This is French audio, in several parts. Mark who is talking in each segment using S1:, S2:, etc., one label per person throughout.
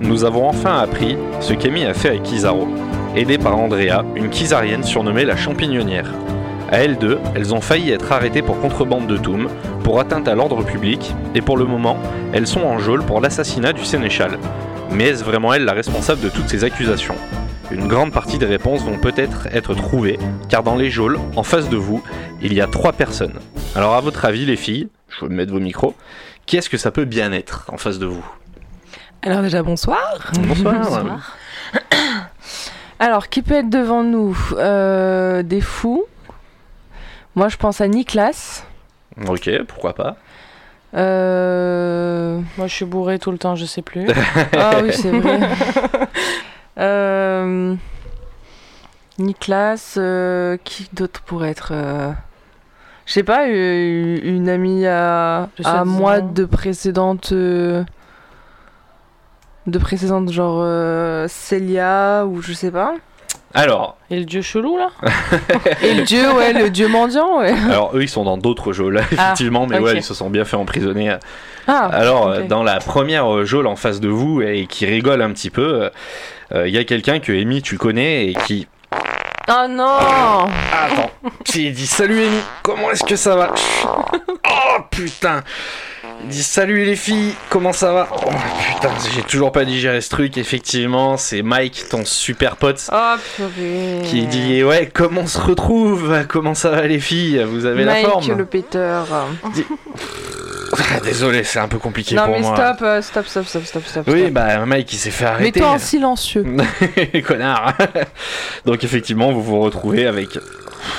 S1: nous avons enfin appris ce qu'Amy a fait à Kizaru, aidée par Andrea, une Kizarienne surnommée la Champignonnière. À elles deux, elles ont failli être arrêtées pour contrebande de Toum, pour atteinte à l'ordre public, et pour le moment, elles sont en geôle pour l'assassinat du sénéchal. Mais est-ce vraiment elle la responsable de toutes ces accusations Une grande partie des réponses vont peut-être être trouvées, car dans les geôles, en face de vous, il y a trois personnes. Alors à votre avis, les filles, je vais mettre vos micros, qui est-ce que ça peut bien être en face de vous
S2: Alors déjà bonsoir.
S1: Bonsoir.
S2: Alors qui peut être devant nous Euh, Des fous. Moi je pense à Niklas.
S1: Ok, pourquoi pas
S2: Euh,
S3: Moi, je suis bourré tout le temps, je sais plus.
S2: Ah oui c'est vrai. Euh, Niklas. euh, Qui d'autre pourrait être euh, Je sais pas, euh, une amie à,
S3: De
S2: à
S3: soi-disant.
S2: moi de précédente. euh, De précédente, genre euh, Célia ou je sais pas.
S1: Alors,
S3: Et le dieu chelou, là
S2: Et le dieu, ouais, le dieu mendiant, ouais.
S1: alors eux ils sont dans d'autres geôles effectivement, mais
S3: ok.
S1: ouais ils se sont bien fait emprisonner.
S2: Ah,
S1: Alors
S3: ok.
S1: euh, dans la première euh, geôle en face de vous et qui rigole un petit peu, euh, il y a quelqu'un que Amy tu connais et qui
S2: ah non
S1: Attends, il dit salut Amy, comment est-ce que ça va Oh putain Il dit salut les filles, comment ça va Oh putain, j'ai toujours pas digéré ce truc, effectivement, c'est Mike, ton super pote,
S2: Oh purée
S1: qui dit eh ouais, comment on se retrouve Comment ça va les filles Vous avez
S2: Mike
S1: la forme
S2: le péteur.
S1: Ah, Désolé, c'est un peu compliqué
S2: Non
S1: pour
S2: mais
S1: moi.
S2: stop, euh, stop, stop, stop, stop, stop.
S1: Oui,
S2: stop.
S1: bah Mike il s'est fait arrêter.
S2: Mets-toi en silencieux.
S1: Connard. Donc effectivement, vous vous retrouvez avec...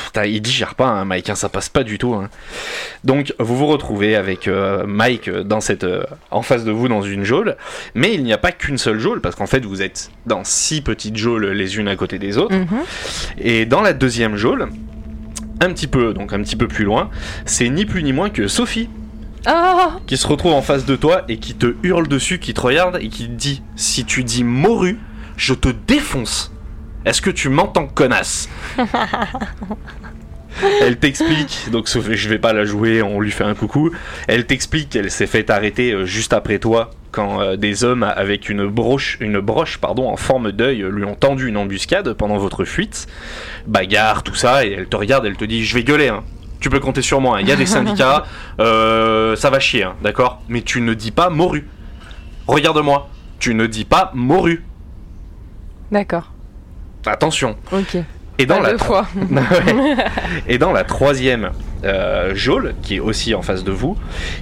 S1: Putain, il digère pas, hein, Mike, hein, ça passe pas du tout. hein. Donc vous vous retrouvez avec euh, Mike euh, dans cette, euh, en face de vous dans une geôle. Mais il n'y a pas qu'une seule geôle, parce qu'en fait vous êtes dans six petites geôles les unes à côté des autres.
S2: Mhm.
S1: Et dans la deuxième geôle, un petit peu, donc un petit peu plus loin, c'est ni plus ni moins que Sophie
S2: Ah
S1: qui se retrouve en face de toi et qui te hurle dessus, qui te regarde et qui te dit Si tu dis morue, je te défonce. Est-ce que tu m'entends, connasse Elle t'explique, donc sauf- je vais pas la jouer, on lui fait un coucou. Elle t'explique qu'elle s'est fait arrêter euh, juste après toi quand euh, des hommes avec une broche, une broche pardon, en forme d'œil euh, lui ont tendu une embuscade pendant votre fuite. Bagarre, tout ça, et elle te regarde, elle te dit Je vais gueuler, hein. tu peux compter sur moi, hein. il y a des syndicats, euh, ça va chier, hein, d'accord Mais tu ne dis pas morue. Regarde-moi. Tu ne dis pas morue.
S2: D'accord,
S1: Attention.
S2: ok.
S1: Et
S2: Bah,
S1: dans,
S2: Pas
S1: la
S2: deux fois.
S1: Ouais. Et dans la troisième euh, geôle, qui est aussi en face de vous,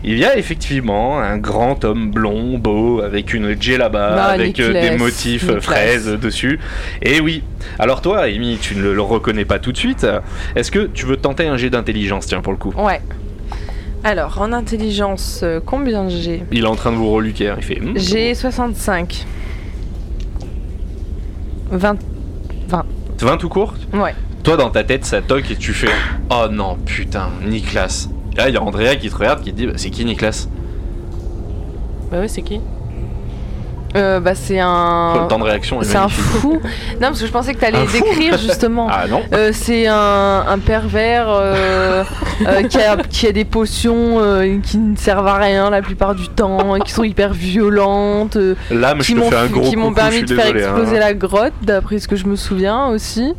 S1: il y a effectivement un grand homme blond, beau, avec une djellaba,
S2: Ah,
S1: avec euh,
S2: Nicolas,
S1: des motifs euh,
S2: Nicolas.
S1: fraises dessus. Et oui. Alors toi, Amy, tu ne le, le reconnais pas tout de suite. Est-ce que tu veux tenter un jet d'intelligence, tiens, pour le coup
S2: Ouais. Alors, en intelligence, euh, combien j'ai
S1: Il est en train de vous reluquer. hein. Il fait. hmm.
S2: J'ai 65. 20.
S1: 20 tout court
S2: Ouais.
S1: Toi, dans ta tête, ça toque et tu fais Oh non, putain, Niklas. Et là, il y a Andrea qui te regarde qui te dit Bah, C'est qui Niklas
S3: Bah oui, c'est qui
S2: Euh, bah c'est
S1: Oh, Le
S2: un...
S1: temps de réaction est,
S2: C'est un
S1: magnifique.
S2: fou. Non, parce que je pensais que t'allais
S1: Un fou
S2: décrire justement.
S1: Ah non
S2: Euh, c'est un, un pervers euh, euh, qui, a, qui a des potions euh, qui ne servent à rien la plupart du temps, et qui sont hyper violentes, euh,
S1: L'âme, je
S2: qui
S1: te
S2: m'ont
S1: fais un gros
S2: qui m'ont
S1: coucou, je
S2: permis
S1: suis
S2: de faire
S1: désolé, hein.
S2: exploser la grotte, d'après ce que je me souviens aussi.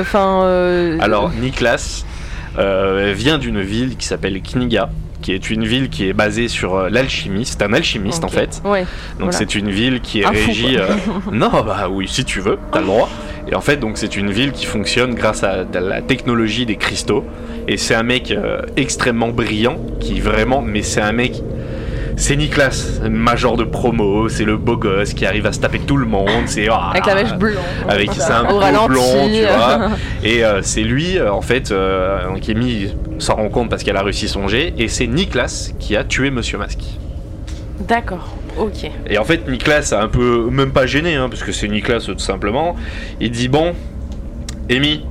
S2: Enfin.
S1: Alors, Niklas euh, vient d'une ville qui s'appelle Kniga, qui est une ville qui est basée sur euh, l'alchimie. C'est un alchimiste, en
S3: Ok.
S1: fait.
S2: Ouais.
S1: Donc
S2: Voilà.
S1: c'est une ville qui est
S2: Un fou,
S1: régie. euh, Non, bah oui, si tu veux, t'as le droit. Et en fait, donc c'est une ville qui fonctionne grâce à de la technologie des cristaux. Et c'est un mec euh, extrêmement brillant qui vraiment, mais c'est un mec. C'est Nicolas, major de promo, c'est le beau gosse qui arrive à se taper tout le monde, c'est ah,
S2: Avec la mèche bleue.
S1: avec c'est un
S2: Ah bah, Au
S1: peu
S2: ralenti.
S1: blond, tu vois. Et euh, c'est lui, euh, en fait, euh, donc Amy s'en rend compte parce qu'elle a réussi son jet, et c'est Nicolas qui a tué Monsieur Masque.
S3: D'accord, ok.
S1: Et en fait, Niklas a un peu, même pas gêné, hein, parce que c'est Niklas tout simplement. Il dit Bon, Amy,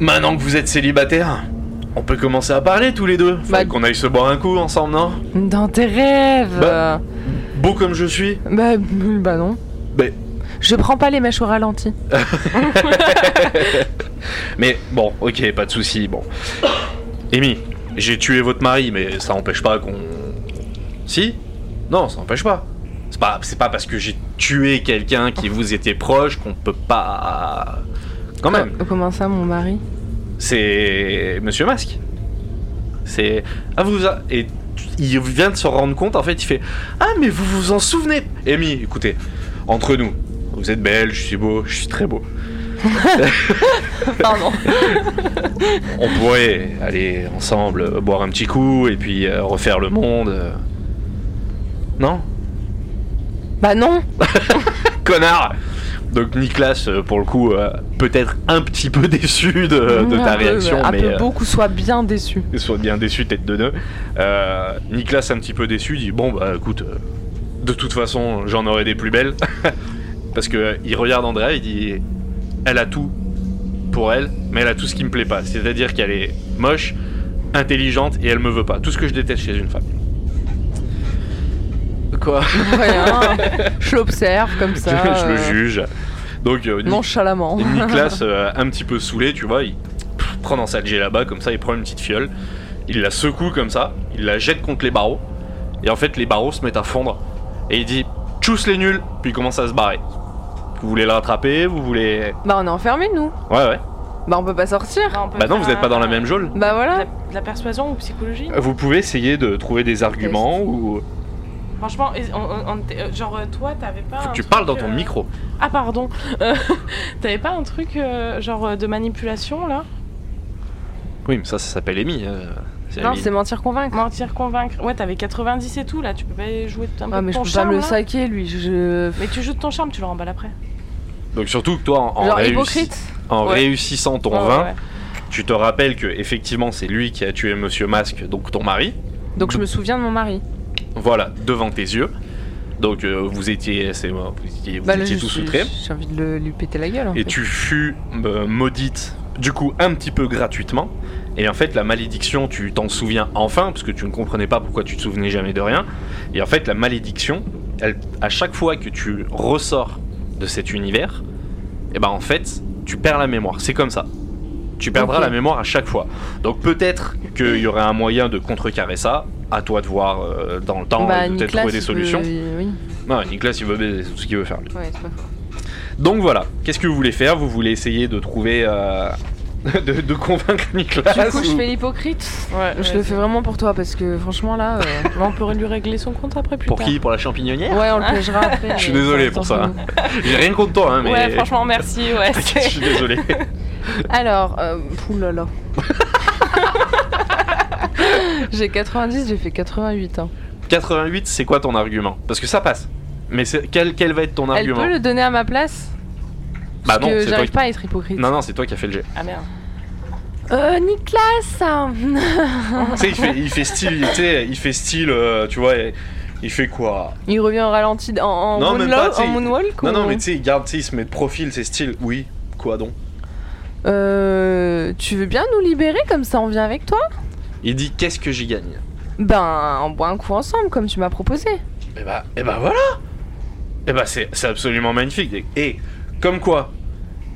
S1: maintenant que vous êtes célibataire, on peut commencer à parler tous les deux. Faudrait
S2: Bah-
S1: qu'on aille se boire un coup ensemble, non
S2: Dans tes rêves.
S1: Bah- Beau comme je suis. ben,
S2: Bah, bah non.
S1: Mais-
S2: Je prends pas les mèches au ralenti.
S1: Mais bon, ok, pas de souci. Bon, Amy, j'ai tué votre mari, mais ça n'empêche pas qu'on. Si Non, ça n'empêche pas. C'est pas, c'est pas parce que j'ai tué quelqu'un qui vous était proche qu'on peut pas. Quand même.
S2: Com- Comment ça, mon mari
S1: C'est Monsieur Masque. C'est ah vous a- et il vient de se rendre compte en fait il fait ah mais vous vous en souvenez Amy écoutez entre nous vous êtes belle je suis beau je suis très beau
S2: Pardon.
S1: on pourrait aller ensemble euh, boire un petit coup et puis euh, refaire le monde euh. non
S2: bah non
S1: connard donc Nicolas euh, pour le coup euh, peut-être un petit peu déçu de, Euh, de ta
S2: Mm, Un peu,
S1: réaction
S2: Un
S1: mais
S2: peu
S1: euh,
S2: beaucoup soit bien déçu.
S1: soit bien déçu, tête de nœud. Euh, Nicolas, un petit peu déçu, dit Bon, bah écoute, euh, de toute façon, j'en aurai des plus belles. Parce que euh, il regarde Andrea, il dit Elle a tout pour elle, mais elle a tout ce qui me plaît pas. C'est-à-dire qu'elle est moche, intelligente et elle me veut pas. Tout ce que je déteste chez une femme. Quoi
S2: Ouais, hein. je l'observe comme ça.
S1: Je le
S2: euh,
S1: juge. Donc, euh, Nic-
S2: Nonchalamment.
S1: Nicolas, euh, un petit peu saoulé, tu vois, il pff, prend dans sa jet là-bas, comme ça, il prend une petite fiole, il la secoue comme ça, il la jette contre les barreaux, et en fait, les barreaux se mettent à fondre. Et il dit Tchuss les nuls Puis il commence à se barrer. Vous voulez le rattraper Vous voulez.
S2: Bah on est enfermés nous.
S1: Ouais, ouais.
S2: Bah on peut pas sortir.
S1: Bah non, vous n'êtes pas dans la même geôle.
S2: Bah voilà.
S3: La, la persuasion ou psychologie
S1: Vous pouvez essayer de trouver des arguments ou.
S3: Franchement, et- on- on- on était- euh, genre euh, toi, t'avais pas.
S1: Faut
S3: un
S1: que tu
S3: truc,
S1: parles dans ton
S3: euh,
S1: micro.
S3: Ah pardon. Euh, T'avais pas un truc euh, genre euh, de manipulation là
S1: Oui, mais ça, ça s'appelle Amy. euh, c'est
S2: Non,
S1: Amy.
S2: c'est mentir convaincre.
S3: Mentir, convaincre. Ouais, t'avais 90 et tout là. Tu peux pas jouer un peu
S2: Ah
S3: de
S2: mais je
S3: ton
S2: peux pas
S3: charme.
S2: me le
S3: là
S2: saquer lui. Je.
S3: Mais tu joues de ton charme, tu le remballes après.
S1: Donc surtout que toi, en, en
S2: Genre
S1: réussi-
S2: hypocrite.
S1: en
S3: Ouais.
S1: réussissant ton
S3: Ouais, ouais,
S1: vin,
S3: ouais.
S1: tu te rappelles que effectivement c'est lui qui a tué Monsieur Masque, donc ton mari.
S2: Donc je me souviens de mon mari.
S1: Voilà, devant tes yeux. Donc euh, vous étiez, c'est moi, vous étiez, vous
S2: Bah là,
S1: étiez
S2: je
S1: tous
S2: suis-
S1: outrés.
S2: J'ai envie de le- lui péter la gueule. en
S1: Et
S2: fait.
S1: tu fus euh, maudite, du coup, un petit peu gratuitement. Et en fait, la malédiction, tu t'en souviens enfin, parce que tu ne comprenais pas pourquoi tu te souvenais jamais de rien. Et en fait, la malédiction, elle, à chaque fois que tu ressors de cet univers, et ben en fait, tu perds la mémoire. C'est comme ça. Tu perdras
S2: Ok.
S1: la mémoire à chaque fois. Donc peut-être qu'il y aurait un moyen de contrecarrer ça. À toi de voir euh, dans le temps
S2: Bah,
S1: et de peut-être
S2: Nicolas,
S1: trouver des
S2: il peut-
S1: solutions.
S2: Oui,
S1: Non, Nicolas, il veut baiser, c'est tout ce qu'il veut faire. lui.
S2: ouais, c'est pas faux.
S1: Donc voilà, qu'est-ce que vous voulez faire Vous voulez essayer de trouver. euh, de, de convaincre Nicolas
S2: Du coup, je
S1: ou-
S2: fais l'hypocrite.
S3: Ouais,
S2: Je
S3: ouais,
S2: le fais vraiment pour toi parce que franchement là. euh,
S3: Mais on pourrait lui régler son compte après plus
S1: Pour
S3: tard.
S1: qui Pour la champignonnière
S2: Ouais, on le piégera après.
S1: Je suis
S2: mais
S1: désolé
S2: pour
S1: pour
S2: l'instant,
S1: ça. J'ai rien contre toi, hein, mais.
S3: Ouais, franchement, merci. Ouais,
S1: T'inquiète, je suis désolé.
S2: c'est nous. Alors, euh, oulala. j'ai 90, j'ai fait hein. 88 ans.
S1: 88, c'est quoi ton argument Parce que ça passe. Mais c'est- quel, quel va être ton
S2: Elle
S1: argument
S2: peut le donner à ma place
S1: Bah
S2: Parce
S1: non,
S2: que
S1: c'est toi
S2: j'arrive
S1: qui.
S2: pas à être hypocrite.
S1: Non, non, c'est toi qui as fait le jet.
S3: Ah merde.
S2: Euh, Nicolas Ah.
S1: tu sais, il fait, il fait style, il, tu sais, il fait style, euh, tu vois, il- il fait quoi
S2: Il revient au ralenti en, en,
S1: Non, même
S2: moonlo-
S1: pas, tu sais,
S2: en moonwalk
S1: Non,
S2: ou-
S1: non, mais tu sais, il garde, tu sais, il se met de profil, c'est style, oui, quoi donc
S2: Euh, tu veux bien nous libérer comme ça on vient avec toi
S1: Il dit, qu'est-ce que j'y gagne
S2: Ben, on boit un coup ensemble comme tu m'as proposé.
S1: Et bah, et bah voilà Et bah c'est c'est absolument magnifique. Et comme quoi,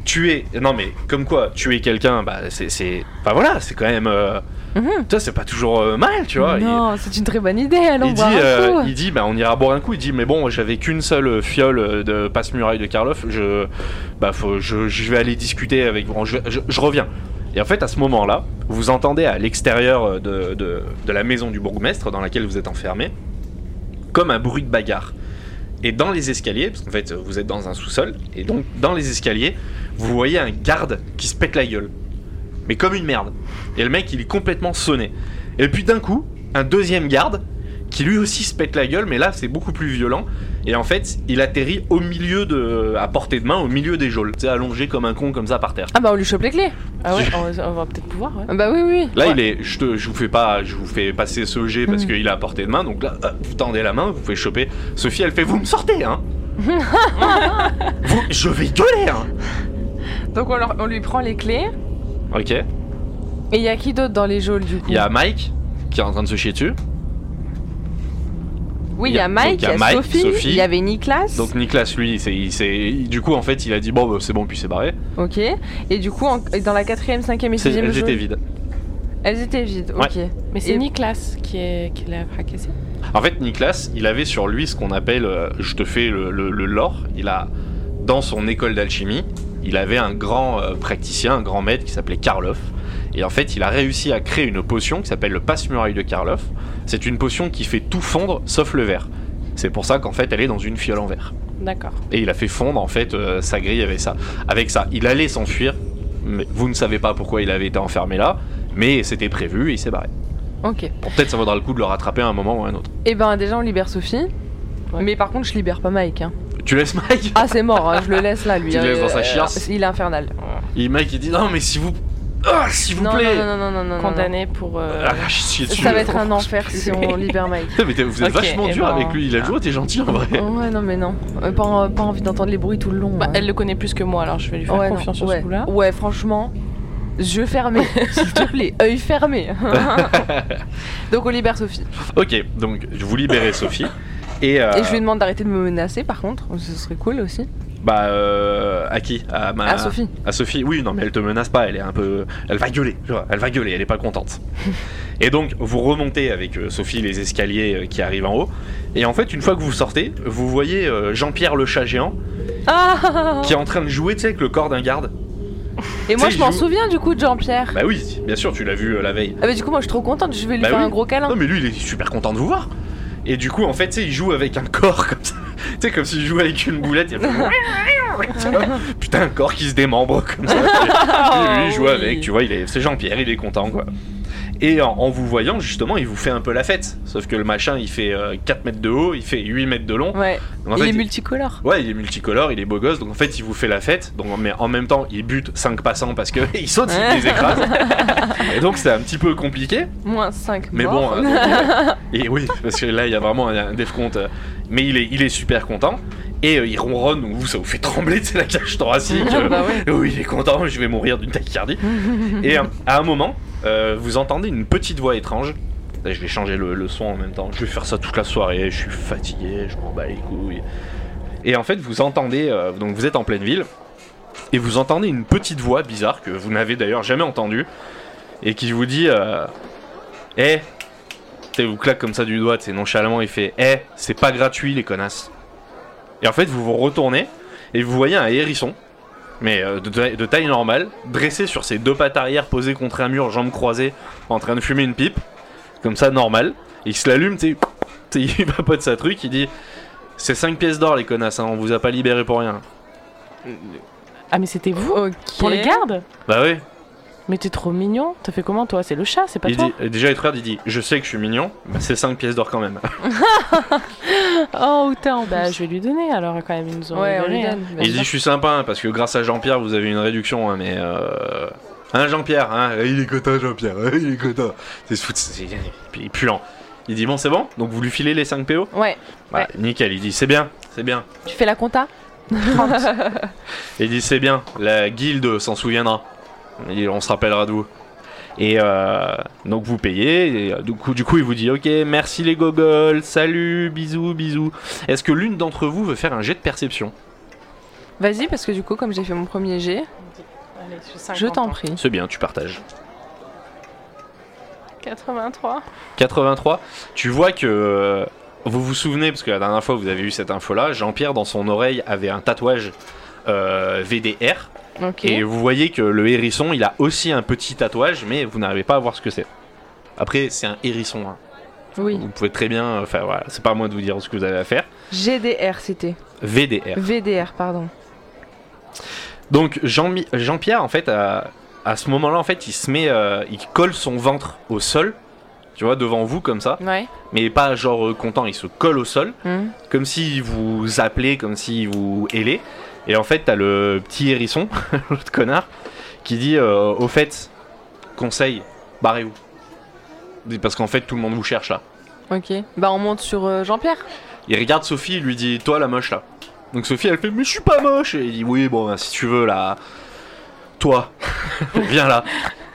S1: tuer... Non mais, comme quoi, tuer quelqu'un, bah c'est... c'est- Bah voilà, c'est quand même... euh,
S2: Mhm.
S1: Toi, c'est pas toujours euh, mal, tu vois. Il-
S2: non, c'est une très bonne idée, allons
S1: il dit,
S2: boire un
S1: euh,
S2: coup.
S1: il dit, bah on ira boire un coup. Il dit, mais bon, j'avais qu'une seule fiole de passe-muraille de Karloff. Je, bah, faut, je, je vais aller discuter avec. bon, je, je- je reviens. Et en fait, à ce moment-là, vous entendez à l'extérieur de, de- de la maison du bourgmestre dans laquelle vous êtes enfermé, comme un bruit de bagarre. Et dans les escaliers, parce qu'en fait, vous êtes dans un sous-sol, et donc dans les escaliers, vous voyez un garde qui se pète la gueule. Mais comme une merde. Et le mec, il est complètement sonné. Et puis d'un coup, un deuxième garde qui lui aussi se pète la gueule, mais là c'est beaucoup plus violent. Et en fait, il atterrit au milieu de, à portée de main, au milieu des geôles. C'est allongé comme un con comme ça par terre.
S2: Ah bah on lui chope les clés.
S3: Ah ouais, on va, on va peut-être pouvoir, ouais.
S2: Ah Bah oui, oui.
S1: Là,
S3: Ouais.
S1: il est, je, te, je vous fais pas, je vous fais passer ce jet parce
S2: Mm.
S1: qu'il est à portée de main. Donc là, hop, vous tendez la main, vous pouvez choper. Sophie, elle fait, vous me sortez, hein. Vous- je vais gueuler, hein.
S2: Donc on, leur- on lui prend les clés.
S1: Ok.
S2: Et il y a qui d'autre dans les geôles du coup
S1: Il y a Mike qui est en train de se chier dessus.
S2: Oui, il y a
S1: donc
S2: Mike, il y a,
S1: Mike,
S2: Sophie,
S1: Sophie.
S2: il y avait Nicolas.
S1: Donc Nicolas, lui, il s'est- il s'est- du coup, en fait, il a dit bon, bah, c'est bon, puis c'est barré.
S2: Ok. Et du coup, en- et dans la quatrième, cinquième et
S1: C'est-
S2: sixième
S1: Elles étaient
S2: geôle.
S1: vides.
S2: Elles étaient vides,
S1: Ouais.
S2: ok.
S3: Mais c'est
S2: Et-
S3: Nicolas qui, est... qui l'a fracassé.
S1: En fait, Niklas, il avait sur lui ce qu'on appelle, euh, je te fais le, le, le lore, il a, dans son école d'alchimie, il avait un grand euh, praticien, un grand maître qui s'appelait Karloff. Et en fait, il a réussi à créer une potion qui s'appelle le passe-muraille de Karloff. C'est une potion qui fait tout fondre sauf le verre. C'est pour ça qu'en fait, elle est dans une fiole en verre.
S3: D'accord.
S1: Et il a fait fondre en fait euh, sa grille avec ça. Avec ça, il allait s'enfuir. Mais vous ne savez pas pourquoi il avait été enfermé là, mais c'était prévu et il s'est barré.
S2: Ok.
S1: Bon, peut-être ça vaudra le coup de le rattraper à un moment ou à un autre.
S2: Et ben déjà on libère Sophie. Mais par contre je libère pas Mike. hein.
S1: Tu laisses Mike
S2: Ah c'est mort, hein, je le laisse là lui.
S1: Tu le laisses dans sa chiasse.
S2: Il est infernal.
S1: Et Mike il dit non mais s'il vous ah, s'il vous
S2: Non,
S1: plaît
S2: non non non non non, non.
S3: Condamné pour. euh,
S1: Ah, je suis dessus,
S2: Ça
S1: là.
S2: va être un enfer si on libère Mike.
S1: Putain, mais t'es- vous êtes
S3: Ok,
S1: vachement
S3: eh
S1: dur
S3: ben-
S1: avec lui, il a joué, t'es gentil en vrai.
S2: Oh, Ouais non mais non. Euh, Pas, en- pas envie d'entendre les bruits tout le long.
S3: bah,
S2: hein.
S3: elle le connaît plus que moi, alors je vais lui faire
S2: Ouais, non,
S3: confiance sur
S2: ouais.
S3: ce coup-là.
S2: Ouais franchement. Yeux fermés, s'il te plaît, œil fermé. Donc on libère Sophie.
S1: ok, donc je vous libérez Sophie. Et, euh,
S2: Et je lui demande d'arrêter de me menacer par contre, ce serait cool aussi.
S1: bah euh, à qui à, ma-
S2: Ah Sophie.
S1: à Sophie. Oui, non mais elle te menace pas, elle est un peu elle va gueuler, tu vois, elle va gueuler, elle est pas contente. et donc vous remontez avec euh, Sophie les escaliers euh, qui arrivent en haut et en fait, une fois que vous sortez, vous voyez euh, Jean-Pierre le chat géant
S2: Ah
S1: qui est en train de jouer tu sais avec le corps d'un garde.
S2: Et moi
S1: Tu sais,
S2: je m'en
S1: il joue-
S2: souviens du coup de Jean-Pierre.
S1: Bah oui, bien sûr, tu l'as vu euh, la veille.
S2: Ah bah du coup moi je suis trop contente, je vais lui
S1: Bah
S2: faire
S1: oui.
S2: un gros câlin.
S1: Non mais lui il est super content de vous voir. Et du coup en fait tu sais il joue avec un corps comme ça. Tu sais comme s'il jouait avec une boulette. Il fait... Tu vois Putain un corps qui se démembre comme ça. Et lui il joue
S2: Oh,
S3: oui.
S1: avec, tu vois, il est. C'est Jean-Pierre, il est content quoi. Et en, en vous voyant justement il vous fait un peu la fête. Sauf que le machin il fait euh, 4 mètres de haut, il fait 8 mètres de long.
S2: Ouais,
S1: Donc, en
S2: il
S1: fait,
S2: est multicolore.
S1: Ouais, il est multicolore, il est beau gosse, donc en fait, il vous fait la fête. Donc, mais en même temps, il bute 5 passants parce que il saute, il les écrase. Et donc, c'est un petit peu compliqué.
S2: Moins 5
S1: Mais bon, euh, donc, euh, et oui, parce que là, il y a vraiment un, un décompte. euh, mais il est, il est super content. Et euh, il ronronne, donc vous, ça vous fait trembler, c'est la cage thoracique. euh,
S2: bah ouais.
S1: oh, il est content, je vais mourir d'une tachycardie. et euh, à un moment, euh, vous entendez une petite voix étrange. Là, je vais changer le, le son en même temps. Je vais faire ça toute la soirée, je suis fatigué, je m'en bats les couilles. Et en fait, vous entendez, euh, donc vous êtes en pleine ville, et vous entendez une petite voix bizarre que vous n'avez d'ailleurs jamais entendue, et qui vous dit euh, Eh Tu sais, vous claque comme ça du doigt, c'est nonchalamment, il fait Eh, c'est pas gratuit les connasses. Et en fait, vous vous retournez, et vous voyez un hérisson, mais euh, de, taille- de taille normale, dressé sur ses deux pattes arrière, posé contre un mur, jambes croisées, en train de fumer une pipe, comme ça, normal. Et il se l'allume, tu sais, tu sais, il vapote sa truc, il dit C'est 5 pièces d'or les connasses, hein, on vous a pas libéré pour rien.
S3: Ah, mais c'était vous
S2: Ok.
S3: Pour les gardes
S1: Bah ouais,
S3: Mais t'es trop mignon. T'as fait comment toi C'est le chat, c'est pas
S1: il
S3: toi
S1: dit, et déjà, il te regarde, il dit Je sais que je suis mignon, bah, c'est 5 pièces d'or quand même.
S3: Oh, t'es en Bah, je vais lui donner alors quand même. Ils nous ont
S2: Ouais, on lui
S3: libérés, hein.
S2: donne.
S1: il dit Je suis sympa, hein, parce que grâce à Jean-Pierre, vous avez une réduction, hein, mais. Euh... Hein, Jean-Pierre, hein, il est content, Jean-Pierre, hein, il est content. C'est fou, c'est il est puant. Il dit Bon, c'est bon, donc vous lui filez les 5 PO
S2: Ouais,
S1: Bah, nickel, il dit c'est bien, c'est bien.
S2: tu fais la compta
S1: Il dit c'est bien, la guilde s'en souviendra. Il dit, on se rappellera de vous. Et euh, donc vous payez, et euh, du coup, du coup il vous dit ok, merci les gogoles, salut, bisous, bisous. Est-ce que l'une d'entre vous veut faire un jet de perception
S2: Vas-y parce que du coup comme j'ai fait mon premier jet,
S3: Allez, je suis
S2: je
S3: 50
S2: t'en
S3: ans.
S2: prie.
S1: C'est bien, tu partages.
S3: 83.
S1: 83, tu vois que... euh, Vous vous souvenez, parce que la dernière fois vous avez eu cette info-là, Jean-Pierre dans son oreille avait un tatouage euh, VDR,
S2: Ok.
S1: Et vous voyez que le hérisson, il a aussi un petit tatouage, mais vous n'arrivez pas à voir ce que c'est. Après, c'est un hérisson. hein.
S2: Oui.
S1: Vous pouvez très bien. euh, Enfin, voilà, c'est pas à moi de vous dire ce que vous avez à faire.
S2: GDR c'était.
S1: VDR.
S2: VDR pardon.
S1: Donc, Jean- Jean-Pierre, en fait, à, à ce moment-là, en fait, il se met. euh, il colle son ventre au sol, tu vois, devant vous, comme ça.
S2: Ouais.
S1: Mais pas genre euh, content, il se colle au sol.
S2: Hmm.
S1: comme si vous appelez, comme si vous hélez. Et en fait, t'as le petit hérisson, l'autre connard, qui dit euh, Au fait, conseil, barrez-vous. Parce qu'en fait, tout le monde vous cherche là.
S2: Ok. Bah on monte sur euh, Jean-Pierre.
S1: Il regarde Sophie, il lui dit Toi, la moche là. Donc Sophie, elle fait Mais je suis pas moche Et il dit Oui, bon, bah, si tu veux là. Toi, viens là.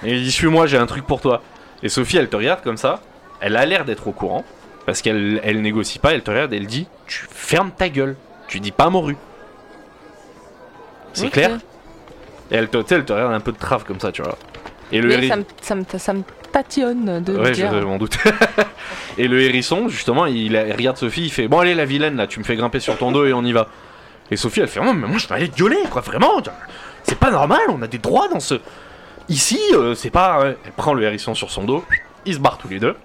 S1: Et il dit Suis-moi, j'ai un truc pour toi. Et Sophie, elle te regarde comme ça. Elle a l'air d'être au courant. Parce qu'elle elle négocie pas, elle te regarde, elle dit Tu fermes ta gueule. Tu dis pas morue. C'est
S2: Ok.
S1: clair Et elle te, tu sais, elle te regarde un peu de trave comme ça, tu vois. Et le
S2: Mais
S1: héri-
S2: ça me, ça me, ça me tâtionne de
S1: Ouais, je
S2: dire.
S1: m'en doute. et le hérisson, justement, il, il regarde Sophie, il fait Bon, allez, la vilaine, là, tu me fais grimper sur ton dos et on y va. Et Sophie, elle fait Non, mais moi, je vais aller te gueuler, quoi, vraiment. C'est pas normal, on a des droits dans ce. Ici, euh, c'est pas. euh, Elle prend le hérisson sur son dos, ils se barrent tous les deux.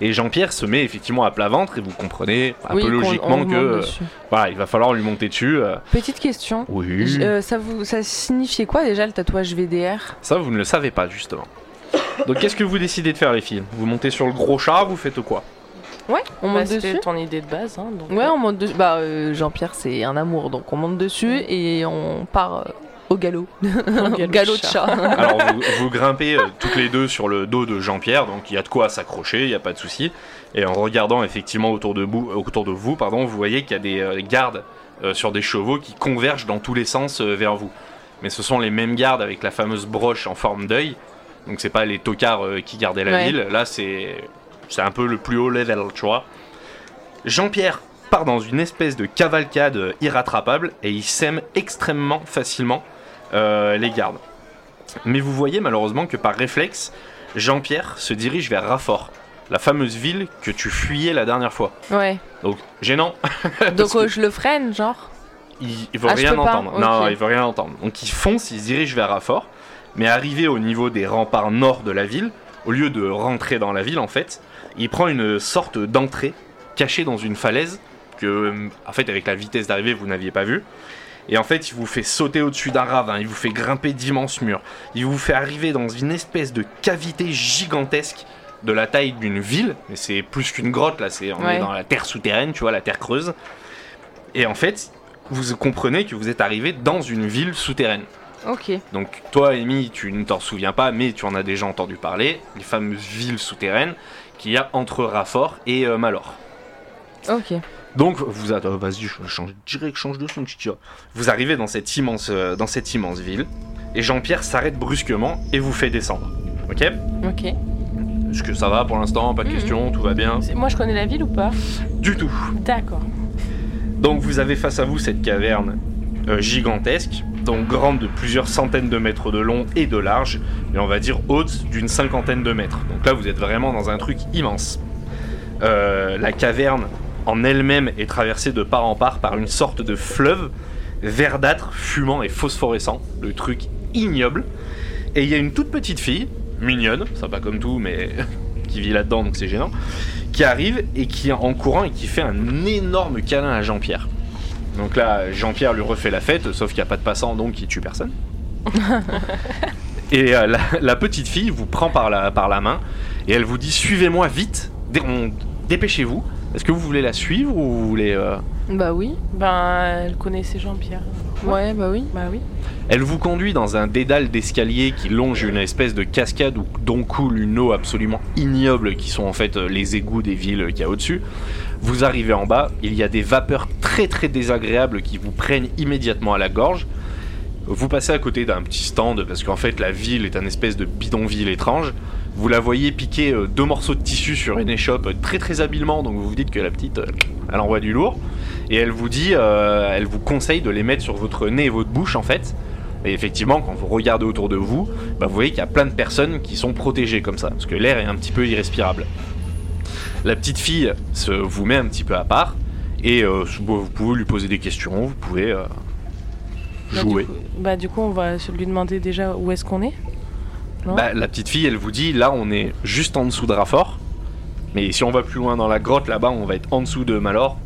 S1: Et Jean-Pierre se met effectivement à plat ventre, et vous comprenez un
S2: Oui,
S1: peu
S2: qu'on- on
S1: logiquement
S2: remonte
S1: que. euh,
S2: dessus.
S1: voilà, il va falloir lui monter dessus. euh,
S2: Petite question.
S1: Oui.
S2: J- euh, ça vous, ça signifiait quoi déjà le tatouage VDR
S1: Ça, vous ne le savez pas, justement. Donc, qu'est-ce que vous décidez de faire, les filles Vous montez sur le gros char, vous faites quoi
S2: Ouais, on
S3: Bah,
S2: monte
S3: C'était
S2: dessus.
S3: ton idée de base. Hein, donc,
S2: Ouais,
S3: euh,
S2: on monte dessus. Bah, euh, Jean-Pierre, c'est un amour, donc on monte dessus et on part euh, au galop.
S3: un
S2: Au galop de chat.
S1: Alors vous, vous grimpez euh, toutes les deux sur le dos de Jean-Pierre, donc il y a de quoi s'accrocher, il n'y a pas de souci. Et en regardant effectivement autour de, bou- euh, autour de vous, pardon, vous voyez qu'il y a des euh, gardes euh, sur des chevaux qui convergent dans tous les sens euh, vers vous. Mais ce sont les mêmes gardes avec la fameuse broche en forme d'œil. Donc c'est pas les tocards euh, qui gardaient la
S2: Ouais.
S1: ville. Là c'est c'est un peu le plus haut level, tu vois. Jean-Pierre part dans une espèce de cavalcade euh, irrattrapable et il sème extrêmement facilement euh, les gardes. Mais vous voyez malheureusement que par réflexe, Jean-Pierre se dirige vers Raffort, la fameuse ville que tu fuyais la dernière fois.
S2: ouais.
S1: Donc gênant,
S2: Donc
S1: que-
S2: euh, je le freine, genre.
S1: il, il veut
S2: Ah, je
S1: rien
S2: peux pas,
S1: entendre. Non,
S2: ok.
S1: il veut rien entendre. Donc il fonce, il se dirige vers Raffort, mais arrivé au niveau des remparts nord de la ville, au lieu de rentrer dans la ville en fait, il prend une sorte d'entrée cachée dans une falaise que, en fait, avec la vitesse d'arrivée, vous n'aviez pas vu. Et en fait, il vous fait sauter au-dessus d'un ravin, il vous fait grimper d'immenses murs, il vous fait arriver dans une espèce de cavité gigantesque de la taille d'une ville, mais c'est plus qu'une grotte là, c'est on est
S2: Ouais.
S1: dans la terre souterraine, tu vois, la terre creuse. Et en fait, vous comprenez que vous êtes arrivé dans une ville souterraine.
S2: Ok.
S1: Donc toi, Amy, tu ne t'en souviens pas, mais tu en as déjà entendu parler, les fameuses villes souterraines qu'il y a entre Raffort et euh, Malor.
S2: Ok.
S1: Donc vous êtes- euh, vas-y, je change direct, change de son, chichi. Vous arrivez dans cette immense, euh, dans cette immense ville, et Jean-Pierre s'arrête brusquement et vous fait descendre. Ok
S2: Ok.
S1: Est-ce que ça va pour l'instant Pas de
S2: Mhm.
S1: question, tout va bien
S3: C'est- Moi, je connais la ville ou pas
S1: Du tout.
S3: D'accord.
S1: Donc vous avez face à vous cette caverne euh, gigantesque, donc grande de plusieurs centaines de mètres de long et de large, et on va dire haute d'une cinquantaine de mètres. Donc là vous êtes vraiment dans un truc immense. Euh, la caverne en elle-même est traversée de part en part par une sorte de fleuve verdâtre, fumant et phosphorescent, le truc ignoble. Et il y a une toute petite fille, mignonne, sympa comme tout, mais qui vit là-dedans, donc c'est gênant, qui arrive et qui en courant et qui fait un énorme câlin à Jean-Pierre. Donc là, Jean-Pierre lui refait la fête, sauf qu'il n'y a pas de passant, donc il tue personne. et euh, la, la petite fille vous prend par la, par la main et elle vous dit suivez-moi vite, Dé- on- dépêchez-vous. Est-ce que vous voulez la suivre ou vous voulez... euh,
S2: Bah oui.
S3: Ben, elle connaissait Jean-Pierre.
S2: Ouais, bah oui.
S3: Bah oui.
S1: Elle vous conduit dans un dédale d'escaliers qui longe une espèce de cascade où, dont coule une eau absolument ignoble qui sont en fait euh, les égouts des villes qu'il y a au-dessus. Vous arrivez en bas, il y a des vapeurs très très désagréables qui vous prennent immédiatement à la gorge. Vous passez à côté d'un petit stand parce qu'en fait la ville est un espèce de bidonville étrange. Vous la voyez piquer euh, deux morceaux de tissu sur une échoppe euh, très très habilement donc vous vous dites que la petite euh, elle envoie du lourd et elle vous dit euh, elle vous conseille de les mettre sur votre nez et votre bouche en fait et effectivement, quand vous regardez autour de vous, bah, vous voyez qu'il y a plein de personnes qui sont protégées comme ça, parce que l'air est un petit peu irrespirable. La petite fille se vous met un petit peu à part, et euh, bon, vous pouvez lui poser des questions, vous pouvez euh,
S3: Bah,
S1: jouer.
S3: Du coup, bah, du coup, on va se lui demander déjà où est-ce qu'on est. non.
S1: Bah, la petite fille, elle vous dit, là, on est juste en dessous de Raffort, mais si on va plus loin dans la grotte, là-bas, on va être en dessous de Malor.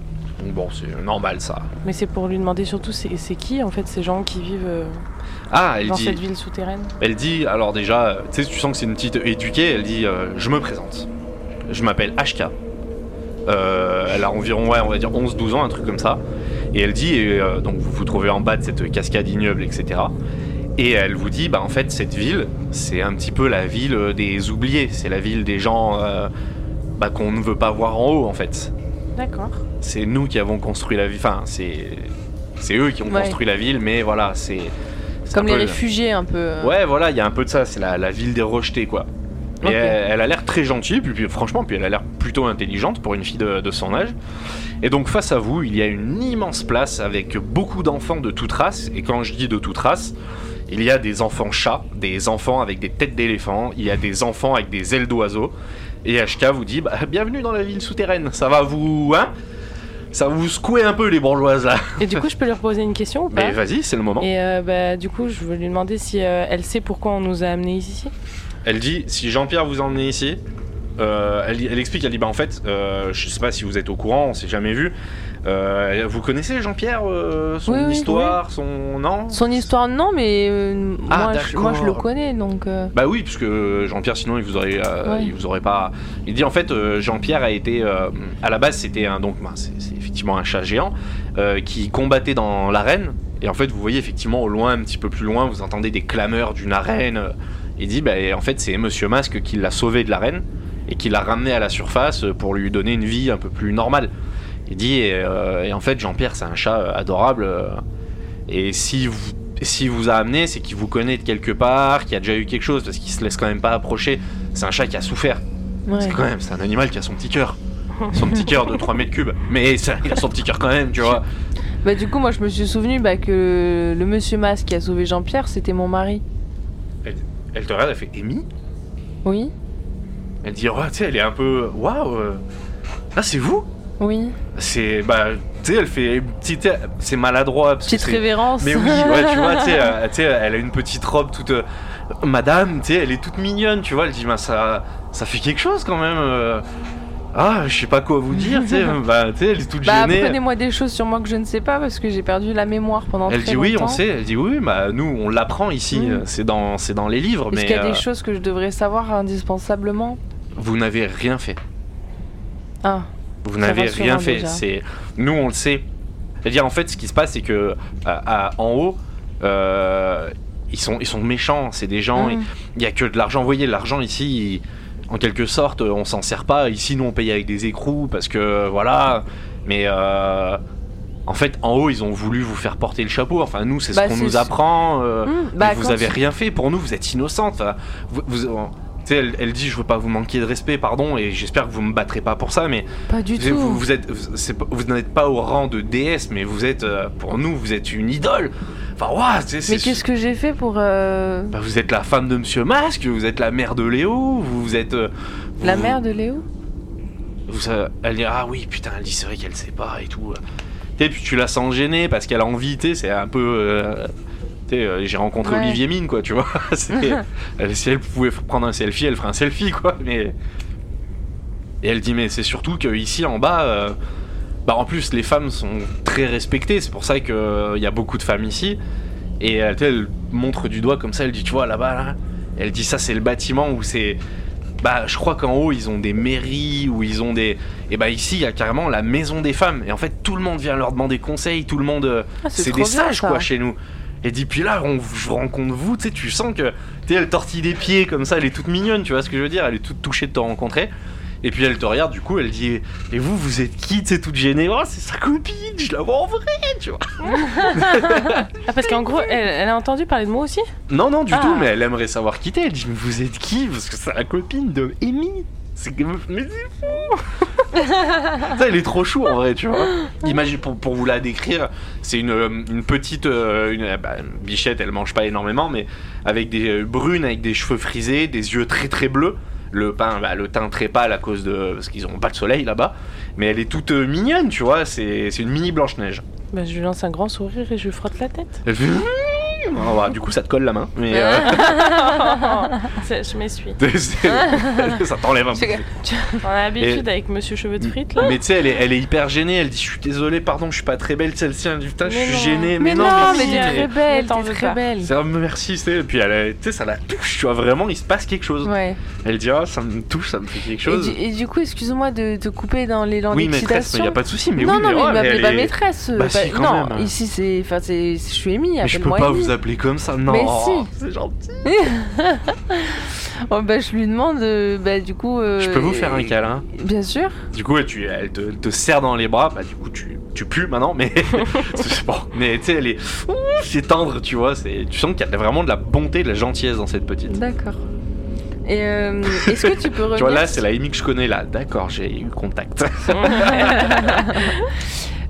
S1: Donc bon, c'est normal ça.
S3: Mais c'est pour lui demander surtout c'est c'est qui en fait ces gens qui vivent euh,
S1: Ah, elle
S3: dans
S1: dit,
S3: cette ville souterraine.
S1: Elle dit, alors déjà, euh, tu sais, tu sens que c'est une petite éduquée, elle dit, euh, je me présente. Je m'appelle HK. Euh, elle a environ, ouais, on va dire 11-12 ans, un truc comme ça. Et elle dit, et, euh, donc vous vous trouvez en bas de cette cascade ignoble, etc. Et elle vous dit, bah en fait, cette ville, c'est un petit peu la ville euh, des oubliés. C'est la ville des gens euh, bah, qu'on ne veut pas voir en haut, en fait.
S3: D'accord.
S1: C'est nous qui avons construit la ville. Enfin, c'est c'est eux qui ont
S2: Ouais.
S1: construit la ville, mais voilà, c'est. c'est
S2: Comme
S1: un
S2: les
S1: peu-
S2: réfugiés un peu. euh.
S1: Ouais, voilà, il y a un peu de ça, c'est la, la ville des rejetés, quoi. Et
S2: Ok.
S1: elle, elle a l'air très gentille, puis, puis franchement, puis elle a l'air plutôt intelligente pour une fille de, de son âge. Et donc face à vous, il y a une immense place avec beaucoup d'enfants de toute race, et quand je dis de toute race, Il y a des enfants chats, des enfants avec des têtes d'éléphants, il y a des enfants avec des ailes d'oiseaux. Et HK vous dit bah, Bienvenue dans la ville souterraine, ça va vous. Hein ça va vous secouer un peu les bourgeoises là.
S3: Et du coup, je peux leur poser une question ou pas
S1: Mais vas-y, c'est le moment.
S3: Et euh, bah, du coup, je veux lui demander si euh, elle sait pourquoi on nous a amenés ici.
S1: Elle dit si Jean-Pierre vous emmenait ici, euh, elle, elle explique, elle dit bah en fait, euh, je sais pas si vous êtes au courant, on s'est jamais vu. Euh, vous connaissez Jean-Pierre, euh, son
S2: Oui, oui,
S1: histoire, son non
S2: Son histoire, non, mais euh,
S1: Ah,
S2: moi, je, moi, je le
S1: d'accord.
S2: connais donc. euh,
S1: Bah oui, puisque Jean-Pierre, sinon il vous aurait, euh,
S2: Ouais.
S1: il vous aurait pas. Il dit en fait, euh, Jean-Pierre a été, euh, à la base, c'était un donc, bah, c'est c'est effectivement un chat géant euh, qui combattait dans l'arène. Et en fait, vous voyez effectivement au loin, un petit peu plus loin, vous entendez des clameurs d'une arène. Il dit, bah, en fait, c'est Monsieur Masque qui l'a sauvé de l'arène et qui l'a ramené à la surface euh, pour lui donner une vie un peu plus normale. Il dit, et, euh, et en fait, Jean-Pierre, c'est un chat euh, adorable. euh, et si vous, si vous a amené, c'est qu'il vous connaît de quelque part, qu'il y a déjà eu quelque chose, parce qu'il se laisse quand même pas approcher. C'est un chat qui a souffert.
S2: ouais.
S1: C'est quand même, c'est un animal qui a son petit cœur. Son petit cœur de 3 mètres cubes. Mais ça, il a son petit cœur quand même, tu vois.
S2: Bah, du coup, moi, je me suis souvenu bah, que le monsieur masque qui a sauvé Jean-Pierre, c'était mon mari.
S1: Elle te regarde, elle fait Amy
S2: Oui,
S1: Elle dit, ouais, tu sais, elle est un peu. Waouh euh, Ah, c'est vous
S2: oui.
S1: C'est. Bah, tu sais, elle fait une petite. C'est maladroit. Parce que
S2: Petite
S1: c'est-
S2: révérence.
S1: Mais oui, ouais, tu vois, tu sais, euh, tu sais, elle a une petite robe toute. euh, Madame, tu sais, elle est toute mignonne, tu vois. Elle dit, bah, ça, ça fait quelque chose quand même. euh. Ah, je sais pas quoi vous dire, tu sais. Bah, tu sais, elle est toute
S2: Bah,
S1: gênée.
S2: apprenez-moi des choses sur moi que je ne sais pas parce que j'ai perdu la mémoire pendant
S1: elle
S2: très
S1: dit, oui,
S2: longtemps.
S1: on sait. Elle dit, oui, bah, nous, on l'apprend ici.
S2: Mm.
S1: euh, C'est dans, c'est dans les livres,
S2: Est-ce
S1: mais
S2: qu'il y a
S1: euh,
S2: des choses que je devrais savoir indispensablement
S1: vous n'avez rien fait.
S2: Ah,
S1: Vous
S2: Ça
S1: n'avez
S2: rassure,
S1: rien
S2: hein,
S1: fait.
S2: déjà.
S1: C'est nous, on le sait. C'est-à-dire en fait, ce qui se passe, c'est que euh, à- en haut, euh, ils sont ils sont méchants. C'est des gens.
S2: Mhm.
S1: Il y a que de l'argent. Vous voyez, l'argent ici, il- en quelque sorte, on s'en sert pas. Ici, nous, on paye avec des écrous parce que voilà. Mais euh, en fait, en haut, ils ont voulu vous faire porter le chapeau. Enfin, nous, c'est ce
S2: Bah,
S1: qu'on
S2: c'est
S1: nous
S2: ce-
S1: apprend. euh,
S2: Hmm,
S1: mais
S2: bah,
S1: vous
S2: quand-
S1: avez rien fait pour nous, vous êtes innocente. Enfin, Vous, vous- euh, tu sais, elle, elle dit, je veux pas vous manquer de respect, pardon, et j'espère que vous me battrez pas pour ça, mais
S2: Pas du
S1: vous,
S2: tout.
S1: vous- vous êtes, vous- c'est pas- vous n'êtes pas au rang de déesse, mais vous êtes, euh, pour nous, vous êtes une idole. Enfin, waouh, c'est-
S2: Mais
S1: c'est-
S2: qu'est-ce que j'ai fait pour. euh,
S1: Bah, vous êtes la femme de Monsieur Masque, vous êtes la mère de Léo, vous êtes. euh, vous-
S2: La mère de Léo
S1: vous- ça- elle dit ah oui putain, elle dit c'est vrai qu'elle sait pas et tout. Et puis tu la sens gênée parce qu'elle a envie, tu sais, c'est un peu. euh, tu sais, euh, j'ai rencontré
S2: Ouais.
S1: Olivier Mine quoi, tu vois. C'est- elle, si elle pouvait f- prendre un selfie, elle ferait un selfie quoi. Mais et elle dit mais c'est surtout que ici en bas, euh, bah en plus les femmes sont très respectées, c'est pour ça que euh, il y a beaucoup de femmes ici. Et elle, tu sais, elle montre du doigt comme ça, elle dit tu vois là-bas là. Elle dit ça c'est le bâtiment où c'est bah je crois qu'en haut ils ont des mairies où ils ont des et bah ici il y a carrément la maison des femmes et en fait tout le monde vient leur demander conseil, tout le monde euh,
S2: Ah,
S1: c'est
S2: trop
S1: des
S2: bien,
S1: sages
S2: ça.
S1: quoi chez nous. Et dit puis là, on je vous rencontre vous, tu sais, tu sens que tu sais, elle tortille des pieds comme ça, elle est toute mignonne, tu vois ce que je veux dire, elle est toute touchée de te rencontrer. Et puis elle te regarde, du coup elle dit Et vous, vous êtes qui Tu sais, toute gênée, oh, c'est sa copine, je la vois en vrai, tu vois.
S3: Ah, parce qu'en gros, elle, elle a entendu parler de moi aussi
S1: Non, non, du
S3: Ah.
S1: tout, mais elle aimerait savoir qui t'es. Elle dit Mais vous êtes qui Parce que c'est la copine de Amy. C'est que- Mais c'est fou Ça, elle est trop chou en vrai, tu vois. Imagine, pour, pour vous la décrire, c'est une, euh, une petite. euh, une, euh, bah, une bichette, elle mange pas énormément, mais avec des euh, brunes, avec des cheveux frisés, des yeux très très bleus. Le, pain, bah, le teint très pâle à cause de. parce qu'ils ont pas de soleil là-bas. Mais elle est toute euh, mignonne, tu vois. C'est c'est une mini Blanche-Neige.
S3: Bah, je lui lance un grand sourire et je lui frotte la tête.
S1: Elle fait. Oh, bah, du coup, ça te colle la main. Mais. euh,
S2: Oh,
S3: C'est- je m'essuie.
S1: C'est- ça t'enlève un peu.
S2: C'est-
S3: On a l'habitude avec Monsieur Cheveux de Frites, là.
S1: Mais tu sais, elle est, elle est hyper gênée. Elle dit Je suis désolée, pardon, je suis pas très belle. Celle-ci, elle dit Putain, je
S3: Mais
S1: suis
S3: non.
S1: gênée.
S2: Mais, non, mais
S3: si,
S2: t'es
S3: elle-
S2: très belle,
S3: t'en
S2: t'es
S3: veux
S2: très
S3: pas.
S2: belle.
S1: c'est un merci, tu sais. Et puis, elle, euh, tu sais, ça la touche, tu vois, vraiment, il se passe quelque chose.
S2: Ouais.
S1: Elle dit Ah, ça me touche, ça me fait quelque
S2: Et
S1: chose.
S2: du, et du coup, excuse-moi de te couper dans l'élan
S1: oui, maîtresse,
S2: d'excitation.
S1: il y a pas de souci, mais
S2: non,
S1: oui,
S2: non, mais
S1: ouais,
S2: m'appelez
S1: elle
S2: pas
S1: est-
S2: maîtresse. euh,
S1: Bah si, quand
S2: non,
S1: même.
S2: ici c'est, enfin c'est, je suis Amy,
S1: Mais je peux
S2: appelle-moi
S1: pas
S2: Amy.
S1: vous appeler comme ça, non.
S2: Mais si.
S1: C'est gentil.
S2: Oh, bah, je lui demande, euh, bah du coup. euh,
S1: Je peux vous faire un câlin.
S2: Bien sûr.
S1: Du coup, tu, elle te, te serre dans les bras. Bah, du coup, tu, tu pues maintenant, mais c'est bon. Mais tu sais, elle est, Ouh, c'est tendre, tu vois. C'est, tu sens qu'il y a vraiment de la bonté, de la gentillesse dans cette petite.
S2: D'accord. Et euh, est-ce que tu peux revenir
S1: Tu vois, là, c'est la Amy que je connais, là. D'accord, j'ai eu contact.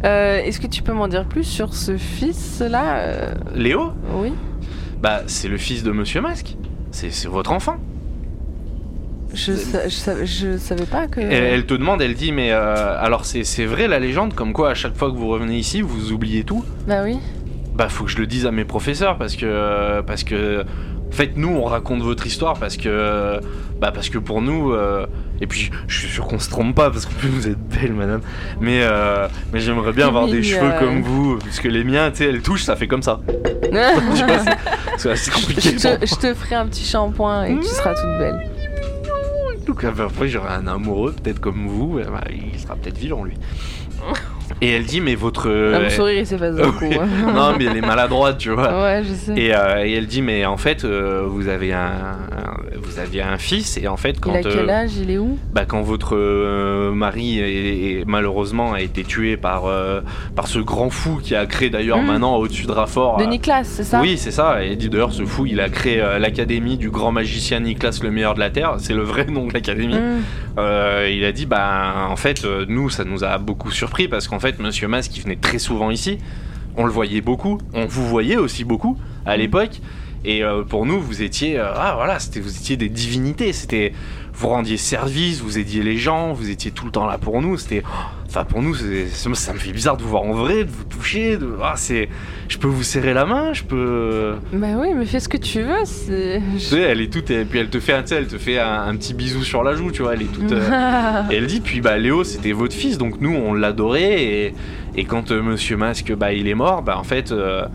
S2: Euh, Est-ce que tu peux m'en dire plus sur ce fils là
S1: Léo
S2: Oui.
S1: Bah, c'est le fils de Monsieur Masque. C'est c'est votre enfant.
S2: Je, sa- je, savais- je savais pas que.
S1: Elle, elle te demande, elle dit, mais euh, alors c'est c'est vrai la légende, comme quoi à chaque fois que vous revenez ici, vous oubliez tout.
S2: Bah oui.
S1: Bah faut que je le dise à mes professeurs parce que parce que en fait nous on raconte votre histoire parce que bah parce que pour nous euh, et puis je suis sûr qu'on se trompe pas parce qu'en plus vous êtes belle madame mais euh, mais j'aimerais bien avoir des
S2: Oui,
S1: cheveux
S2: euh.
S1: comme vous parce que les miens tu sais elles touchent ça fait comme ça Je sais pas, c'est- c'est assez compliqué
S2: je,
S1: pour
S2: te, je te ferai un petit shampoing et tu seras toute belle.
S1: Donc euh, après, j'aurai un amoureux, peut-être comme vous, euh, bah, il sera peut-être vivant lui. Et elle dit, mais votre.
S2: Ah,
S1: euh,
S2: mon sourire il s'efface d'un coup.
S1: Oui.
S2: hein.
S1: non, mais elle est maladroite, tu vois.
S2: Ouais, je sais.
S1: Et, euh, et elle dit, mais en fait, euh, vous, avez un, un- vous aviez un fils, et en fait, quand,
S2: il a quel
S1: euh,
S2: âge Il est où
S1: bah, quand votre euh, mari, est- est- malheureusement, a été tué par, euh, par ce grand fou qui a créé d'ailleurs
S2: Mm.
S1: maintenant au-dessus de Raffort.
S2: De
S1: euh,
S2: Nicolas, c'est ça
S1: oui, c'est ça. Et il dit d'ailleurs, ce fou, il a créé euh, l'académie du grand magicien Nicolas le meilleur de la Terre. C'est le vrai nom de l'académie.
S2: Hmm.
S1: Euh, il a dit bah en fait euh, nous ça nous a beaucoup surpris parce qu'en fait Monsieur Mas qui venait très souvent ici, on le voyait beaucoup, on vous voyait aussi beaucoup à l'époque et euh, pour nous vous étiez euh, ah voilà c'était vous étiez des divinités c'était vous rendiez service vous aidiez les gens vous étiez tout le temps là pour nous c'était enfin pour nous c'est- c'est- ça me fait bizarre de vous voir en vrai de vous toucher de ah, c'est je peux vous serrer la main je peux
S2: Bah oui, mais fais ce que tu veux. C'est.
S1: tu sais elle est toute et puis elle te fait un tu sais, elle te fait un, un petit bisou sur la joue tu vois elle est toute euh, et elle dit, puis bah Léo c'était votre fils, donc nous on l'adorait, et, et quand euh, Monsieur Masque bah, il est mort, bah en fait euh,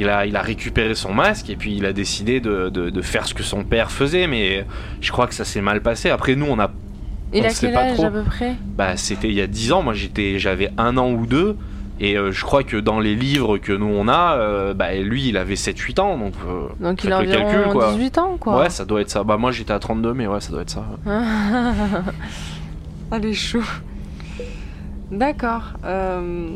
S1: il, a, il a récupéré son masque et puis il a décidé de, de- de faire ce que son père faisait, mais je crois que ça s'est mal passé. Après nous on a,
S2: il
S1: on
S2: a
S1: sait
S2: quel
S1: pas
S2: âge
S1: trop.
S2: à peu près
S1: bah c'était il y a 10 ans, moi j'étais, j'avais un an ou deux, et euh, je crois que dans les livres que nous on a, euh, bah lui il avait 7-8 ans, donc euh,
S2: Donc il
S1: Faites
S2: a
S1: le calcul,
S2: environ
S1: quoi.
S2: 18 ans, quoi.
S1: ouais ça doit être ça. Bah moi j'étais à 32, mais ouais ça doit être ça.
S2: ah, les choux. D'accord. euh,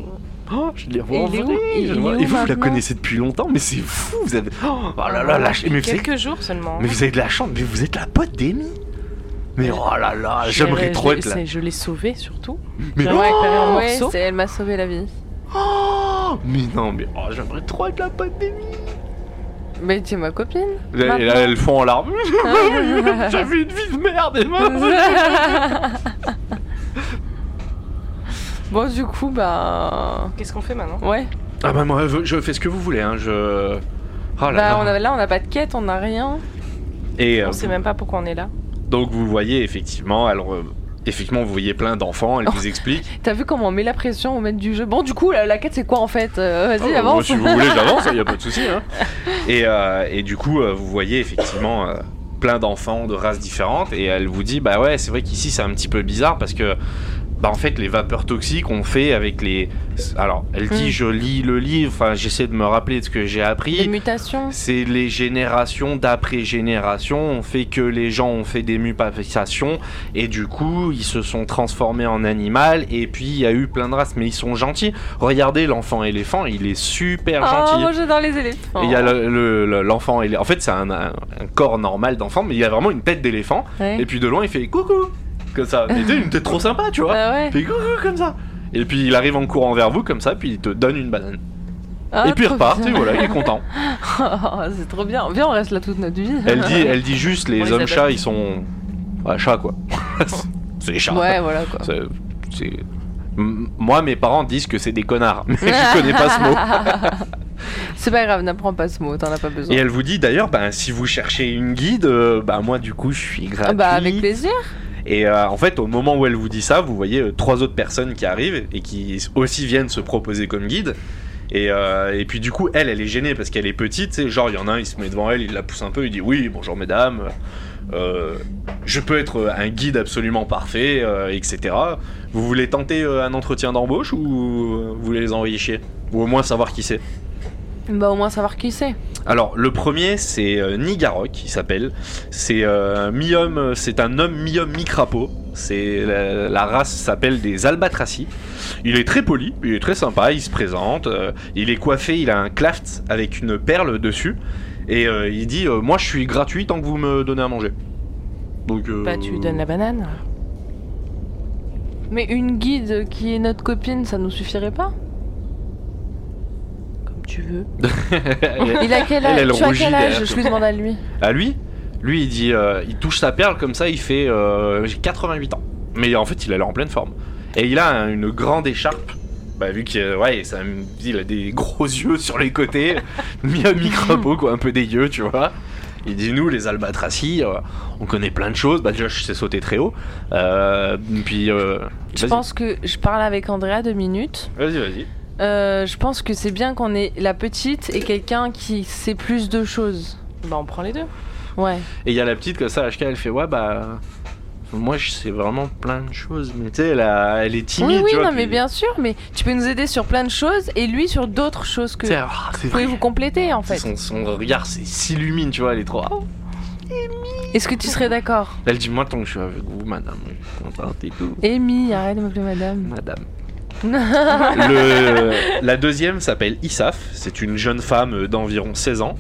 S1: Oh, je l'ai
S2: Et il est où
S1: renvoyé, je
S2: Il
S1: le vois.
S2: est
S1: Et vous,
S2: où
S1: vous la
S2: maintenant
S1: connaissez depuis longtemps, mais c'est fou. Vous avez. Oh là là, lâchez. Mais, vous avez...
S3: Quelques jours seulement.
S1: mais vous avez de la chance, mais vous êtes la pote d'Amy. Mais oh là là, j'aimerais
S3: euh, Je-
S1: trop
S3: je-
S1: être là.
S3: c'est- Je l'ai sauvé surtout.
S1: Mais,
S3: j'aimerais
S1: oh
S3: récupérer un
S2: ouais,
S3: morceau.
S2: c'est- elle m'a sauvé la vie.
S1: Oh mais non, mais oh, j'aimerais trop être la pote d'Amy.
S2: Mais t'es ma copine.
S1: Et là,
S2: Maintenant.
S1: elles font en larmes. J'avais une vie de merde, Emma.
S2: bon, du coup, bah.
S3: Qu'est-ce qu'on fait maintenant
S2: Ouais.
S1: Ah bah, moi, je fais ce que vous voulez, hein. Je. Oh là
S2: Bah,
S1: là.
S2: on a, là, on n'a pas de quête, on n'a rien.
S1: Et euh,
S3: On sait même pas pourquoi on est là.
S1: donc, vous voyez, effectivement, alors. euh, Effectivement, vous voyez plein d'enfants, Oh. elle vous explique.
S2: T'as vu comment on met la pression au maître du jeu Bon, du coup, la, la quête, c'est quoi en fait Euh, Vas-y,
S1: Ah, moi,
S2: avance.
S1: si vous voulez, j'avance, il n'y a pas de souci. hein. Et, euh, et du coup, euh, vous voyez effectivement euh, plein d'enfants de races différentes. Et elle vous dit Bah ouais, c'est vrai qu'ici, c'est un petit peu bizarre parce que. Bah en fait les vapeurs toxiques on fait avec les alors elle dit
S2: Hmm.
S1: je lis le livre enfin j'essaie de me rappeler de ce que j'ai
S2: Les
S1: appris
S2: mutations.
S1: c'est les générations d'après génération on fait que les gens ont fait des mutations et du coup ils se sont transformés en animal et puis il y a eu plein de races mais ils sont gentils regardez l'enfant éléphant il est super
S2: Ah,
S1: gentil
S2: moi j'adore les éléphants.
S1: et il y a le- le- le- l'enfant élé- En fait, c'est un, un- un corps normal d'enfant, mais il y a vraiment une tête d'éléphant.
S2: Ouais.
S1: Et puis de loin, il fait coucou Comme ça. Mais tu sais, une tête trop sympa, tu vois.
S2: Ah ouais.
S1: Il fait coucou comme ça. Et puis il arrive en courant vers vous, comme ça, puis il te donne une banane.
S2: Ah,
S1: et puis il
S2: trop
S1: repart,
S2: bien.
S1: et voilà, il est content.
S2: Oh, c'est trop bien. Viens, on reste là toute notre vie.
S1: Elle dit, elle dit juste les,
S3: On les
S1: hommes
S3: adopte.
S1: chats, ils sont. Ouais, chats, quoi. c'est des chats. hein.
S2: Ouais, voilà quoi.
S1: C'est- c'est- M- Moi, mes parents disent que c'est des connards, mais je connais pas ce mot.
S2: C'est pas grave, n'apprends pas ce mot, t'en as pas
S1: Et
S2: besoin.
S1: elle vous dit d'ailleurs, ben, si vous cherchez une guide, euh, ben, moi du coup je suis
S2: Ah
S1: gratuit.
S2: bah avec plaisir.
S1: Et euh, en fait, au moment où elle vous dit ça, vous voyez euh, trois autres personnes qui arrivent et qui aussi viennent se proposer comme guide. Et, euh, et puis du coup, elle, elle est gênée parce qu'elle est petite. tu sais, Genre, il y en a un, il se met devant elle, il la pousse un peu, il dit oui, bonjour mesdames, euh, je peux être un guide absolument parfait, euh, etc. Vous voulez tenter euh, un entretien d'embauche ou euh, vous voulez les envoyer chier Ou au moins savoir qui c'est
S2: Bah au moins savoir qui c'est.
S1: alors, le premier, c'est euh, Nigarok, il s'appelle. C'est euh, mi-homme, euh, c'est un homme mi-homme mi-crapaud. C'est la, la race s'appelle des albatracis. Il est très poli, il est très sympa, il se présente. euh, il est coiffé, il a un claft avec une perle dessus. Et euh, il dit euh, Moi, je suis gratuit tant que vous me donnez à manger. Donc. euh,
S3: Bah, tu lui donnes la banane.
S2: Mais une guide qui est notre copine, ça nous suffirait pas
S3: Comme tu veux.
S2: Il a quel
S1: Elle, elle
S2: âge Tu as
S1: rougit
S2: quel
S1: derrière.
S2: âge Je lui demande à lui.
S1: À lui, lui il dit, euh, il touche sa perle comme ça, il fait euh, j'ai 88 ans. Mais en fait, il a l'air en pleine forme. Et il a un- une grande écharpe. Bah, vu qu'il euh, ouais, ça- il a des gros yeux sur les côtés, mi crapaud quoi, un peu dégueu, tu vois. Il dit nous les albatracis, euh, on connaît plein de choses. Bah déjà je sais sauter très haut. Euh, puis euh,
S2: Je
S1: vas-y,
S2: pense que je parle avec Andrea deux minutes.
S1: vas-y, vas-y.
S2: Euh, je pense que c'est bien qu'on ait la petite et quelqu'un qui sait plus de choses.
S3: Bah on prend les deux.
S2: Ouais.
S1: Et il y a la petite comme ça, HK, elle fait ouais bah moi je sais vraiment plein de choses, mais tu sais elle, a- elle est timide.
S2: Oui, oui,
S1: tu vois,
S2: non,
S1: puis-
S2: mais bien sûr, mais tu peux nous aider sur plein de choses et lui sur d'autres choses que.
S1: Tu sais, ah, c'est
S2: Vous pouvez
S1: vrai.
S2: vous compléter en
S1: Tu sais,
S2: fait.
S1: Son, son regard c'est- s'illumine, tu vois, elle est trop. Ah.
S2: Est-ce que tu serais d'accord
S1: Elle dit moi tant que je suis avec vous, madame, je suis contente et tout.
S2: Amy, arrête de m'appeler madame.
S1: Madame. Le- la deuxième s'appelle Isaf, c'est une jeune femme euh, d'environ 16 ans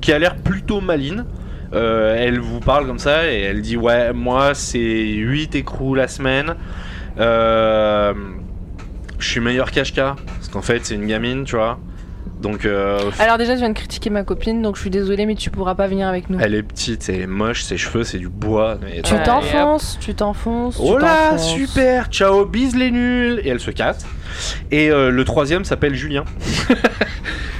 S1: qui a l'air plutôt maline. Euh, elle vous parle comme ça et elle dit Ouais, moi c'est 8 écrous la semaine. Euh, je suis meilleur qu'HK parce qu'en fait c'est une gamine, tu vois. Donc euh,
S2: Alors déjà, je viens de critiquer ma copine, donc je suis désolée, mais tu pourras pas venir avec nous.
S1: elle est petite, elle est moche, ses cheveux c'est du bois. mais-
S2: Tu
S3: Ouais,
S2: t'enfonces, tu t'enfonces. tu
S1: Oh là,
S2: t'enfonces.
S1: super, ciao, bise les nuls Et elle se casse. Et euh, le troisième s'appelle Julien.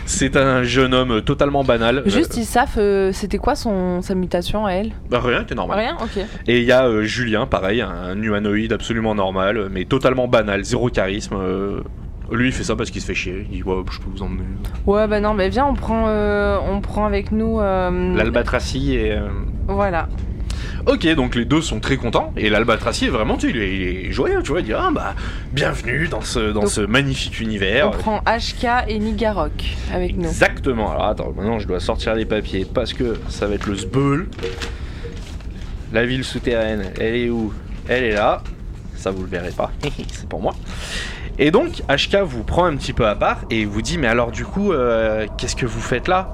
S1: C'est un jeune homme totalement banal.
S2: Juste, ils savent, euh, c'était quoi son, sa mutation à elle
S1: Euh, bah, rien, t'es normal.
S2: Rien Ok.
S1: Et il y a euh, Julien, pareil, un humanoïde absolument normal, mais totalement banal, zéro charisme. euh, Lui, il fait ça parce qu'il se fait chier. Il dit, ouais, je peux vous emmener.
S2: Ouais, bah non, mais viens, on prend, euh, on prend avec nous. euh,
S1: L'albatracie et... euh,
S2: Voilà.
S1: Ok, donc les deux sont très contents et l'albatracier vraiment, tu sais, il est, il est joyeux, tu vois, il dit ah bah bienvenue dans ce dans
S2: Donc,
S1: ce magnifique univers.
S2: On prend HK et Nigarok avec nous.
S1: Exactement. Alors attends, maintenant je dois sortir les papiers parce que ça va être le sbeul. La ville souterraine, elle est où Elle est là. Ça vous le verrez pas. C'est pour moi. Et donc HK vous prend un petit peu à part et vous dit mais alors du coup euh, qu'est-ce que vous faites là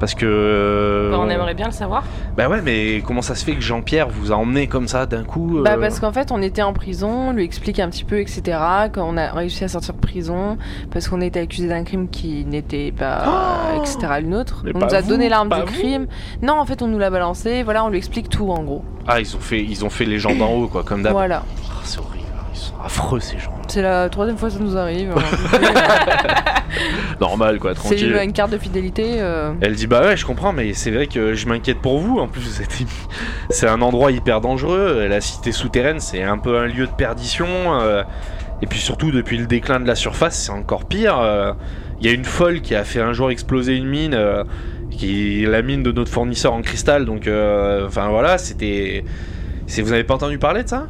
S1: Parce que
S3: Bah, on aimerait bien le savoir.
S1: Bah ouais, mais comment ça se fait que Jean-Pierre vous a emmené comme ça d'un coup
S2: Bah
S1: euh,
S2: parce qu'en fait on était en prison, on lui explique un petit peu etc. Qu'on a réussi à sortir de prison parce qu'on était accusé d'un crime qui n'était pas
S1: Oh
S2: etc. Une autre.
S1: Mais
S2: on
S1: pas
S2: nous a
S1: vous,
S2: donné l'arme
S1: pas
S2: du
S1: vous.
S2: crime. Non en fait on nous l'a balancé. Voilà on lui explique tout en gros.
S1: Ah, ils ont fait, ils ont fait les gens d'en haut quoi, comme d'hab.
S2: Voilà.
S1: Ah, c'est horrible, ils sont affreux ces gens.
S2: C'est la troisième fois que ça nous arrive. hein.
S1: Normal quoi,
S2: C'est
S1: tranquille.
S2: une, une carte de fidélité. euh.
S1: Elle dit bah ouais je comprends mais c'est vrai que je m'inquiète pour vous en plus vous êtes c'est un endroit hyper dangereux la cité souterraine c'est un peu un lieu de perdition euh, et puis surtout depuis le déclin de la surface c'est encore pire euh. il y a une folle qui a fait un jour exploser une mine euh, qui est la mine de notre fournisseur en cristal donc euh, enfin voilà c'était c'est vous avez pas entendu parler de ça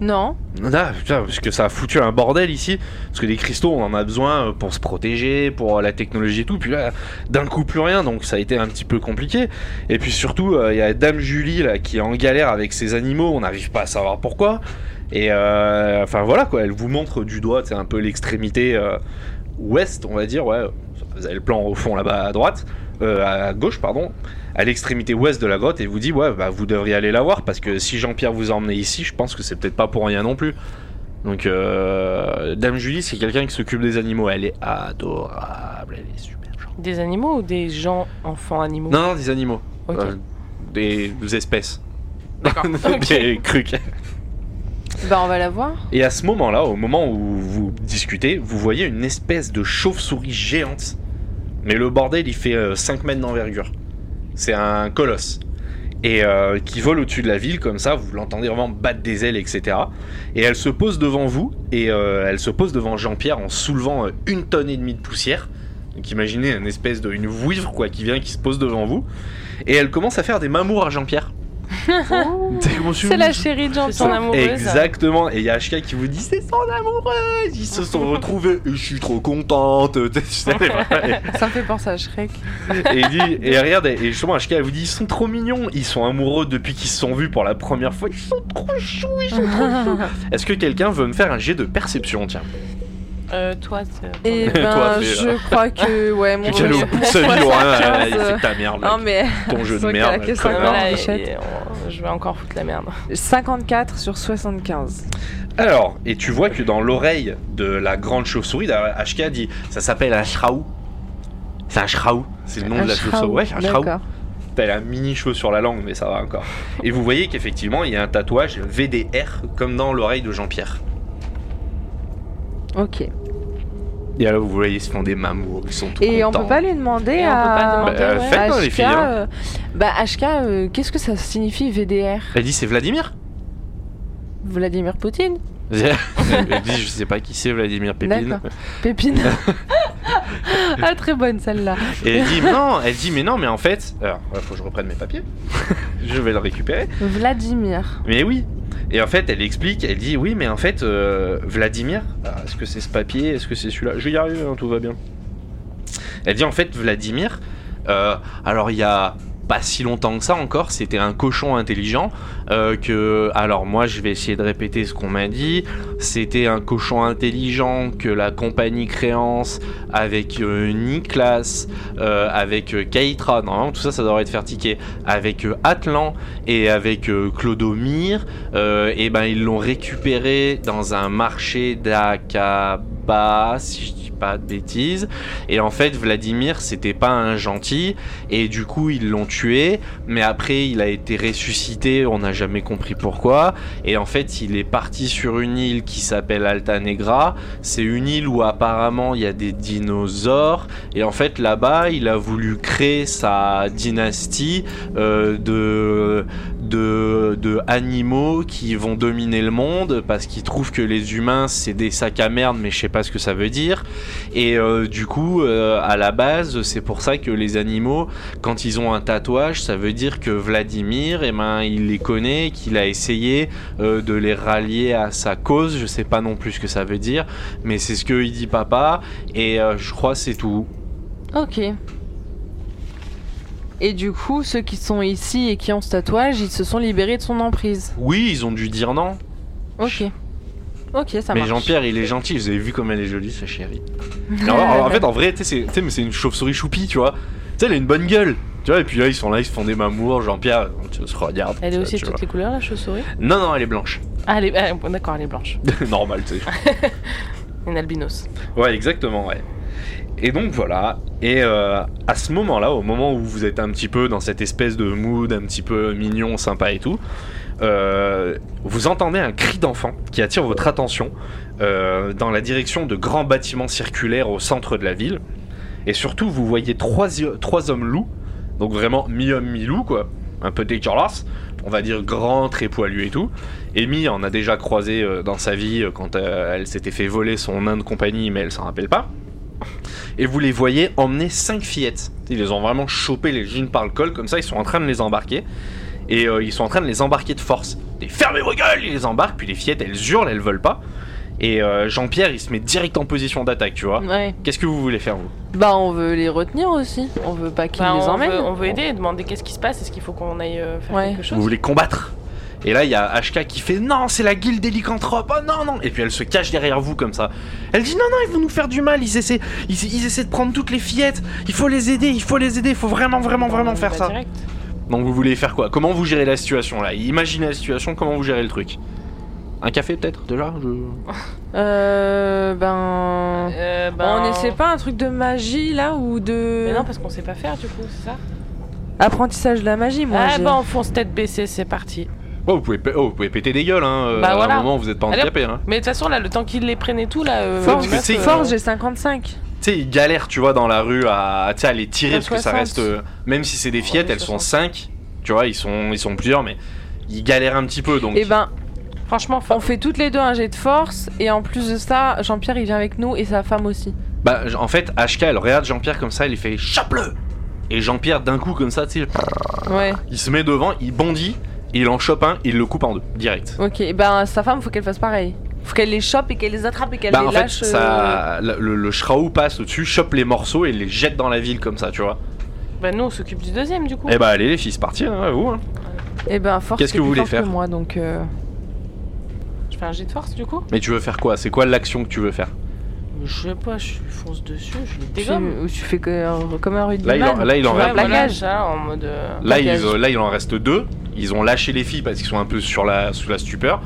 S2: Non.
S1: ah, putain, parce que ça a foutu un bordel ici. Parce que les cristaux, on en a besoin euh, pour se protéger, pour euh, la technologie et tout. Puis là, d'un coup, plus rien. Donc ça a été un petit peu compliqué. Et puis surtout, euh, il y a Dame Julie là, qui est en galère avec ses animaux. On n'arrive pas à savoir pourquoi. Et euh, enfin voilà quoi, elle vous montre du doigt c'est un peu l'extrémité euh, ouest, on va dire. Ouais, vous avez le plan au fond là-bas à droite, euh, à gauche, pardon. À l'extrémité ouest de la grotte, et vous dit Ouais, bah vous devriez aller la voir parce que si Jean-Pierre vous a emmené ici, je pense que c'est peut-être pas pour rien non plus. Donc, euh, Dame Julie, c'est quelqu'un qui s'occupe des animaux. Elle est adorable, elle est super gentille.
S3: Des animaux ou des gens enfants animaux
S1: Non, non, des animaux.
S3: Ok.
S1: Euh, des des espèces.
S3: D'accord. Ok.
S1: des trucs.
S2: Bah on va la voir.
S1: Et à ce moment-là, au moment où vous discutez, vous voyez une espèce de chauve-souris géante. Mais le bordel, il fait euh, 5 mètres d'envergure. C'est un colosse. Et euh, qui vole au-dessus de la ville, comme ça, vous l'entendez vraiment battre des ailes, etc. Et elle se pose devant vous, et euh, elle se pose devant Jean-Pierre en soulevant euh, une tonne et demie de poussière. Donc imaginez une espèce de. une vouivre, quoi, qui vient, qui se pose devant vous. Et elle commence à faire des mamours à Jean-Pierre.
S2: C'est la chérie de jean
S3: C'est son amoureuse.
S1: Exactement, et il y a HK qui vous dit c'est son amoureuse, ils se sont retrouvés, et je suis trop contente. Tu sais,
S2: Ça me fait penser à Shrek.
S1: et, il dit- et regarde, et justement HK elle vous dit ils sont trop mignons, ils sont amoureux depuis qu'ils se sont vus pour la première fois, ils sont trop choux, ils sont trop choux. Est-ce que quelqu'un veut me faire un jet de perception Tiens,
S3: Euh, toi, c'est-
S2: Et
S1: Toi,
S2: ben
S1: fais,
S2: je crois que ouais mon.
S1: tu calmes au bout de sa vie, ouais, ouais, ouais, hein, il fait ta merde, mec.
S2: Non mais.
S1: ton jeu de
S2: c'est vrai
S1: merde.
S2: qu'elle a que
S1: connard.
S2: cinq ans.
S3: Voilà, et-
S2: Bichette.
S3: et on- je vais encore foutre la merde.
S4: 54 sur 75.
S1: Alors, et tu vois que dans l'oreille de la grande chauve-souris, d'ailleurs, HK dit ça s'appelle un shraou. C'est un shraou. C'est le nom de la chauve-souris. Ouais, un shraou.
S4: D'accord.
S1: T'as la mini cheveux sur la langue, mais ça va encore. Et vous voyez qu'effectivement, il y a un tatouage VDR comme dans l'oreille de Jean-Pierre.
S4: Ok.
S1: Et alors, vous voyez, ils se font des mamours, ils sont tout
S4: Et on
S1: contents.
S4: peut pas lui demander
S3: Et on peut pas
S4: à.
S3: demander,
S1: Bah, ouais. faites-le, les
S4: HK,
S1: filles, hein.
S4: euh, Bah, HK, euh, qu'est-ce que ça signifie VDR
S1: Elle dit c'est Vladimir
S4: Vladimir Poutine
S1: Elle dit je sais pas qui c'est Vladimir Pépine.
S4: D'accord. Pépine Ah, très bonne celle-là.
S1: Et elle dit non, elle dit mais non, mais en fait. Alors, il faut que je reprenne mes papiers. je vais le récupérer.
S4: Vladimir.
S1: Mais oui. Et en fait, elle explique, elle dit oui, mais en fait, euh, Vladimir, alors, est-ce que c'est ce papier Est-ce que c'est celui-là Je vais y arriver, hein, tout va bien. Elle dit en fait, Vladimir, euh, alors il y a pas si longtemps que ça encore, c'était un cochon intelligent euh, que, alors moi je vais essayer de répéter ce qu'on m'a dit, c'était un cochon intelligent que la compagnie Créance avec euh, Niklas, euh, avec euh, Keitra, normalement tout ça ça devrait te faire tiquer, avec euh, Atlan et avec euh, Clodomir, euh, et ben ils l'ont récupéré dans un marché d'Akaba, si je dis pas de bêtises. Et en fait, Vladimir, c'était pas un gentil, et du coup ils l'ont tué. Mais après, il a été ressuscité, on n'a jamais compris pourquoi. Et en fait, il est parti sur une île qui s'appelle Alta Negra. C'est une île où apparemment il y a des dinosaures. Et en fait, là-bas, il a voulu créer sa dynastie euh, de, de, de animaux qui vont dominer le monde parce qu'ils trouvent que les humains c'est des sacs à merde mais je sais pas ce que ça veut dire et euh, du coup euh, à la base c'est pour ça que les animaux quand ils ont un tatouage ça veut dire que Vladimir et ben il les connaît qu'il a essayé euh, de les rallier à sa cause je sais pas non plus ce que ça veut dire mais c'est ce que il dit papa et euh, je crois c'est tout
S4: Ok.
S2: Et du coup, ceux qui sont ici et qui ont ce tatouage, ils se sont libérés de son emprise.
S1: oui ils ont dû dire non
S2: Ok. Ok, ça
S1: mais
S2: marche.
S1: Jean-Pierre, il est gentil. Vous avez vu comme elle est jolie, sa chérie. Alors, en- en fait, en vrai, tu sais, c'est- tu sais, mais c'est une chauve-souris choupie, tu vois. Tu sais, elle a une bonne gueule. Tu vois, et puis là, ils sont là, ils se font des mamours. Jean-Pierre, tu se regarde.
S3: Elle est
S1: tu
S3: aussi de
S1: vois.
S3: toutes les couleurs, la chauve-souris
S1: Non, non, elle est blanche.
S3: Ah, elle est... ah, bon, d'accord, elle est blanche.
S1: Normal, tu sais.
S3: Une albinos.
S1: Ouais, exactement, ouais. Et donc voilà, et euh, à ce moment-là, au moment où vous êtes un petit peu dans cette espèce de mood un petit peu mignon, sympa et tout, euh, vous entendez un cri d'enfant qui attire votre attention euh, dans la direction de grands bâtiments circulaires au centre de la ville. Et surtout, vous voyez trois, trois hommes loups, donc vraiment mi-homme, mi-loup, quoi. Un peu dégueulasse, on va dire grand, très poilu et tout. Amy en a déjà croisé euh, dans sa vie euh, quand euh, elle s'était fait voler son nain de compagnie, mais elle s'en rappelle pas. Et vous les voyez emmener cinq fillettes. Ils les ont vraiment chopées les unes par le col, comme ça ils sont en train de les embarquer. Et euh, ils sont en train de les embarquer de force. Des fermez vos gueules Ils les embarquent, puis les fillettes elles hurlent, elles veulent pas. Et euh, Jean-Pierre il se met direct en position d'attaque, tu vois.
S2: Ouais.
S1: Qu'est-ce que vous voulez faire vous
S2: Bah, on veut les retenir aussi. On veut pas qu'ils
S3: Bah,
S2: les
S3: on,
S2: emmènent.
S3: veut, on veut aider et demander qu'est-ce qui se passe, est-ce qu'il faut qu'on aille euh, faire
S2: Ouais.
S3: quelque
S1: Vous
S3: chose
S1: voulez combattre Et là, il y a HK qui fait Non, c'est la guilde des lycanthropes Oh non, non Et puis elle se cache derrière vous comme ça. Elle dit Non, non, ils vont nous faire du mal. Ils essaient, ils, ils essaient de prendre toutes les fillettes. Il faut les aider, il faut les aider. Il faut vraiment, vraiment, vraiment
S3: On y
S1: faire
S3: va
S1: ça.
S3: direct.
S1: Donc vous voulez faire quoi Comment vous gérez la situation là Imaginez la situation, comment vous gérez le truc Un café peut-être déjà Je-
S2: Euh. Ben.
S3: Euh, ben-
S4: On essaie pas un truc de magie là ou de.
S3: Mais
S2: Euh.
S3: non, parce qu'on sait pas faire du coup, c'est ça
S4: Apprentissage de la magie, moi.
S3: Ah
S4: j'ai-
S3: bah on fonce tête baissée, c'est parti.
S1: Oh, vous pouvez, pe- oh, vous pouvez péter des gueules, hein. euh,
S3: Bah
S1: à
S3: voilà.
S1: un moment, vous êtes pas
S3: Allez,
S1: handicapé, hein.
S3: Mais de toute façon là, le temps qu'ils les prennent et tout là... euh,
S4: Force,
S1: Parce que tu sais-
S4: Force, j'ai 55.
S1: Tu sais, ils galèrent, tu vois, dans la rue à, tu sais, à les tirer
S4: À
S1: parce que ça
S4: 60.
S1: reste. euh, même si c'est des fillettes,
S3: Ouais,
S1: elles sont
S3: 60.
S1: 5. Tu vois, ils sont, ils sont plusieurs, mais ils galèrent un petit peu. Donc,
S2: Et ben,
S3: Franchement,
S2: on
S3: force.
S2: fait toutes les deux un jet de force. Et en plus de ça, Jean-Pierre il vient avec nous et sa femme aussi.
S1: bah, j- en fait, HK, elle regarde Jean-Pierre comme ça, elle lui fait chope-le Et Jean-Pierre, d'un coup, comme ça, tu sais,
S2: Ouais.
S1: il se met devant, il bondit, il en chope un, il le coupe en deux, direct.
S2: Ok. Et ben, sa femme, faut qu'elle fasse pareil. Faut qu'elle les chope et qu'elle les attrape et qu'elle
S1: Bah,
S2: les
S1: en fait,
S2: lâche. euh,
S1: ça, le, le- le Shraou passe au-dessus, chope les morceaux et les jette dans la ville comme ça, tu vois.
S3: Bah nous on s'occupe du deuxième du coup.
S1: Eh bah, allez, les filles, c'est parti, hein, à vous. hein.
S2: Eh ben, force.
S1: Qu'est-ce que
S2: est
S1: vous voulez
S2: plus forte
S1: faire
S2: que Moi, donc. euh,
S3: Je fais un jet de force du coup
S1: Mais tu veux faire quoi C'est quoi l'action que tu veux faire
S3: Je sais pas, je fonce dessus, je les
S2: tu,
S3: dégomme.
S2: tu fais que- euh, comme un
S1: Là, il en,
S2: rugbyman.
S1: là, il en
S3: Ouais,
S1: reste-
S3: voilà,
S2: plaquage.
S3: ça, en mode... euh,
S1: Là,
S2: Plaquage.
S1: ils, euh, là, il en reste deux. Ils ont lâché les filles parce qu'ils sont un peu sur la, sous la stupeur.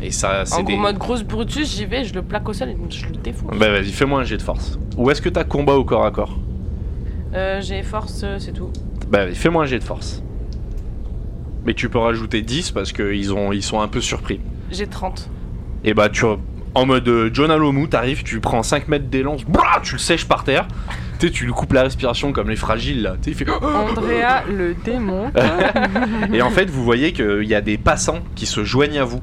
S1: Et ça,
S3: En
S1: c'est
S3: gros,
S1: des.
S3: mode grosse Brutus, j'y vais, je le plaque au sol et je le défonce.
S1: Bah vas-y, fais-moi un jet de force. Ou est-ce que t'as combat au corps à corps
S3: Euh, J'ai force, euh, c'est tout.
S1: Bah vas-y, fais-moi un jet de force. Mais tu peux rajouter 10 parce qu'ils ont... ils sont un peu surpris.
S3: J'ai 30.
S1: Et bah tu en mode euh, John Alomou, t'arrives, tu prends 5 mètres d'élan, brrr, tu le sèches par terre. Tu sais, tu lui coupes la respiration comme les fragiles là. Tu sais, il fait
S4: Andrea, le démon.
S1: Ah, Et en fait, vous voyez qu'il y a des passants qui se joignent à vous.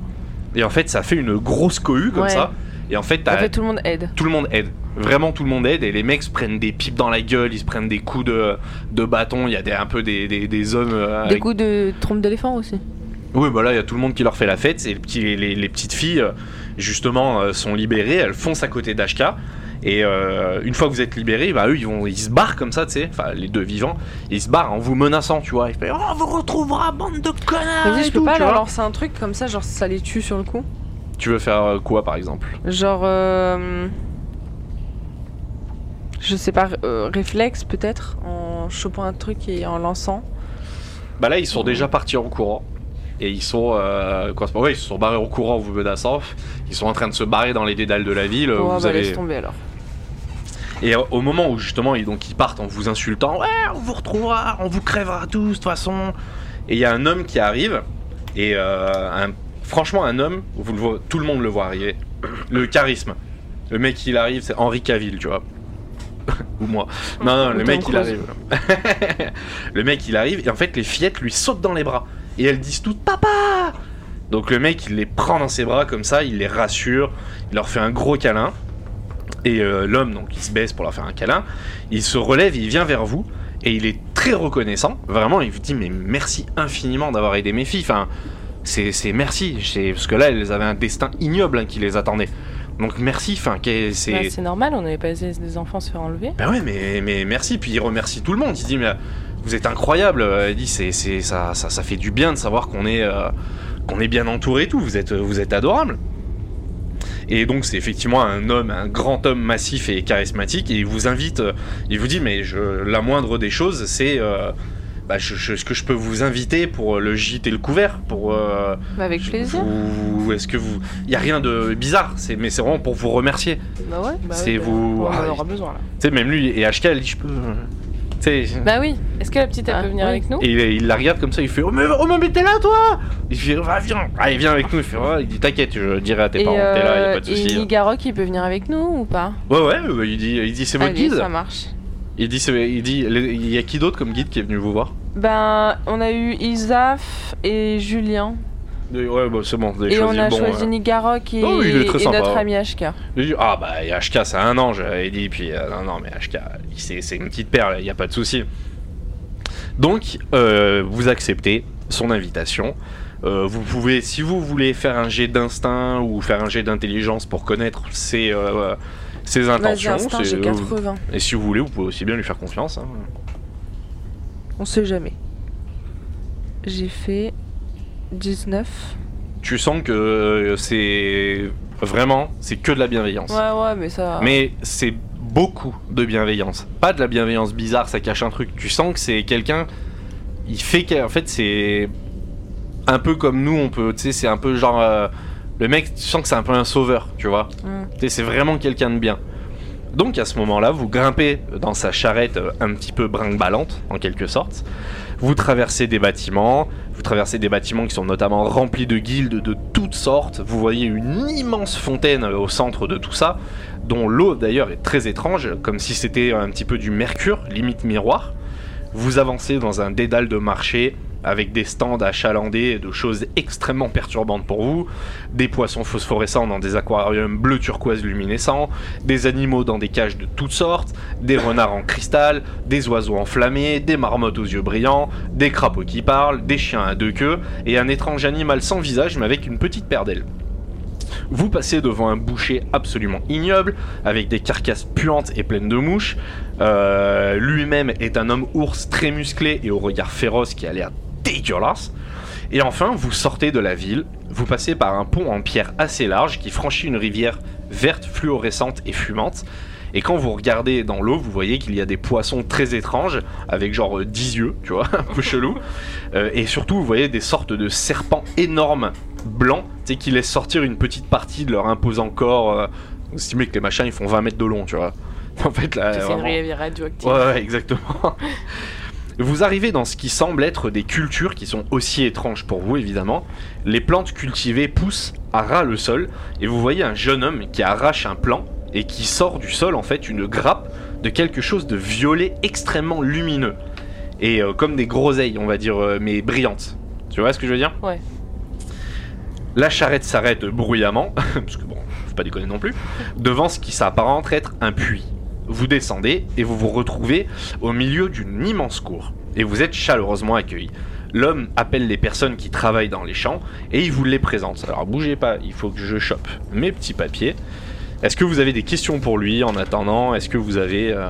S1: Et en fait, ça fait une grosse cohue comme
S2: Ouais.
S1: ça. Et en fait,
S2: En
S1: t'as-
S2: fait, tout le monde aide.
S1: tout le monde aide. Vraiment, tout le monde aide. Et les mecs se prennent des pipes dans la gueule, ils se prennent des coups de, de bâton. Il y a des, un peu des, des- des hommes. euh,
S2: Des
S1: avec-
S2: coups de trompe d'éléphant aussi.
S1: Oui, bah là, il y a tout le monde qui leur fait la fête. Et les, petits- les- les- les petites filles, euh, justement, euh, sont libérées. Elles foncent à côté d'Ashka. Et euh, une fois que vous êtes libérés, bah, eux, ils, vont, ils se barrent comme ça, tu sais. Enfin, les deux vivants, ils se barrent en vous menaçant, tu vois. Ils font, Oh, on vous retrouvera, bande de
S3: Ah,
S2: Ah,
S1: connards
S4: Vas-y,
S1: et
S4: je peux
S1: tout,
S4: pas
S1: tu
S4: leur
S1: vois.
S4: lancer un truc comme ça, genre ça les tue sur le coup.
S1: Tu veux faire euh, quoi, par exemple
S4: Genre. euh, Je sais pas, euh, réflexe peut-être, en chopant un truc et en lançant.
S1: Bah là, ils sont déjà partis en courant. Et ils sont, euh, quoi, ouais, ils se sont barrés en courant en vous menaçant. Ils sont en train de se barrer dans les dédales de la ville.
S2: Oh,
S4: Bon,
S1: Euh, vous
S4: bah,
S1: avez-
S4: laisse tomber alors.
S1: Et au au moment où justement ils, donc, ils partent en vous insultant, ouais, on vous retrouvera, on vous crèvera tous de toute façon. Et il y a un homme qui arrive. Et euh, un- franchement, un homme, vous le voyez- tout le monde le voit arriver. Le charisme. Le mec, il arrive, c'est Henri Cavill, tu vois. Ou moi. Non, non,
S4: Ou
S1: le
S4: Tom
S1: mec, il
S4: Cruise.
S1: arrive. le mec, il arrive, et en fait, les fillettes lui sautent dans les bras. Et elles disent toutes Papa Donc le mec, il les prend dans ses bras comme ça, il les rassure, il leur fait un gros câlin. Et euh, l'homme, donc, il se baisse pour leur faire un câlin. Il se relève, il vient vers vous, et il est très reconnaissant. Vraiment, il vous dit Mais merci infiniment d'avoir aidé mes filles. Enfin, c'est c'est merci. c'est- Parce que là, elles avaient un destin ignoble hein, qui les attendait. Donc merci, enfin, qu'est- c'est.
S3: Bah, c'est normal, on avait pas laissé des enfants se faire enlever.
S1: Ben ouais, mais, mais merci. Puis il remercie tout le monde. Il dit, mais vous êtes incroyable. Euh, Il dit, c'est, c'est, ça, ça, ça fait du bien de savoir qu'on est, euh, qu'on est bien entouré et tout. Vous êtes, vous êtes adorable. Et donc, c'est effectivement un homme, un grand homme massif et charismatique. Et il vous invite, euh, il vous dit, mais je, la moindre des choses, c'est. euh, bah, je- je- est-ce que je peux vous inviter pour le gîte et le couvert pour euh,
S4: Bah, avec plaisir.
S1: vous- vous- est-ce que vous il y a rien de bizarre c'est mais c'est vraiment pour vous remercier
S4: Bah ouais.
S3: Bah,
S1: C'est
S3: bah,
S1: vous-
S3: On en
S1: Ah,
S3: aura besoin là.
S1: tu sais même lui et HK elle dit je peux euh, tu sais
S4: Bah oui.
S3: Est-ce que la petite elle
S4: Ah,
S3: peut venir
S4: oui.
S3: avec nous
S1: Et il, il la regarde comme ça, il fait Oh, mais, oh, mais t'es là, toi Il fait Va, viens Allez, viens avec nous. Il fait Ouais, il dit T'inquiète, je dirai à tes
S4: Et,
S1: parents, t'es là, y a pas de hein.
S4: euh, et
S1: soucis.
S4: Nigarok, il peut venir avec nous ou pas
S1: Ouais, ouais, ouais, il dit, il dit C'est votre
S4: Allez,
S1: guide
S4: ça marche.
S1: Il dit c'est- Il dit les- Il y a qui d'autre comme guide qui est venu vous voir
S4: Ben, on a eu Isaf et Julien.
S1: Euh, Ouais, bah, c'est bon, vous avez
S4: Et on
S1: choisi
S4: a
S1: le bon.
S4: choisi
S1: euh.
S4: Nigarok et,
S1: Oh, il est très
S4: et
S1: sympa,
S4: notre
S1: hein.
S4: ami HK.
S1: Il dit, Ah, bah, et HK, c'est un ange. Il dit Puis, euh, non, non, mais HK, il- c'est c'est une petite perle, il y a pas de souci. Donc, euh, vous acceptez son invitation. Euh, vous pouvez, si vous voulez faire un jet d'instinct ou faire un jet d'intelligence pour connaître ses, euh, ses
S4: Vas-y,
S1: intentions,
S4: instinct,
S1: c'est-
S4: j'ai
S1: euh,
S4: 80.
S1: et si vous voulez, vous pouvez aussi bien lui faire confiance. hein.
S4: On sait jamais. J'ai fait 19.
S1: Tu sens que euh, c'est vraiment, c'est que de la bienveillance.
S4: Ouais, ouais, mais ça.
S1: Mais c'est beaucoup de bienveillance. Pas de la bienveillance bizarre, ça cache un truc. Tu sens que c'est quelqu'un. Il fait qu'en fait, c'est. Un peu comme nous, on peut. Tu sais, c'est un peu genre. euh, le mec, tu sens que c'est un peu un sauveur, tu vois.
S4: Mm.
S1: Tu sais, c'est vraiment quelqu'un de bien. Donc à ce moment-là, vous grimpez dans sa charrette euh, un petit peu brinque-ballante, en quelque sorte. Vous traversez des bâtiments, vous traversez des bâtiments qui sont notamment remplis de guildes de toutes sortes. Vous voyez une immense fontaine euh, au centre de tout ça, dont l'eau d'ailleurs est très étrange, comme si c'était un petit peu du mercure, limite miroir. Vous avancez dans un dédale de marché avec des stands achalandés et de choses extrêmement perturbantes pour vous, des poissons phosphorescents dans des aquariums bleu turquoise luminescents, des animaux dans des cages de toutes sortes, des renards en cristal, des oiseaux enflammés, des marmottes aux yeux brillants, des crapauds qui parlent, des chiens à deux queues et un étrange animal sans visage mais avec une petite paire d'ailes. Vous passez devant un boucher absolument ignoble, avec des carcasses puantes et pleines de mouches. Euh, Lui-même est un homme ours très musclé et au regard féroce qui a l'air dégueulasse. Et enfin, vous sortez de la ville, vous passez par un pont en pierre assez large qui franchit une rivière verte, fluorescente et fumante. Et quand vous regardez dans l'eau, vous voyez qu'il y a des poissons très étranges, avec genre euh, 10 yeux, tu vois, un peu chelou. Euh, et surtout, vous voyez des sortes de serpents énormes, blancs, tu sais, qui laissent sortir une petite partie de leur imposant corps. Euh, vous estimez que les machins, ils font 20 mètres de long, tu vois. En fait, là.
S3: C'est une
S1: euh, vraiment-
S3: rivière radioactive.
S1: Ouais, ouais, exactement. Vous arrivez dans ce qui semble être des cultures qui sont aussi étranges pour vous, évidemment. Les plantes cultivées poussent à ras le sol, et vous voyez un jeune homme qui arrache un plant et qui sort du sol, en fait, une grappe de quelque chose de violet extrêmement lumineux. Et euh, comme des groseilles, on va dire, euh, mais brillantes. Tu vois ce que je veux dire
S3: Ouais.
S1: La charrette s'arrête bruyamment, parce que bon, faut pas déconner non plus, devant ce qui s'apparente être un puits. Vous descendez et vous vous retrouvez au milieu d'une immense cour. Et vous êtes chaleureusement accueillis. L'homme appelle les personnes qui travaillent dans les champs et il vous les présente. Alors bougez pas, il faut que je chope mes petits papiers. Est-ce que vous avez des questions pour lui en attendant Est-ce que vous avez... euh,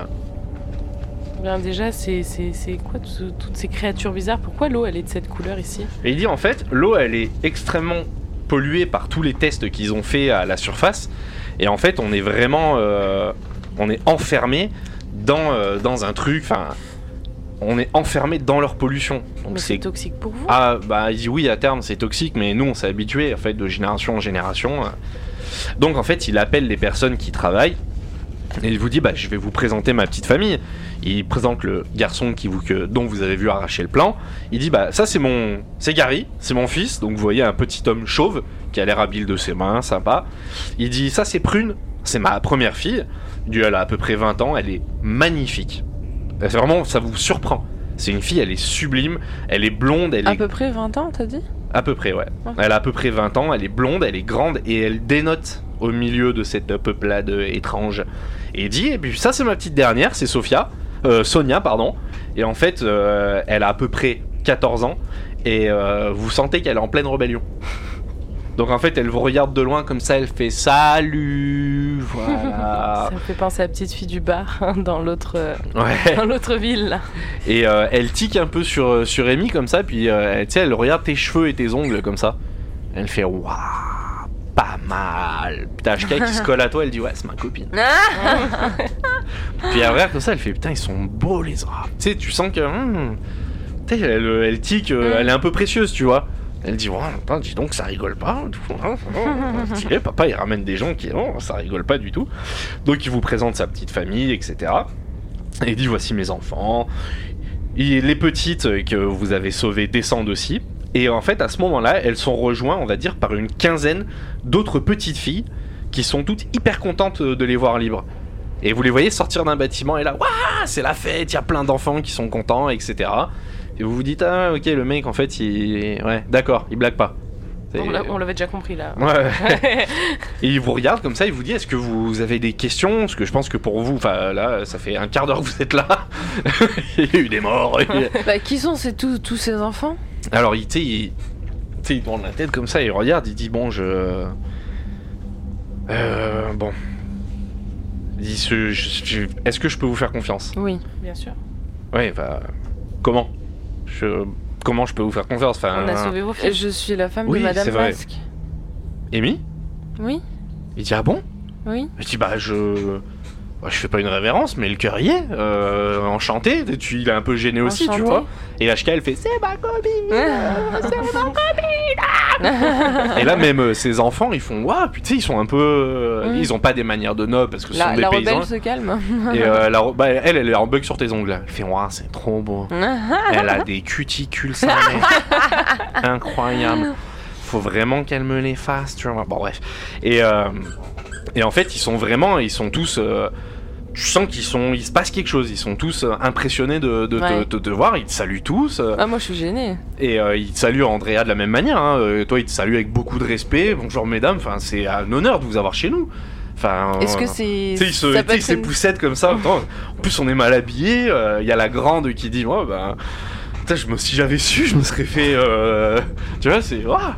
S3: Eh Bien, déjà, c'est c'est- c'est quoi tout ce- toutes ces créatures bizarres Pourquoi l'eau, elle est de cette couleur ici
S1: Et il dit en fait, l'eau elle est extrêmement polluée par tous les tests qu'ils ont fait à la surface. Et en fait, on est vraiment. euh, on est enfermé dans, euh, dans un truc. Enfin, on est enfermé dans leur pollution. Donc
S3: Mais
S1: c'est.
S3: c'est toxique pour vous
S1: Ah, bah il dit oui, à terme c'est toxique, mais nous on s'est habitué en fait de génération en génération. Donc en fait, il appelle les personnes qui travaillent. Et il vous dit, bah, je vais vous présenter ma petite famille. Il présente le garçon qui vous, que- dont vous avez vu arracher le plan. Il dit bah ça c'est mon c'est Gary, c'est mon fils. Donc vous voyez un petit homme chauve qui a l'air habile de ses mains, sympa. Il dit ça c'est Prune, c'est ma première fille. Il dit, elle a à peu près 20 ans, elle est magnifique. C'est vraiment ça vous surprend. C'est une fille, elle est sublime, elle est blonde, elle
S4: À
S1: est
S4: peu près 20 ans, t'as dit
S1: à peu près ouais.
S4: Ouais.
S1: Elle a à peu près 20 ans, elle est blonde, elle est grande et elle dénote au milieu de cette peuplade étrange. Et il dit et puis ça c'est ma petite dernière, c'est Sophia, euh, Sonia pardon. Et en fait, euh, elle a à peu près 14 ans et euh, vous sentez qu'elle est en pleine rébellion. Donc en fait, elle vous regarde de loin comme ça, elle fait salut, voilà.
S3: Ça me fait penser à la petite fille du bar hein, dans l'autre euh,
S1: ouais.
S3: dans l'autre ville. là.
S1: Et euh, elle tique un peu sur euh, sur Amy comme ça, puis euh, elle- tu sais, elle regarde tes cheveux et tes ongles comme ça. Elle fait waouh, pas mal. Putain, HK qui se colle à toi, elle dit ouais, c'est ma copine. puis elle regarde comme ça, elle fait putain, ils sont beaux les rats. Tu sais, tu sens que hmm, tu sais, elle, elle tique, euh,
S3: Mm.
S1: elle est un peu précieuse, tu vois. Elle dit ouais, putain, dis donc, ça rigole pas. tout, hein, oh, stylé, papa, il ramène des gens qui oh, ça rigole pas du tout. Donc il vous présente sa petite famille, etc. Et il dit voici mes enfants. Et les petites euh, que vous avez sauvées descendent aussi. Et en fait, à ce moment-là, elles sont rejointes, on va dire, par une quinzaine d'autres petites filles qui sont toutes hyper contentes euh, de les voir libres. Et vous les voyez sortir d'un bâtiment et là, waouh, c'est la fête, il y a plein d'enfants qui sont contents, etc. Et vous vous dites, ah ok, le mec, en fait, il... Ouais, d'accord, il blague pas. C'est-
S3: On l'a- on l'avait déjà compris là.
S1: Ouais, ouais. Et il vous regarde comme ça, il vous dit est-ce que vous avez des questions Parce que je pense que pour vous, enfin là, ça fait un quart d'heure que vous êtes là. il y a eu des morts. il y a-
S2: Bah, qui sont ces, tous, tous ces enfants
S1: Alors, il, tu sais, il, tu sais, il tourne la tête comme ça, il regarde, il dit bon, je. Euh, bon. Il dit ce- je- je- est-ce que je peux vous faire confiance
S2: Oui.
S3: Bien sûr.
S1: Ouais, bah. Comment je, Comment je peux vous faire confiance Enfin.
S3: On a sauvé vos filles.
S2: Je suis la femme
S1: Oui,
S2: de
S1: c'est
S2: Madame
S1: vrai.
S2: Masque.
S1: Amy
S2: Oui,
S1: Il dit ah bon
S2: oui.
S1: Je dis bah je. bah, je fais pas une révérence, mais le cœur y est. euh, enchanté. Tu, il est un peu gêné aussi, tu
S2: Enchantée.
S1: vois. Et HK, elle fait c'est ma copine. Et là, même euh, ses enfants, ils font waouh, puis tu sais, ils sont un peu. euh,
S2: Mm.
S1: Ils ont pas des manières de nobles parce que ce
S2: la
S1: sont des
S2: la
S1: paysans.
S2: rebelle se calme.
S1: Et euh, la ro- bah, elle, elle est en bug sur tes ongles. Elle fait waouh, c'est trop beau.
S2: Ah,
S1: Elle a des cuticules, ça, mais- Incroyable. Faut vraiment qu'elle me les fasse, tu vois. Bon, bref. Et, euh, et en fait, ils sont vraiment, ils sont tous. euh, tu sens qu'ils sont, il se passe quelque chose. Ils sont tous euh, impressionnés de, de, de-
S2: Ouais.
S1: de te voir. Ils te saluent tous. euh,
S2: Ah, moi, je suis gênée.
S1: et euh, il te salue Andrea de la même manière. hein. Euh, toi, il te salue avec beaucoup de respect. Bonjour, mesdames. Enfin, c'est un honneur de vous avoir chez nous. Enfin,
S2: Est-ce
S1: euh,
S2: que c'est.
S1: tu sais, il se,
S2: ça
S1: tu
S2: peut
S1: sais, il
S2: être
S1: se
S2: une-
S1: poussette comme ça. Attends, en plus, on est mal habillé. Il y a la grande qui dit ben, Oh, bah, putain, je me, si j'avais su, je me serais fait. euh, tu vois, c'est. ouah.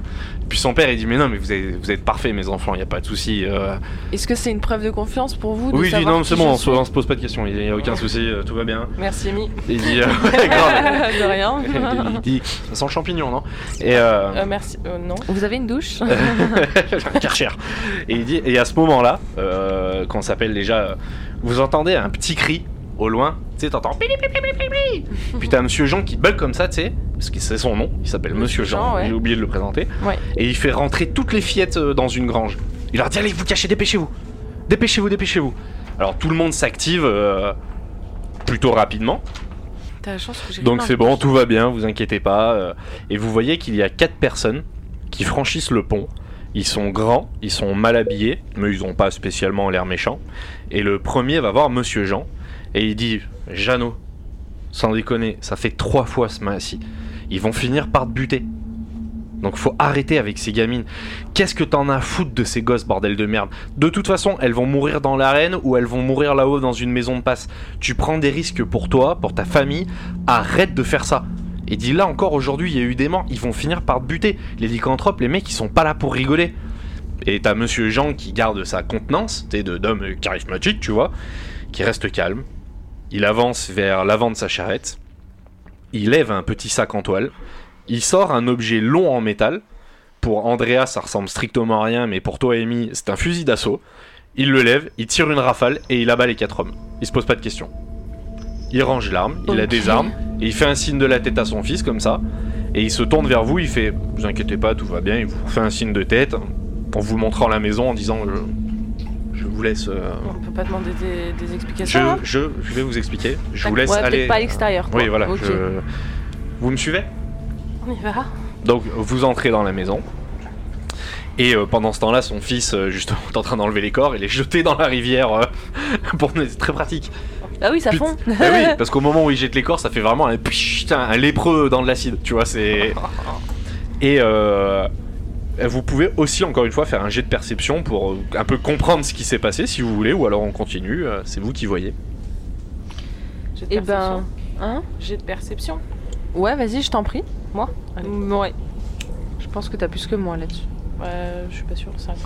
S1: Puis son père, il dit Mais non, mais vous êtes, vous êtes parfaits, mes enfants, il n'y a pas de souci. euh.
S4: Est-ce que c'est une preuve de confiance pour vous de
S1: Oui, il dit
S4: savoir
S1: Non,
S4: qui
S1: c'est
S4: je
S1: bon, on se,
S4: suis
S1: on se pose pas de questions, il n'y a aucun souci, euh, tout va bien.
S3: Merci, Amy.
S1: Il dit euh, Ouais, grave.
S4: De rien.
S1: il dit Sans champignons, non Et. euh,
S3: Euh, merci. euh, non.
S4: Vous avez une douche
S1: Karcher. Et il dit, et à ce moment-là, euh, qu'on s'appelle déjà, euh, vous entendez un petit cri au loin, tu sais, t'entends. pili, pili, pili, pili, pili. Puis t'as Monsieur Jean qui bug comme ça, tu sais, parce que c'est son nom, il s'appelle Monsieur
S3: Monsieur
S1: Jean,
S3: Jean, ouais.
S1: j'ai oublié de le présenter.
S3: Ouais.
S1: Et il fait rentrer toutes les fillettes euh, dans une grange. Il leur dit allez vous cachez, dépêchez-vous, dépêchez-vous, dépêchez-vous. Alors tout le monde s'active euh, plutôt rapidement.
S3: T'as la chance que j'ai
S1: Donc
S3: rien.
S1: c'est bon, tout va bien, vous inquiétez pas. euh, Et vous voyez qu'il y a quatre personnes qui franchissent le pont. Ils sont grands, ils sont mal habillés, mais ils n'ont pas spécialement l'air méchants. Et le premier va voir Monsieur Jean et il dit Jeannot, sans déconner, ça fait trois fois ce mois-ci. Ils vont finir par te buter. Donc faut arrêter avec ces gamines. Qu'est-ce que t'en as à foutre de ces gosses, bordel de merde De toute façon, elles vont mourir dans l'arène ou elles vont mourir là-haut dans une maison de passe. Tu prends des risques pour toi, pour ta famille, arrête de faire ça. Et dit là encore aujourd'hui, il y a eu des morts, ils vont finir par te buter. Les lycanthropes, les mecs, ils sont pas là pour rigoler. Et t'as Monsieur Jean qui garde sa contenance, t'es de d'homme charismatique, tu vois, qui reste calme. Il avance vers l'avant de sa charrette. Il lève un petit sac en toile. Il sort un objet long en métal. Pour Andrea, ça ressemble strictement à rien, mais pour toi, Amy, c'est un fusil d'assaut. Il le lève, il tire une rafale et il abat les quatre hommes. Il se pose pas de questions. Il range l'arme, il a
S4: Ok.
S1: des armes, et il fait un signe de la tête à son fils, comme ça. Et il se tourne vers vous, il fait Vous inquiétez pas, tout va bien. Il vous fait un signe de tête en vous montrant la maison en disant Je, je vous laisse. euh,
S3: On peut pas demander des, des
S1: je,
S3: explications. hein
S1: je, je vais vous expliquer. Je vous
S3: D'accord.
S1: laisse
S2: Ouais,
S1: aller.
S2: peut-être pas à l'extérieur. quoi.
S1: Oui, voilà.
S2: Ok.
S1: je- Vous me suivez
S3: On y va.
S1: Donc, vous entrez dans la maison. Et euh, pendant ce temps-là, son fils, euh, justement, est en train d'enlever les corps et les jeter dans la rivière. euh, pour... C'est très pratique.
S2: Ah oui, ça
S1: Put-
S2: fond.
S1: Bah oui, parce qu'au moment où il jette les corps, ça fait vraiment un, putain, un lépreux dans de l'acide. Tu vois, c'est. Et euh, vous pouvez aussi, encore une fois, faire un jet de perception pour euh, un peu comprendre ce qui s'est passé, si vous voulez, ou alors on continue. euh, C'est vous qui voyez.
S3: J'ai de
S2: Et ben,
S3: perception.
S2: hein
S3: J'ai de perception.
S2: Ouais, vas-y, je t'en prie.
S3: Allez.
S2: Ouais. Je pense que t'as plus que moi là-dessus.
S3: Euh, je suis pas sûre. 50.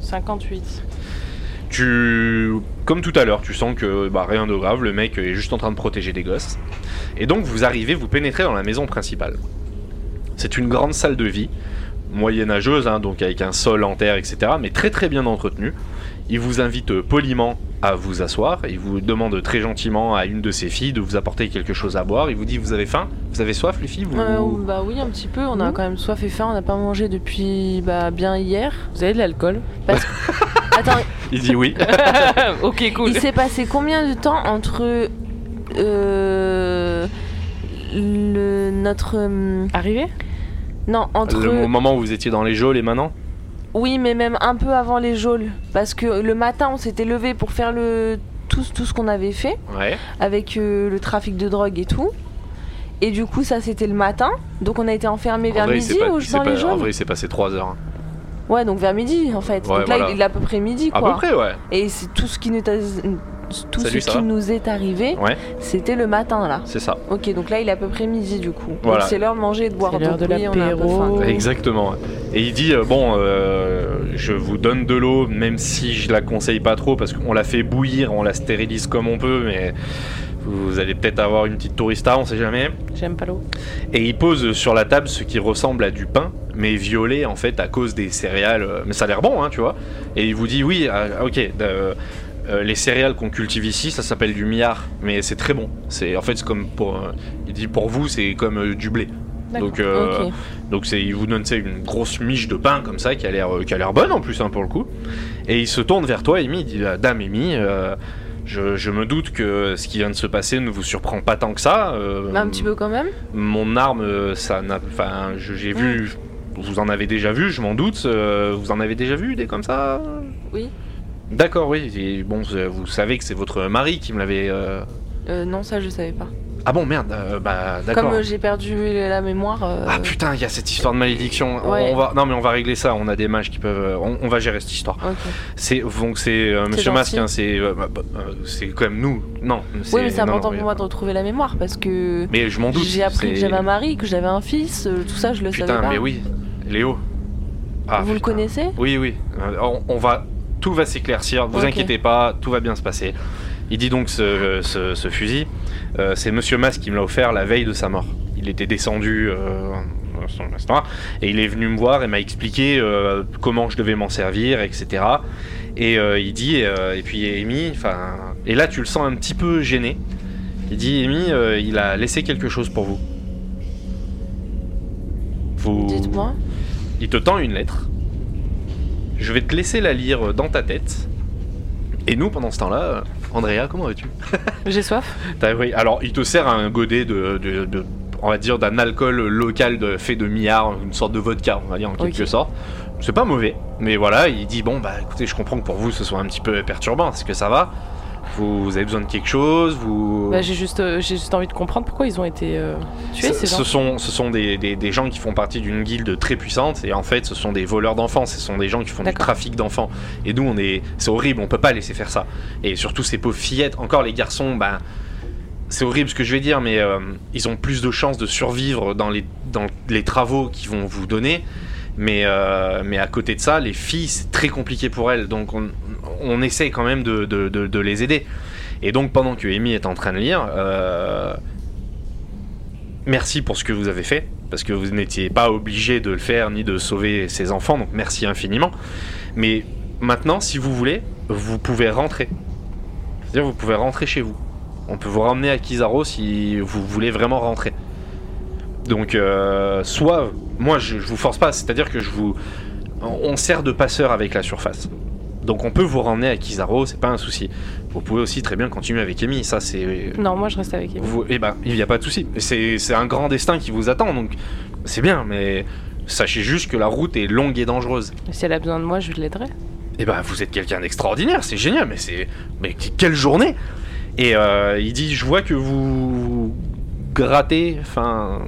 S3: 58.
S1: Tu, comme tout à l'heure, tu sens que bah, rien de grave, le mec est juste en train de protéger des gosses. Et donc vous arrivez, vous pénétrez dans la maison principale. C'est une grande salle de vie, moyenâgeuse, hein, donc avec un sol en terre, etc., mais très très bien entretenue. Il vous invite euh, poliment à vous asseoir, il vous demande très gentiment à une de ses filles de vous apporter quelque chose à boire, il vous dit vous avez faim, vous avez soif les filles, vous...
S2: bah oui, un petit peu. On a
S4: Mhm.
S2: quand même soif et faim. On n'a pas mangé depuis bah, bien hier.
S3: Vous avez de l'alcool
S2: Attends,
S1: Il dit oui.
S3: Ok, cool.
S2: il s'est passé combien de temps entre euh, le notre hum,
S3: Arrivé
S2: non entre
S1: Le moment où vous étiez dans les geôles et maintenant
S2: oui mais même un peu avant les geôles parce que le matin on s'était levé pour faire le tout tout ce qu'on avait fait
S1: Ouais.
S2: avec euh, le trafic de drogue et tout. Et du coup, ça c'était le matin. Donc on a été enfermés vers
S1: En vrai, il s'est
S2: midi
S1: pas-
S2: ou
S1: il
S2: je-
S1: s'est
S2: dans les
S1: pas- en
S2: jaunes
S1: vrai, il s'est passé 3 heures. hein.
S2: Ouais, donc vers midi en fait.
S1: Ouais,
S2: donc là,
S1: voilà.
S2: il est à peu près midi
S1: À
S2: quoi.
S1: peu près, ouais.
S2: Et c'est tout ce qui nous, est- tout
S1: Salut,
S2: ce
S1: ça
S2: qui
S1: va
S2: nous est arrivé,
S1: Ouais.
S2: c'était le matin là.
S1: C'est ça.
S2: Ok, donc là il est à peu près midi du coup.
S1: Voilà.
S2: Donc c'est l'heure de manger et de boire.
S3: C'est l'heure
S2: donc
S3: de
S2: oui, on a un peu
S3: l'apéro.
S2: faim.
S3: Oh.
S1: Exactement. Et il dit euh, bon, euh, je vous donne de l'eau, même si je la conseille pas trop parce qu'on la fait bouillir, on la stérilise comme on peut, mais vous allez peut-être avoir une petite tourista, on sait jamais.
S3: J'aime pas l'eau.
S1: Et il pose sur la table ce qui ressemble à du pain, mais violet en fait à cause des céréales. euh, Mais ça a l'air bon, hein, tu vois. Et il vous dit oui, ah, ok. euh, euh, les céréales qu'on cultive ici, ça s'appelle du miard, mais c'est très bon. C'est en fait c'est comme pour, euh, il dit pour vous, c'est comme euh, du blé.
S3: D'accord.
S1: Donc euh,
S2: Ok.
S1: donc c'est, il vous donne tu sais, une grosse miche de pain comme ça qui a l'air, euh, qui a l'air bonne en plus hein, pour le coup. Et il se tourne vers toi, Amy, il dit Dame Amy, euh, je, je me doute que ce qui vient de se passer ne vous surprend pas tant que ça. euh,
S2: Bah, un petit peu quand même.
S1: Mon arme, euh, ça n'a, enfin, je- j'ai vu,
S2: Hmm.
S1: vous en avez déjà vu, je m'en doute. euh, vous en avez déjà vu des comme ça
S2: Oui.
S1: D'accord, oui. Et bon, vous savez que c'est votre mari qui me l'avait. euh,
S2: Euh, non, ça je savais pas.
S1: Ah bon, merde, euh, bah d'accord.
S2: Comme euh, j'ai perdu la mémoire. euh,
S1: Ah putain, il y a cette histoire de malédiction. On-
S2: Ouais.
S1: On va... Non mais on va régler ça, on a des mages qui peuvent... euh, On, on va gérer cette histoire.
S2: ok.
S1: C'est donc c'est euh, Monsieur Masque,
S2: gentil.
S1: hein, c'est euh, bah, bah, euh, c'est quand même nous. Non.
S2: Oui, mais c'est
S1: non, non,
S2: important
S1: y a
S2: pour moi
S1: pas-
S2: de retrouver la mémoire parce que
S1: Mais je m'en doute.
S2: j'ai appris que
S1: c'est-
S2: j'avais un mari, que j'avais un fils, euh, tout ça je le savais
S1: Putain,
S2: pas.
S1: mais oui, Léo. Ah,
S2: Vous le
S1: putain.
S2: connaissez
S1: Oui, oui. Euh, On, on va, tout va s'éclaircir. Vous
S2: Ok.
S1: inquiétez pas, tout va bien se passer. Il dit donc ce, ce- ce fusil, euh, c'est Monsieur Mas qui me l'a offert la veille de sa mort. Il était descendu euh, à son instant et il est venu me voir et m'a expliqué euh, comment je devais m'en servir, etc. Et euh, il dit euh, et puis Amy, enfin et là tu le sens un petit peu gêné. Il dit Amy, euh, il a laissé quelque chose pour vous. Vous
S2: Dites-moi.
S1: il te tend une lettre. Je vais te laisser la lire euh, dans ta tête. Et nous, pendant ce temps-là, euh, Andrea, comment vas-tu
S3: J'ai soif.
S1: T'as- oui, Alors, il te sert un godet de, de- de- on va dire, d'un alcool local de- fait de milliards, une sorte de vodka, on va dire en quelque
S3: Ok.
S1: sorte. C'est pas mauvais, mais voilà, il dit bon bah écoutez, je comprends que pour vous ce soit un petit peu perturbant. Est-ce que ça va vous, vous avez besoin de quelque chose Vous
S3: Bah, j'ai juste, euh, j'ai juste envie de comprendre pourquoi ils ont été euh, tués,
S1: ce,
S3: ces gens.
S1: ce sont, ce sont des, des- des gens qui font partie d'une guilde très puissante et en fait ce sont des voleurs d'enfants, ce sont des gens qui font du
S3: D'accord.
S1: trafic d'enfants. Et nous on est. C'est horrible, on peut pas laisser faire ça. Et surtout ces pauvres fillettes, encore les garçons, ben. C'est horrible ce que je vais dire, mais euh, ils ont plus de chances de survivre dans les, dans les travaux qu'ils vont vous donner. Mais, euh, mais à côté de ça, les filles, c'est très compliqué pour elles. Donc on, on essaye quand même de, de- de- de les aider. Et donc pendant que Amy est en train de lire, euh, merci pour ce que vous avez fait, parce que vous n'étiez pas obligé de le faire ni de sauver ses enfants, donc merci infiniment. Mais maintenant, si vous voulez, vous pouvez rentrer. C'est-à-dire, vous pouvez rentrer chez vous. On peut vous ramener à Kizaro si vous voulez vraiment rentrer. Donc, euh, soit, moi, je, je vous force pas, c'est-à-dire que je vous, on on sert de passeur avec la surface. Donc, on peut vous ramener à Kizaro, c'est pas un souci. Vous pouvez aussi très bien continuer avec Amy, ça c'est
S3: Non, moi je reste avec Amy.
S1: vous, eh ben, il n'y a pas de souci. C'est c'est un grand destin qui vous attend, donc c'est bien, mais sachez juste que la route est longue et dangereuse.
S3: Si elle a besoin de moi, je l'aiderai.
S1: Eh ben, vous êtes quelqu'un d'extraordinaire, c'est génial, mais c'est. Mais que- quelle journée Et euh, il dit Je vois que vous grattez, enfin.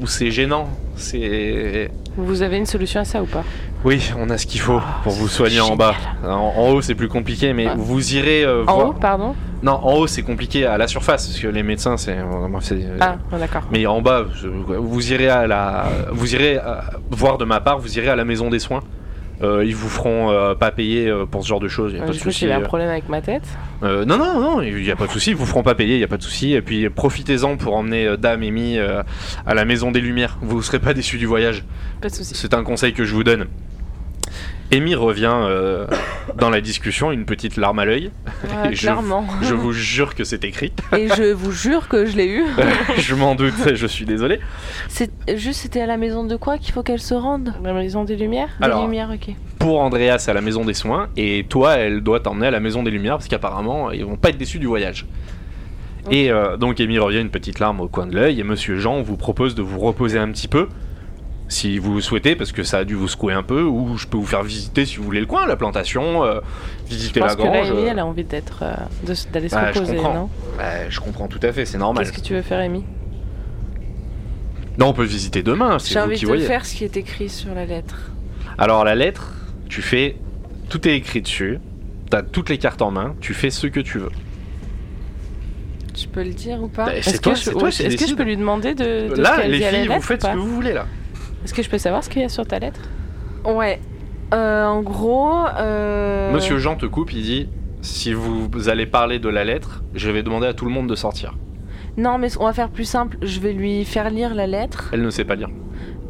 S1: Ou c'est gênant. C'est.
S3: Vous avez une solution à ça ou pas
S1: Oui, on a ce qu'il faut pour vous soigner en
S3: Ah, génial.
S1: bas. En, en haut, c'est plus compliqué, mais
S3: Ouais.
S1: vous irez euh,
S3: En
S1: voir.
S3: haut, pardon
S1: non, en haut, c'est compliqué à la surface, parce que les médecins, c'est. euh, c'est-
S3: Ah, ah, d'accord.
S1: Mais en bas, je- vous irez à la, vous irez à- voir de ma part, vous irez à la maison des soins. Euh, ils vous feront euh, pas payer euh, pour ce genre de choses. Y a
S3: Euh,
S1: pas de
S3: je crois que
S1: souci.
S3: j'avais un problème avec ma tête.
S1: Euh, non, non, non, il n'y a pas de souci. Ils vous feront pas payer, il n'y a pas de souci. Et puis profitez-en pour emmener euh, Dame et Mi euh, à la maison des Lumières. Vous ne serez pas déçus du voyage.
S3: Pas de soucis.
S1: C'est un conseil que je vous donne. Amy revient euh, dans la discussion, une petite larme à l'œil.
S2: Ouais,
S1: Et je-
S2: clairement.
S1: Je vous jure que c'est écrit.
S2: Et je vous jure que je l'ai eu.
S1: je m'en doute, je suis désolé.
S2: C'est juste c'était à la maison de quoi qu'il faut qu'elle se rende
S3: La maison des lumières
S2: Des
S1: Alors,
S2: lumières, ok.
S1: pour Andreas à la maison des soins et toi elle doit t'emmener à la maison des lumières parce qu'apparemment ils vont pas être déçus du voyage. Et euh, donc Amy revient une petite larme au coin de l'œil et Monsieur Jean vous propose de vous reposer un petit peu si vous souhaitez parce que ça a dû vous secouer un peu ou je peux vous faire visiter si vous voulez le coin, la plantation, euh,
S3: Je
S1: visiter
S3: pense
S1: la
S3: que là,
S1: grange.
S3: Amy,
S1: euh,
S3: elle a envie d'être, euh, de- d'aller se
S1: Bah, je
S3: reposer,
S1: comprends.
S3: non
S1: bah, je comprends tout à fait, c'est normal.
S3: Qu'est-ce que tu veux faire, Amy
S1: Non, on peut visiter demain,
S4: J'ai
S1: c'est vous
S4: envie
S1: qui
S4: de
S1: voyez.
S4: faire ce qui est écrit sur la lettre.
S1: Alors la lettre, tu fais tout est écrit dessus, t'as toutes les cartes en main, tu fais ce que tu veux.
S4: Tu peux le dire ou pas
S1: Bah,
S3: Ah. Est-ce
S1: c'est
S3: que,
S1: toi,
S3: je,
S1: c'est toi
S3: ouais,
S1: qui
S3: est-ce que je
S1: décides.
S3: peux lui demander de, de ce
S1: Là,
S3: qu'elle
S1: les
S3: dit à la
S1: filles, vous
S3: lettre
S1: faites
S3: ou
S1: ce
S3: pas
S1: que vous voulez là.
S3: Est-ce que je peux savoir ce qu'il y a sur ta lettre
S2: Ouais. Euh, en gros. euh,
S1: Monsieur Jean te coupe, il dit si vous allez parler de la lettre, je vais demander à tout le monde de sortir.
S2: Non, mais on va faire plus simple. Je vais lui faire lire la lettre.
S1: Elle ne sait pas lire.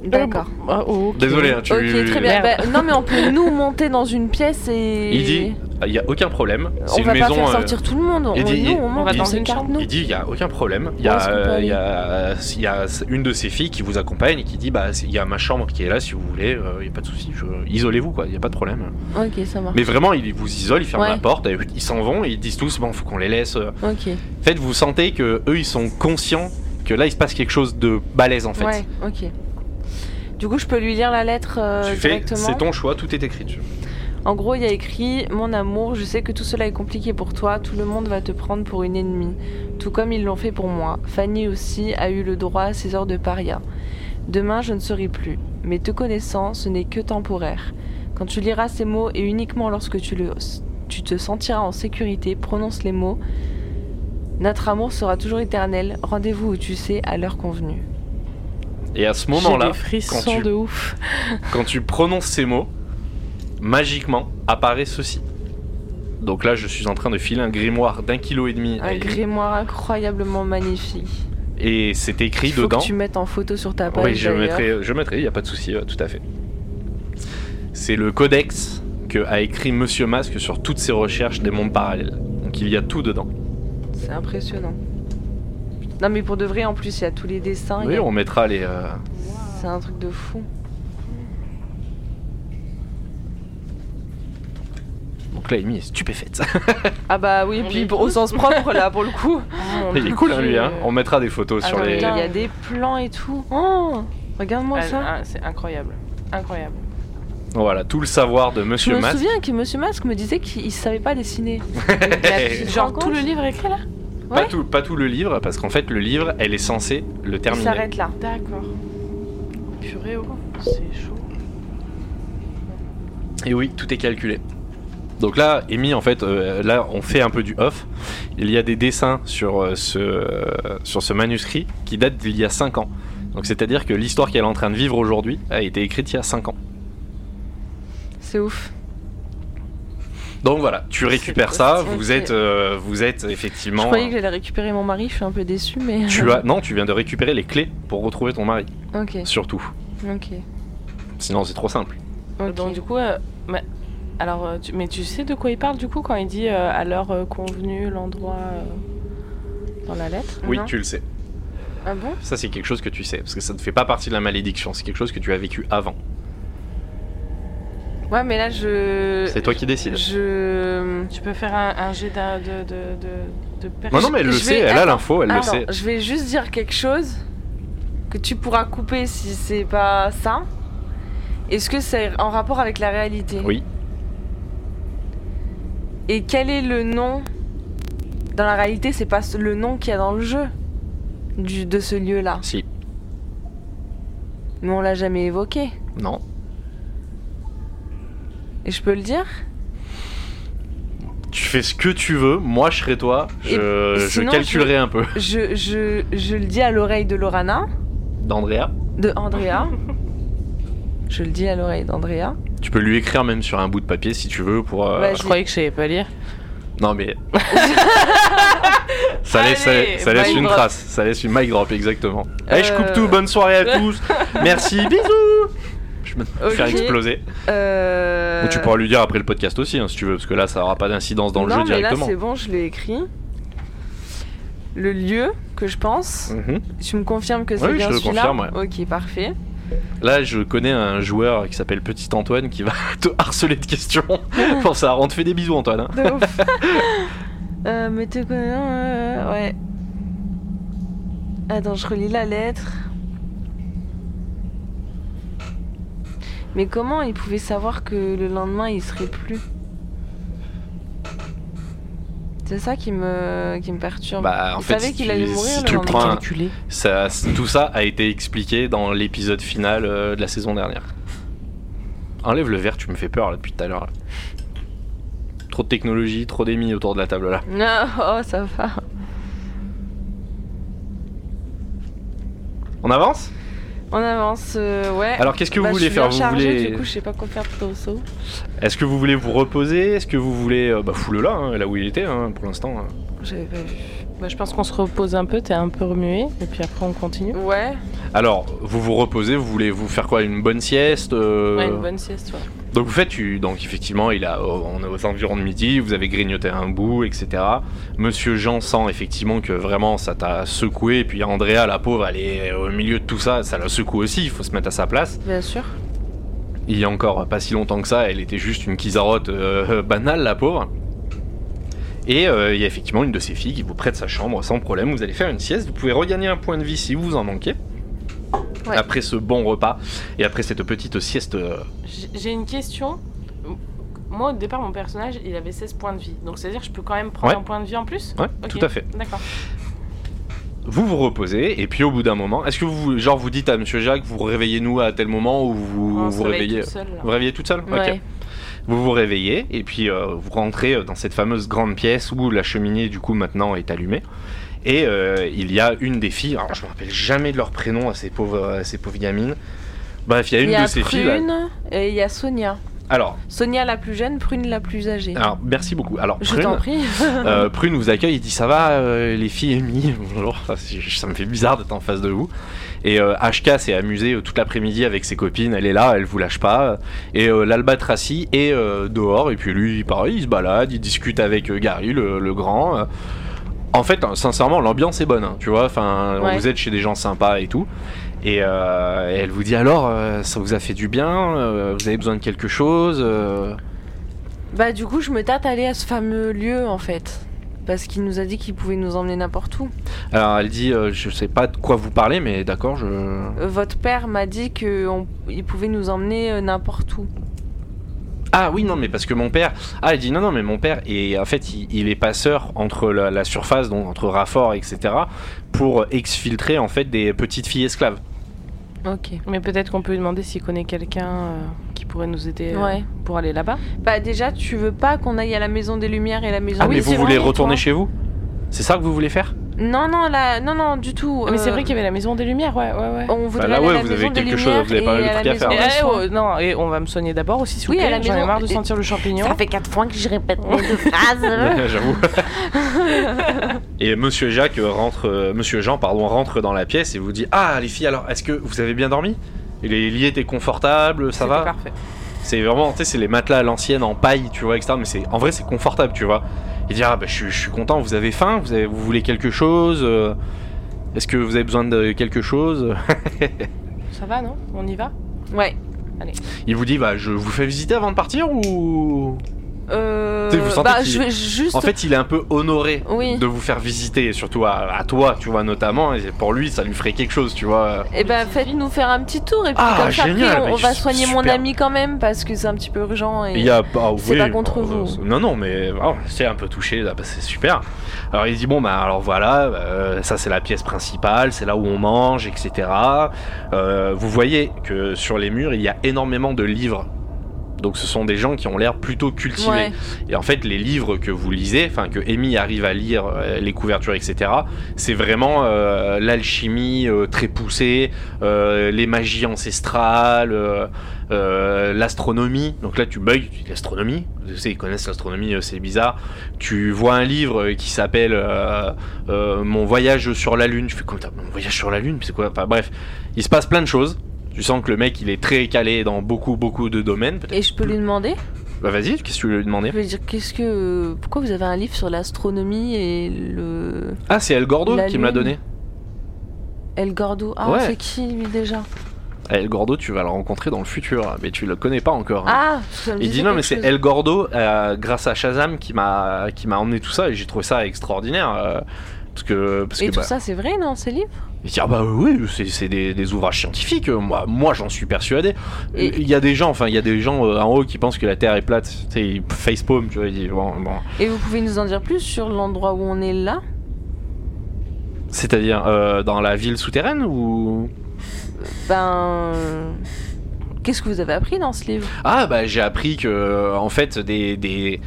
S2: D'accord.
S3: Ah, oh, ok.
S1: Désolé, hein, tu.
S2: Ok, très bien.
S3: Merde.
S2: Bah, non, mais on peut nous monter dans une pièce et.
S1: Il dit il y a aucun problème. C'est
S2: On
S1: une
S2: va
S1: maison.
S2: pas faire
S1: euh,
S2: sortir tout le monde. On,
S1: il dit-
S2: nous,
S1: il-
S2: on monte
S1: on va dans
S2: ces
S3: une
S2: cartes,
S3: chambre.
S2: nous.
S1: Il dit il y a aucun problème. Il y
S2: Où est-ce
S1: a,
S2: qu'on peut
S1: euh,
S2: aller
S1: il y a- il y a une de ses filles qui vous accompagne et qui dit bah c'est- il y a ma chambre qui est là si vous voulez. euh, Il y a pas de souci. je- Isolez-vous quoi. Il y a pas de problème.
S2: Ok, ça marche.
S1: Mais vraiment, ils vous isolent, ils ferment
S2: Ah. Ouais.
S1: la porte, et ils s'en vont et ils disent tous bon faut qu'on les laisse. euh,
S2: Ok.
S1: En fait, vous sentez que eux, ils sont conscients que là, il se passe quelque chose de balèze en fait.
S2: Ouais, ok. Du coup, je peux lui lire la lettre euh,
S1: tu fais,
S2: directement.
S1: c'est ton choix, tout est écrit dessus.
S2: En gros, il y a écrit Mon amour, je sais que tout cela est compliqué pour toi, tout le monde va te prendre pour une ennemie, tout comme ils l'ont fait pour moi. Fanny aussi a eu le droit à ses heures de paria. Demain, je ne serai plus, mais te connaissant, ce n'est que temporaire. Quand tu liras ces mots et uniquement lorsque tu, le, tu te sentiras en sécurité, prononce les mots Notre amour sera toujours éternel, rendez-vous où tu sais, à l'heure convenue.
S1: Et à ce moment-là,
S3: J'ai des frissons
S1: quand tu-
S3: de ouf.
S1: quand tu prononces ces mots, magiquement apparaît ceci. Donc là, je suis en train de filer un grimoire d'un kilo et demi. à
S2: Un
S1: Ellie.
S2: grimoire incroyablement magnifique.
S1: et c'est écrit
S2: Il faut
S1: dedans.
S2: que tu mettes en photo sur ta page.
S1: Oui, je
S2: d'ailleurs.
S1: mettrai, je mettrai, il n'y a pas de souci, ouais, tout à fait. C'est le codex que a écrit Monsieur Masque sur toutes ses recherches des mondes parallèles. Donc il y a tout dedans.
S2: C'est impressionnant. Non, mais pour de vrai, en plus, il y a tous les dessins. il y
S1: Oui,
S2: a-
S1: on mettra les. euh,
S2: C'est un truc de fou.
S1: Donc là, Amy est stupéfaite.
S2: Ah bah oui,
S3: On
S2: puis
S3: les
S2: au sens propre, là, pour le coup.
S3: Mon
S1: il est cool, hein,
S3: Dieu.
S1: lui. Hein. On mettra des photos sur
S2: Attends,
S1: les.
S2: Ah, mais Il y a des plans et tout. Oh, Regarde-moi
S3: Ah,
S2: ça.
S3: ah, C'est incroyable. Incroyable.
S1: Voilà, tout le savoir de
S2: Je
S1: Monsieur
S2: me
S1: Masque.
S2: souviens que Monsieur Masque me disait qu'il il savait pas dessiner. petite-
S3: Genre
S2: rends
S3: tout le
S2: compte
S3: livre est écrit là
S1: Pas,
S2: ouais.
S1: tout, pas tout le livre, parce qu'en fait, le livre, elle est censée le
S2: Il
S1: terminer.
S2: s'arrête là.
S3: D'accord. Purée, oh, c'est chaud.
S1: Et oui, tout est calculé. Donc là, Amy, en fait, euh, là, on fait un peu du off. Il y a des dessins sur, euh, ce, euh, sur ce manuscrit qui date d'il y a 5 ans. Donc c'est-à-dire que l'histoire qu'elle est en train de vivre aujourd'hui a été écrite il y a 5 ans.
S2: C'est ouf.
S1: Donc voilà, tu récupères ça, vous
S2: Ok.
S1: êtes, euh, vous êtes
S2: Je
S1: effectivement...
S2: croyais que j'allais récupérer mon mari, je suis un peu déçue, mais.
S1: Tu as, non, tu viens de récupérer les clés pour retrouver ton mari,
S2: Ok,
S1: surtout.
S2: ok.
S1: Sinon c'est trop simple.
S2: ok.
S3: Donc du coup, euh, mais- alors, euh, tu, mais tu sais de quoi il parle du coup quand il dit euh, à l'heure euh, convenue, l'endroit euh, dans la lettre
S1: Oui,
S2: Non.
S1: tu le sais.
S2: Ah bon
S1: Ça c'est quelque chose que tu sais, parce que ça ne fait pas partie de la malédiction, c'est quelque chose que tu as vécu avant.
S2: Ouais, mais là, Euh, je.
S1: C'est toi qui décides.
S2: Je.
S3: Tu peux faire un, un jet d'un- de, de, euh, de, de per-
S1: Non, non, mais elle le
S2: je
S1: sait,
S2: vais-
S1: elle a
S2: attends,
S1: l'info, elle le
S2: Alors,
S1: sait.
S2: je vais juste dire quelque chose que tu pourras couper si c'est pas ça. Est-ce que c'est en rapport avec la réalité
S1: Oui.
S2: Et quel est le nom Dans la réalité, c'est pas ce- le nom qu'il y a dans le jeu du, de ce lieu-là.
S1: Si.
S2: Mais on l'a jamais évoqué.
S1: Non.
S2: Et je peux le dire
S1: Tu fais ce que tu veux, moi je serai toi, je,
S2: Et-
S1: je
S2: sinon,
S1: calculerai un peu.
S2: je, je, je le dis à l'oreille de Lorana,
S1: D'Andrea,
S2: de Andrea. je le dis à l'oreille d'Andrea.
S1: tu peux lui écrire même sur un bout de papier si tu veux pour. euh,
S2: Vas-y.
S3: Je croyais que je savais pas lire.
S1: Non mais. ça laisse, ça-
S3: Allez,
S1: ça laisse
S3: mic
S1: une
S3: drop.
S1: trace, ça laisse une mic drop exactement. Allez, je coupe
S2: Euh.
S1: tout, bonne soirée à tous, merci, bisous Je vais me
S2: Ok.
S1: faire exploser.
S2: Euh...
S1: Ou tu pourras lui dire après le podcast aussi hein, si tu veux, parce que là ça aura pas d'incidence dans le
S2: non,
S1: jeu
S2: mais là
S1: directement.
S2: c'est bon, je l'ai écrit. Le lieu que je pense,
S1: Mhm.
S2: tu me confirmes que c'est
S1: Oui,
S2: bien
S1: je le
S2: celui-là
S1: confirme, ouais.
S2: Ok, parfait.
S1: Là, je connais un joueur qui s'appelle Petit Antoine qui va te harceler de questions pour ça. On te fait des bisous, Antoine. hein.
S2: De ouf. Euh, mais te connais, euh, ouais. Attends, je relis la lettre. Mais comment il pouvait savoir que le lendemain il serait plus C'est ça qui me qui me perturbe.
S1: Bah, en
S2: il
S1: fait,
S2: savait
S1: si
S2: qu'il
S1: tu-
S2: allait
S1: si
S2: mourir le
S1: tu
S2: lendemain.
S1: prends un-
S3: Calculé.
S1: Ça, c- tout ça a été expliqué dans l'épisode final euh, de la saison dernière. Enlève le verre, tu me fais peur là, depuis tout à l'heure. là. Trop de technologie, trop d'émis autour de la table là.
S2: Non, oh, ça va.
S1: On avance
S2: On avance, euh, ouais.
S1: Alors qu'est-ce que
S2: Bah,
S1: vous voulez
S2: je suis bien
S1: faire Vous
S2: chargée,
S1: voulez
S2: Du coup, je sais pas quoi faire plutôt au saut.
S1: Est-ce que vous voulez vous reposer Est-ce que vous voulez euh, bah foule là, là où il était hein, pour l'instant. hein.
S2: J'avais pas vu.
S3: Bah, je pense qu'on se repose un peu, t'es un peu remué, et puis après on continue.
S1: Euh.
S2: Ouais.
S1: Alors vous vous reposez, vous voulez vous faire quoi Une bonne sieste euh,
S3: Ouais, une bonne sieste, ouais.
S1: Donc vous faites, tu- donc effectivement, il a, oh, on est aux environs de midi, vous avez grignoté un bout, etc. Monsieur Jean sent effectivement que vraiment ça t'a secoué, et puis Andrea, la pauvre, elle est au milieu de tout ça, ça la secoue aussi, il faut se mettre à sa place.
S2: Bien sûr.
S1: Il y a encore pas si longtemps que ça, elle était juste une kizarotte euh, banale, la pauvre. Et euh, il y a effectivement une de ses filles qui vous prête sa chambre sans problème, vous allez faire une sieste, vous pouvez regagner un point de vie si vous en manquez.
S2: Ouais.
S1: Après ce bon repas et après cette petite sieste... euh,
S3: J'ai j'ai une question. Moi, au départ, mon personnage, il avait 16 points de vie. Donc, c'est-à-dire que je peux quand même prendre
S1: Ouais.
S3: un point de vie en plus
S1: Ouais,
S3: Ok.
S1: tout à fait.
S3: D'accord.
S1: Vous vous reposez, et puis au bout d'un moment, est-ce que vous, genre, vous dites à Monsieur Jacques, vous réveillez-nous à tel moment, ou vous
S3: On se
S1: vous
S3: réveille
S1: réveillez
S3: tout seul, là.
S1: Vous réveillez toute seule Ok.
S2: Ouais.
S1: Vous vous réveillez et puis euh, vous rentrez euh, dans cette fameuse grande pièce où la cheminée du coup maintenant est allumée. Et euh, il y a une des filles, alors je me rappelle jamais de leur prénom à ces pauvres, à ces pauvres gamines. Bref, il y a
S2: Il
S1: une
S2: y a
S1: de ces filles. là-
S2: Prune et il y a Sonia.
S1: Alors,
S2: Sonia la plus jeune, Prune la plus âgée.
S1: alors, merci beaucoup. Alors,
S2: Je t'en
S1: Prune,
S2: prie.
S1: euh, Prune vous accueille, il dit ça va euh, les filles, Amy, bonjour, ça, c'est- ça me fait bizarre d'être en face de vous. Et euh, HK s'est amusée euh, toute l'après-midi avec ses copines, elle est là, elle vous lâche pas. Et euh, l'Albatraci est euh, dehors, et puis lui, pareil, il se balade, il discute avec euh, Gary, le, le grand. euh. En fait, hein, sincèrement, l'ambiance est bonne, hein, tu vois, enfin,
S2: Ouais.
S1: vous êtes chez des gens sympas et tout. Et euh, elle vous dit alors, euh, ça vous a fait du bien, euh, vous avez besoin de quelque chose euh,
S2: bah du coup, je me tâte à aller à ce fameux lieu en fait. Parce qu'il nous a dit qu'il pouvait nous emmener n'importe où.
S1: Alors elle dit, euh, je sais pas de quoi vous parlez, mais d'accord, je...
S2: Euh, Votre père m'a dit qu'il pouvait nous emmener euh, n'importe où.
S1: Ah oui, non, mais parce que mon père. Ah, il dit non, non, mais mon père, et en fait, il, il est passeur entre la, la surface, donc entre Raffort, etc., pour exfiltrer en fait des petites filles esclaves.
S2: Ok.
S3: Mais peut-être qu'on peut lui demander s'il connaît quelqu'un euh, qui pourrait nous aider euh,
S2: Ouais.
S3: pour aller là-bas.
S2: Bah déjà, tu veux pas qu'on aille à la maison des lumières et la maison.
S1: Ah,
S2: Oui,
S1: mais vous
S2: c'est
S1: voulez
S2: vrai,
S1: retourner
S2: toi.
S1: chez vous C'est ça que vous voulez faire
S2: Non, non, là, non, non, du tout.
S3: Ah, Mais c'est
S2: euh,
S3: vrai qu'il y avait la maison des lumières, ouais, ouais, ouais.
S2: On voudrait
S1: Bah, là,
S2: aller
S1: ouais,
S2: à la
S1: vous
S2: maison
S1: avez
S2: des
S1: quelque chose, vous avez
S2: lumières
S1: pas
S2: et
S1: mal de trucs
S2: à
S1: à
S2: la
S1: faire,
S2: maison
S3: Et-
S1: Ah ouais.
S2: des
S3: eh,
S2: soins.
S3: oh, non, et on va me soigner d'abord aussi, s'il vous
S2: Ah, Oui, à
S3: plaît.
S2: la
S3: J'en ai
S2: maison-
S3: marre de
S2: et-
S3: sentir le champignon.
S2: Ça fait quatre fois que je répète les deux phrases.
S1: J'avoue. et Monsieur Jacques rentre, euh, Monsieur Jean, pardon, rentre dans la pièce et vous dit Ah, les filles, alors, est-ce que vous avez bien dormi Les lits étaient confortables, ça
S3: C'était
S1: va
S3: parfait.
S1: C'est vraiment, tu sais, c'est les matelas à l'ancienne en paille, tu vois, etc. Mais c'est, en vrai, c'est confortable, tu vois. Il dit, ah bah, je, suis- je suis content, vous avez faim, vous, avez- vous voulez quelque chose euh, Est-ce que vous avez besoin de quelque chose
S3: Ça va, non On y va
S2: Ouais.
S1: Il vous dit, bah, je vous fais visiter avant de partir ou.
S2: Euh,
S1: Tu sais, vous sentez
S2: bah,
S1: qu'il-
S2: je vais juste.
S1: En fait, il est un peu honoré
S2: Oui.
S1: de vous faire visiter, surtout à, à toi, tu vois, notamment. Et pour lui, ça lui ferait quelque chose, tu vois.
S2: Eh ben, faites-nous faire un petit tour et puis
S1: Ah,
S2: comme ça,
S1: génial,
S2: après, on,
S1: mais
S2: on va
S1: su-
S2: soigner mon
S1: super.
S2: ami quand même parce que c'est un petit peu urgent. Et...
S1: Il y a pas,
S2: c'est
S1: oui,
S2: pas contre
S1: euh,
S2: vous.
S1: Non, non, mais oh, c'est un peu touché, là, bah, c'est super. Alors il dit bon, bah alors voilà, euh, ça c'est la pièce principale, c'est là où on mange, etc. Euh, vous voyez que sur les murs il y a énormément de livres. Donc ce sont des gens qui ont l'air plutôt cultivés.
S2: Ouais.
S1: Et en fait, les livres que vous lisez, enfin que Amy arrive à lire, euh, les couvertures, etc., c'est vraiment euh, l'alchimie euh, très poussée, euh, les magies ancestrales, euh, euh, l'astronomie. Donc là, tu bugs, tu dis, l'astronomie. Tu sais, ils connaissent l'astronomie, euh, c'est bizarre. Tu vois un livre euh, qui s'appelle euh, euh, Mon voyage sur la Lune. Tu fais comme Mon voyage sur la Lune, c'est quoi Enfin bref, il se passe plein de choses. Tu sens que le mec, il est très calé dans beaucoup, beaucoup de domaines. peut-être.
S2: Et je peux lui demander
S1: Bah, vas-y, qu'est-ce que tu veux lui demander
S2: Je veux dire, qu'est-ce que. Pourquoi vous avez un livre sur l'astronomie et le.
S1: Ah, c'est El Gordo
S2: La
S1: qui me l'a
S2: lune.
S1: donné.
S2: El Gordo Ah,
S1: Ouais.
S2: c'est qui lui déjà
S1: Ah, El Gordo, tu vas le rencontrer dans le futur, mais tu le connais pas encore. hein.
S2: Ah ça me
S1: il
S2: disait
S1: dit non, mais
S2: quelque
S1: c'est
S2: chose.
S1: El Gordo, euh, grâce à Shazam, qui m'a qui m'a emmené tout ça, et j'ai trouvé ça extraordinaire. euh, parce que. Parce
S2: Et
S1: que
S2: tout
S1: bah,
S2: ça, c'est vrai, non Ces livres
S1: il dit ah bah oui, c'est- c'est des, des ouvrages scientifiques, euh, moi, moi j'en suis persuadé. Euh,
S2: Et-
S1: Il y a des gens, enfin, il y a des gens euh, en haut qui pensent que la Terre est plate, tu sais, ils facepalm, tu vois, il dit bon, bon.
S2: Et vous pouvez nous en dire plus sur l'endroit où on est là
S1: C'est-à-dire euh, dans la ville souterraine ou.
S2: Ben. euh, Qu'est-ce que vous avez appris dans ce livre
S1: Ah bah j'ai appris que euh, en fait des, des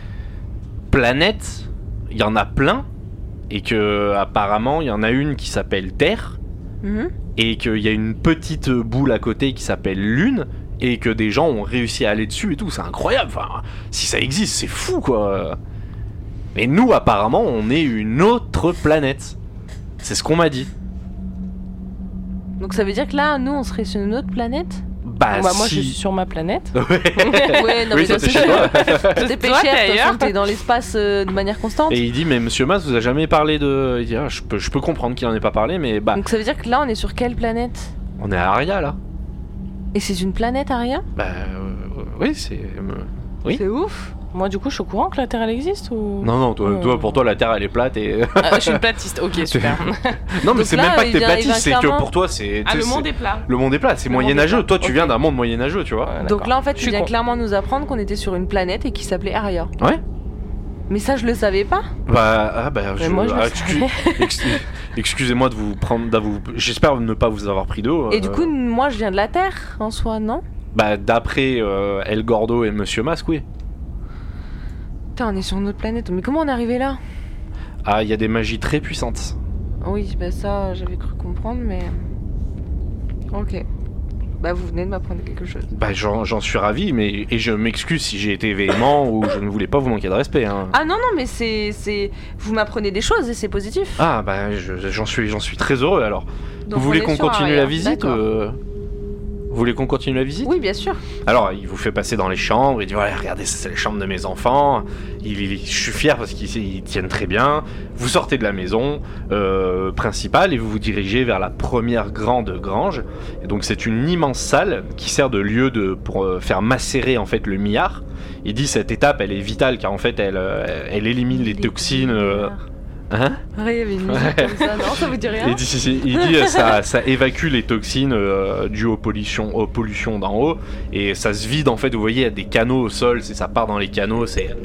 S1: planètes, il y en a plein et que apparemment il y en a une qui s'appelle Terre
S2: Mhm.
S1: et qu'il y a une petite boule à côté qui s'appelle Lune et que des gens ont réussi à aller dessus et tout, c'est incroyable. Enfin, si ça existe, c'est fou quoi. Mais nous apparemment on est une autre planète. C'est ce qu'on m'a dit.
S2: Donc ça veut dire que là, nous, on serait sur une autre planète
S1: Bah,
S3: Bah, Moi,
S1: si.
S3: je suis sur ma planète.
S2: Ouais,
S1: oui,
S2: non, mais
S1: ça c'est
S2: toi, c'est
S1: chez toi.
S2: T'es
S3: Toi,
S2: péché,
S3: t'es ailleurs.
S2: t'es dans l'espace euh, de manière constante.
S1: Et il dit mais Monsieur Mas vous a jamais parlé de. Il dit, ah, je peux, je peux comprendre qu'il en ait pas parlé mais bah
S2: Donc ça veut dire que là, on est sur quelle planète
S1: on est à Aria là.
S2: Et c'est une planète, Aria
S1: Bah euh, oui, c'est. euh, Oui.
S2: C'est ouf
S3: Moi, du coup, je suis au courant que la Terre, elle existe ou
S1: Non, non, toi,
S3: Ouais.
S1: toi, pour toi, la Terre, elle est plate et. euh,
S3: Ah, Je suis une platiste, ok, super.
S1: non, mais
S2: Donc
S1: c'est
S2: là,
S1: même pas que
S2: il
S1: t'es
S2: vient- il
S1: platiste,
S2: vient
S1: c'est que
S2: clairement-
S1: pour toi, c'est.
S3: ah,
S1: tu
S3: le
S1: sais,
S3: monde
S1: c'est-
S3: est plat.
S1: le monde est plat, c'est
S3: Le monde est
S1: moyenâgeux.
S3: plat,
S1: Toi, tu
S3: ok.
S1: viens d'un monde moyenâgeux, tu vois.
S3: Ouais,
S2: Euh, Donc
S3: d'accord.
S2: là, en fait,
S3: Je
S2: tu
S3: suis
S2: viens
S3: con.
S2: clairement nous apprendre qu'on était sur une planète et qui s'appelait Aria.
S1: Ouais.
S2: Mais ça, je le savais pas.
S1: Bah, ah, bah,
S3: Mais moi, je le
S1: ah,
S3: savais.
S1: ex- Excusez-moi de vous prendre. d'avou- J'espère ne pas vous avoir pris d'eau.
S2: Et
S1: euh,
S2: du coup, moi, je viens de la Terre, en soi, non
S1: Bah, d'après euh, El Gordo et Monsieur Masque, oui.
S2: Putain, on est sur une autre planète. Mais comment on est arrivé là
S1: Ah, il y a des magies très puissantes.
S2: Oui, bah ça, j'avais cru comprendre, mais... Ok. Bah, vous venez de m'apprendre quelque chose.
S1: Bah, j'en j'en suis ravi, mais. Et je m'excuse si j'ai été véhément ou je ne voulais pas vous manquer de respect, hein.
S2: Ah non, non, mais c'est... c'est... Vous m'apprenez des choses et c'est positif.
S1: Ah, bah, je- j'en suis, j'en suis très heureux alors.
S2: Donc,
S1: vous voulez
S2: on est
S1: qu'on
S2: sur
S1: continue
S2: Aria.
S1: la visite
S2: D'accord.
S1: euh, Vous voulez qu'on continue la visite
S2: Oui, bien sûr.
S1: Alors, il vous fait passer dans les chambres, il dit voilà, regardez, ça, c'est les chambres de mes enfants. Il, il- je suis fier parce qu'ils ils tiennent très bien. Vous sortez de la maison euh, principale et vous vous dirigez vers la première grande grange. Et donc, c'est une immense salle qui sert de lieu de, pour euh, faire macérer en fait le millard. Il dit cette étape, elle est vitale car en fait, elle, euh, elle élimine les toxines. euh, hein
S2: Ouais, Ah, il y avait une musique comme ça. Non, ça vous dit rien
S1: il dit, si, si, il dit, euh, ça, ça évacue les toxines euh, dues aux pollutions, aux pollutions d'en haut et ça se vide en fait. Vous voyez, il y a des canaux au sol, c'est ça part dans les canaux. C'est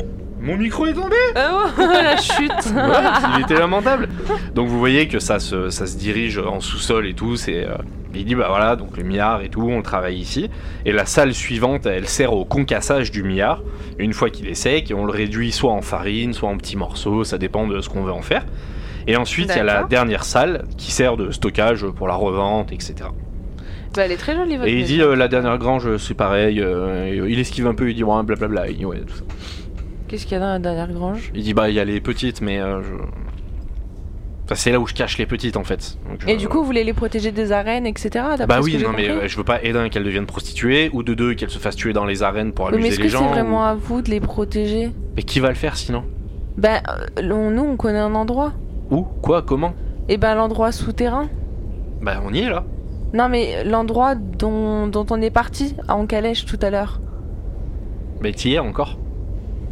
S1: mon micro est tombé.
S2: Ah ouais, la chute
S1: Voilà, il était lamentable. Donc vous voyez que ça se, ça se dirige en sous-sol et tout. C'est euh, il dit bah voilà donc le milliard et tout, on le travaille ici. Et la salle suivante, elle sert au concassage du milliard. Une fois qu'il est sec, on le réduit soit en farine, soit en petits morceaux, ça dépend de ce qu'on veut en faire. Et ensuite, il y a la
S2: D'accord.
S1: dernière salle qui sert de stockage pour la revente, etc.
S2: Bah, elle est très jolie, votre
S1: Et il
S2: maison.
S1: dit euh, la dernière grange, c'est pareil. euh, il esquive un peu, il dit ouais, blablabla. il- ouais, tout ça. euh,
S2: Qu'est-ce qu'il y a dans la dernière grange
S1: Il dit bah il y a les petites, mais euh, je- Enfin, c'est là où je cache les petites en fait. Donc,
S2: Et
S1: euh,
S2: du coup, vous voulez les protéger des arènes, etc. d'après
S1: Bah
S2: ce
S1: oui,
S2: que j'ai
S1: non mais
S2: compris
S1: euh, je veux pas, et d'un, qu'elle devienne prostituée, ou de deux, qu'elle se fasse tuer dans les arènes pour
S2: Oui,
S1: amuser
S2: mais est-ce
S1: euh, les
S2: que c'est
S1: gens. ou-
S2: vraiment à vous de les protéger
S1: Mais qui va le faire sinon
S2: Bah, euh, on- nous, on connaît un endroit.
S1: Où Quoi Comment
S2: Et ben, l'endroit souterrain.
S1: Bah on y est là.
S2: Non, mais l'endroit dont, dont on est parti en calèche tout à l'heure.
S1: Mais Bah, t'y es encore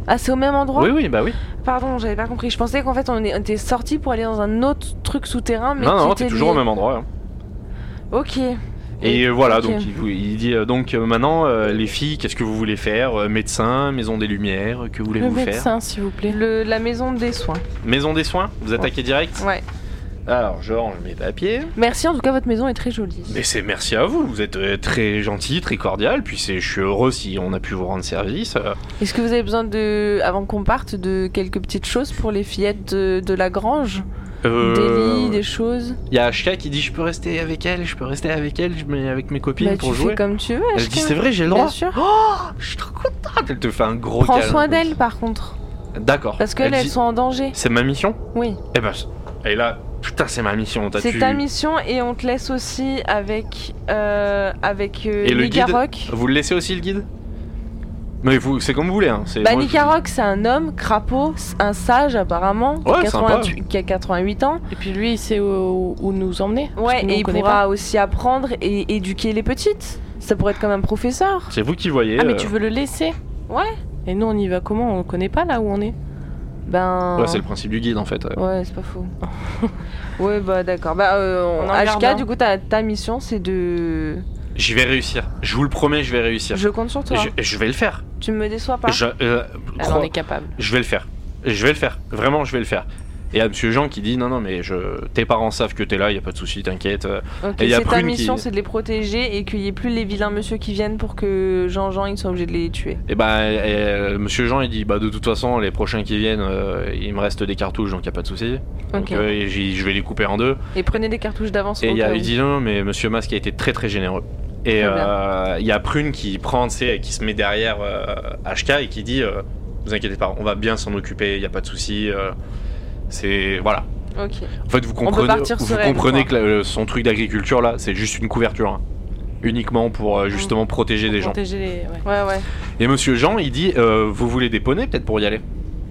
S2: Ah, c'est au même endroit
S1: Oui, oui, bah oui.
S2: Pardon, j'avais pas compris. Je pensais qu'en fait, on est- on était sorti pour aller dans un autre truc souterrain. Mais
S1: non,
S2: qui
S1: non,
S2: était
S1: t'es toujours au
S2: lié.
S1: même endroit. hein.
S2: Ok.
S1: Et euh, voilà, donc
S2: ok.
S1: il, vous- il dit euh, donc euh, maintenant euh, les filles, qu'est-ce que vous voulez faire Euh, Médecin, maison des lumières, que
S3: Le
S1: voulez-vous faire
S3: médecin, s'il vous plaît.
S2: Le- la maison des soins.
S1: Maison des soins Vous attaquez direct
S2: Ouais.
S1: Alors je range mes papiers.
S2: Merci, en tout cas, votre maison est très jolie.
S1: Mais c'est merci à vous, vous êtes euh, très gentil, très cordial, puis c'est je suis heureux si on a pu vous rendre service. Euh,
S2: Est-ce que vous avez besoin de, avant qu'on parte, de quelques petites choses pour les fillettes de, de la grange Des lits, des choses
S1: Euh, Il y a Ashka qui dit je peux rester avec elle, je peux rester avec elle, je mets avec mes copines
S2: Bah,
S1: pour
S2: tu
S1: jouer.
S2: fais comme tu veux.
S1: Elle
S2: Ashka.
S1: dit c'est vrai, j'ai le
S2: Bien
S1: droit.
S2: sûr.
S1: Oh, je suis trop contente. Elle te fait un gros
S2: Prends
S1: câlin.
S2: soin d'elles, par contre.
S1: D'accord.
S2: Parce qu'elles,
S1: Elle
S2: elles
S1: dit,
S2: sont en danger.
S1: C'est ma mission
S2: Oui.
S1: Eh ben, et là, putain, c'est ma mission. t'as
S2: C'est
S1: tu-
S2: ta mission et on te laisse aussi avec, euh, avec euh,
S1: Et le
S2: Nika
S1: guide
S2: Rock.
S1: Vous le laissez aussi le guide Mais vous, c'est comme vous voulez. Hein. c'est-
S2: Bah,
S1: moi, je-
S2: Nika Rock, c'est un homme, crapaud, c'est un sage apparemment, qui, a
S1: Ouais,
S2: 88 qui a 88 ans.
S3: Et puis lui, il sait où, où nous emmener. parce
S2: Ouais,
S3: que nous,
S2: et
S3: on
S2: il
S3: connaît
S2: pourra aussi apprendre et éduquer les petites. Ça pourrait être comme un professeur.
S1: C'est vous qui voyez.
S3: pas. Ah, mais
S1: euh,
S3: tu veux le laisser
S2: Ouais.
S3: Et nous, on y va comment On connaît pas là où on est.
S2: Ben.
S1: Ouais, c'est le principe du guide en fait. euh.
S2: Ouais, c'est pas faux. ouais, bah d'accord. Bah, euh,
S3: On en
S2: HK,
S3: garde un.
S2: du coup, ta, ta mission, c'est de.
S1: J'y vais réussir. Je vous le promets, je vais réussir.
S2: Je compte sur toi.
S1: Je, je vais le faire.
S2: Tu me déçois pas. Ah,
S1: Je, euh,
S3: Elle
S1: crois-
S3: en est capable.
S1: je vais le faire. Je vais le faire. Vraiment, je vais le faire. Et à Monsieur Jean qui dit non, non, mais je... tes parents savent que t'es là, y a pas de souci, t'inquiète. euh,
S2: Ok,
S1: Et y a
S2: c'est ta
S1: Prune qui-
S2: mission, c'est de les protéger et qu'il n'y ait plus les vilains monsieur qui viennent pour que Jean-Jean ils soient obligés de les tuer.
S1: Et ben, euh, Monsieur Jean il dit bah de toute façon les prochains qui viennent, euh, il me reste des cartouches donc y a pas de souci. Donc
S2: Ok.
S1: euh, et j'y- je vais les couper en deux.
S2: Et prenez des cartouches d'avance.
S1: Et
S2: au
S1: il y a-
S2: cas où.
S1: il dit non, non, mais Monsieur Masque a été très très généreux. Et
S2: Très bien.
S1: euh, il y a Prune qui prend, tu sais, qui se met derrière euh, HK et qui dit euh, vous inquiétez pas, on va bien s'en occuper, y a pas de souci. euh, c'est voilà.
S2: Ok.
S1: En fait, vous
S2: peut
S1: comprenez,
S2: partir
S1: vous
S2: sereine,
S1: comprenez
S2: quoi.
S1: que la- le- son truc d'agriculture là, c'est juste une couverture, hein. uniquement pour euh, justement
S2: Mm.
S1: protéger des gens.
S3: Protéger les. ouais.
S2: Ouais, ouais.
S1: Et Monsieur Jean, il dit, euh, vous voulez des poneys peut-être pour y aller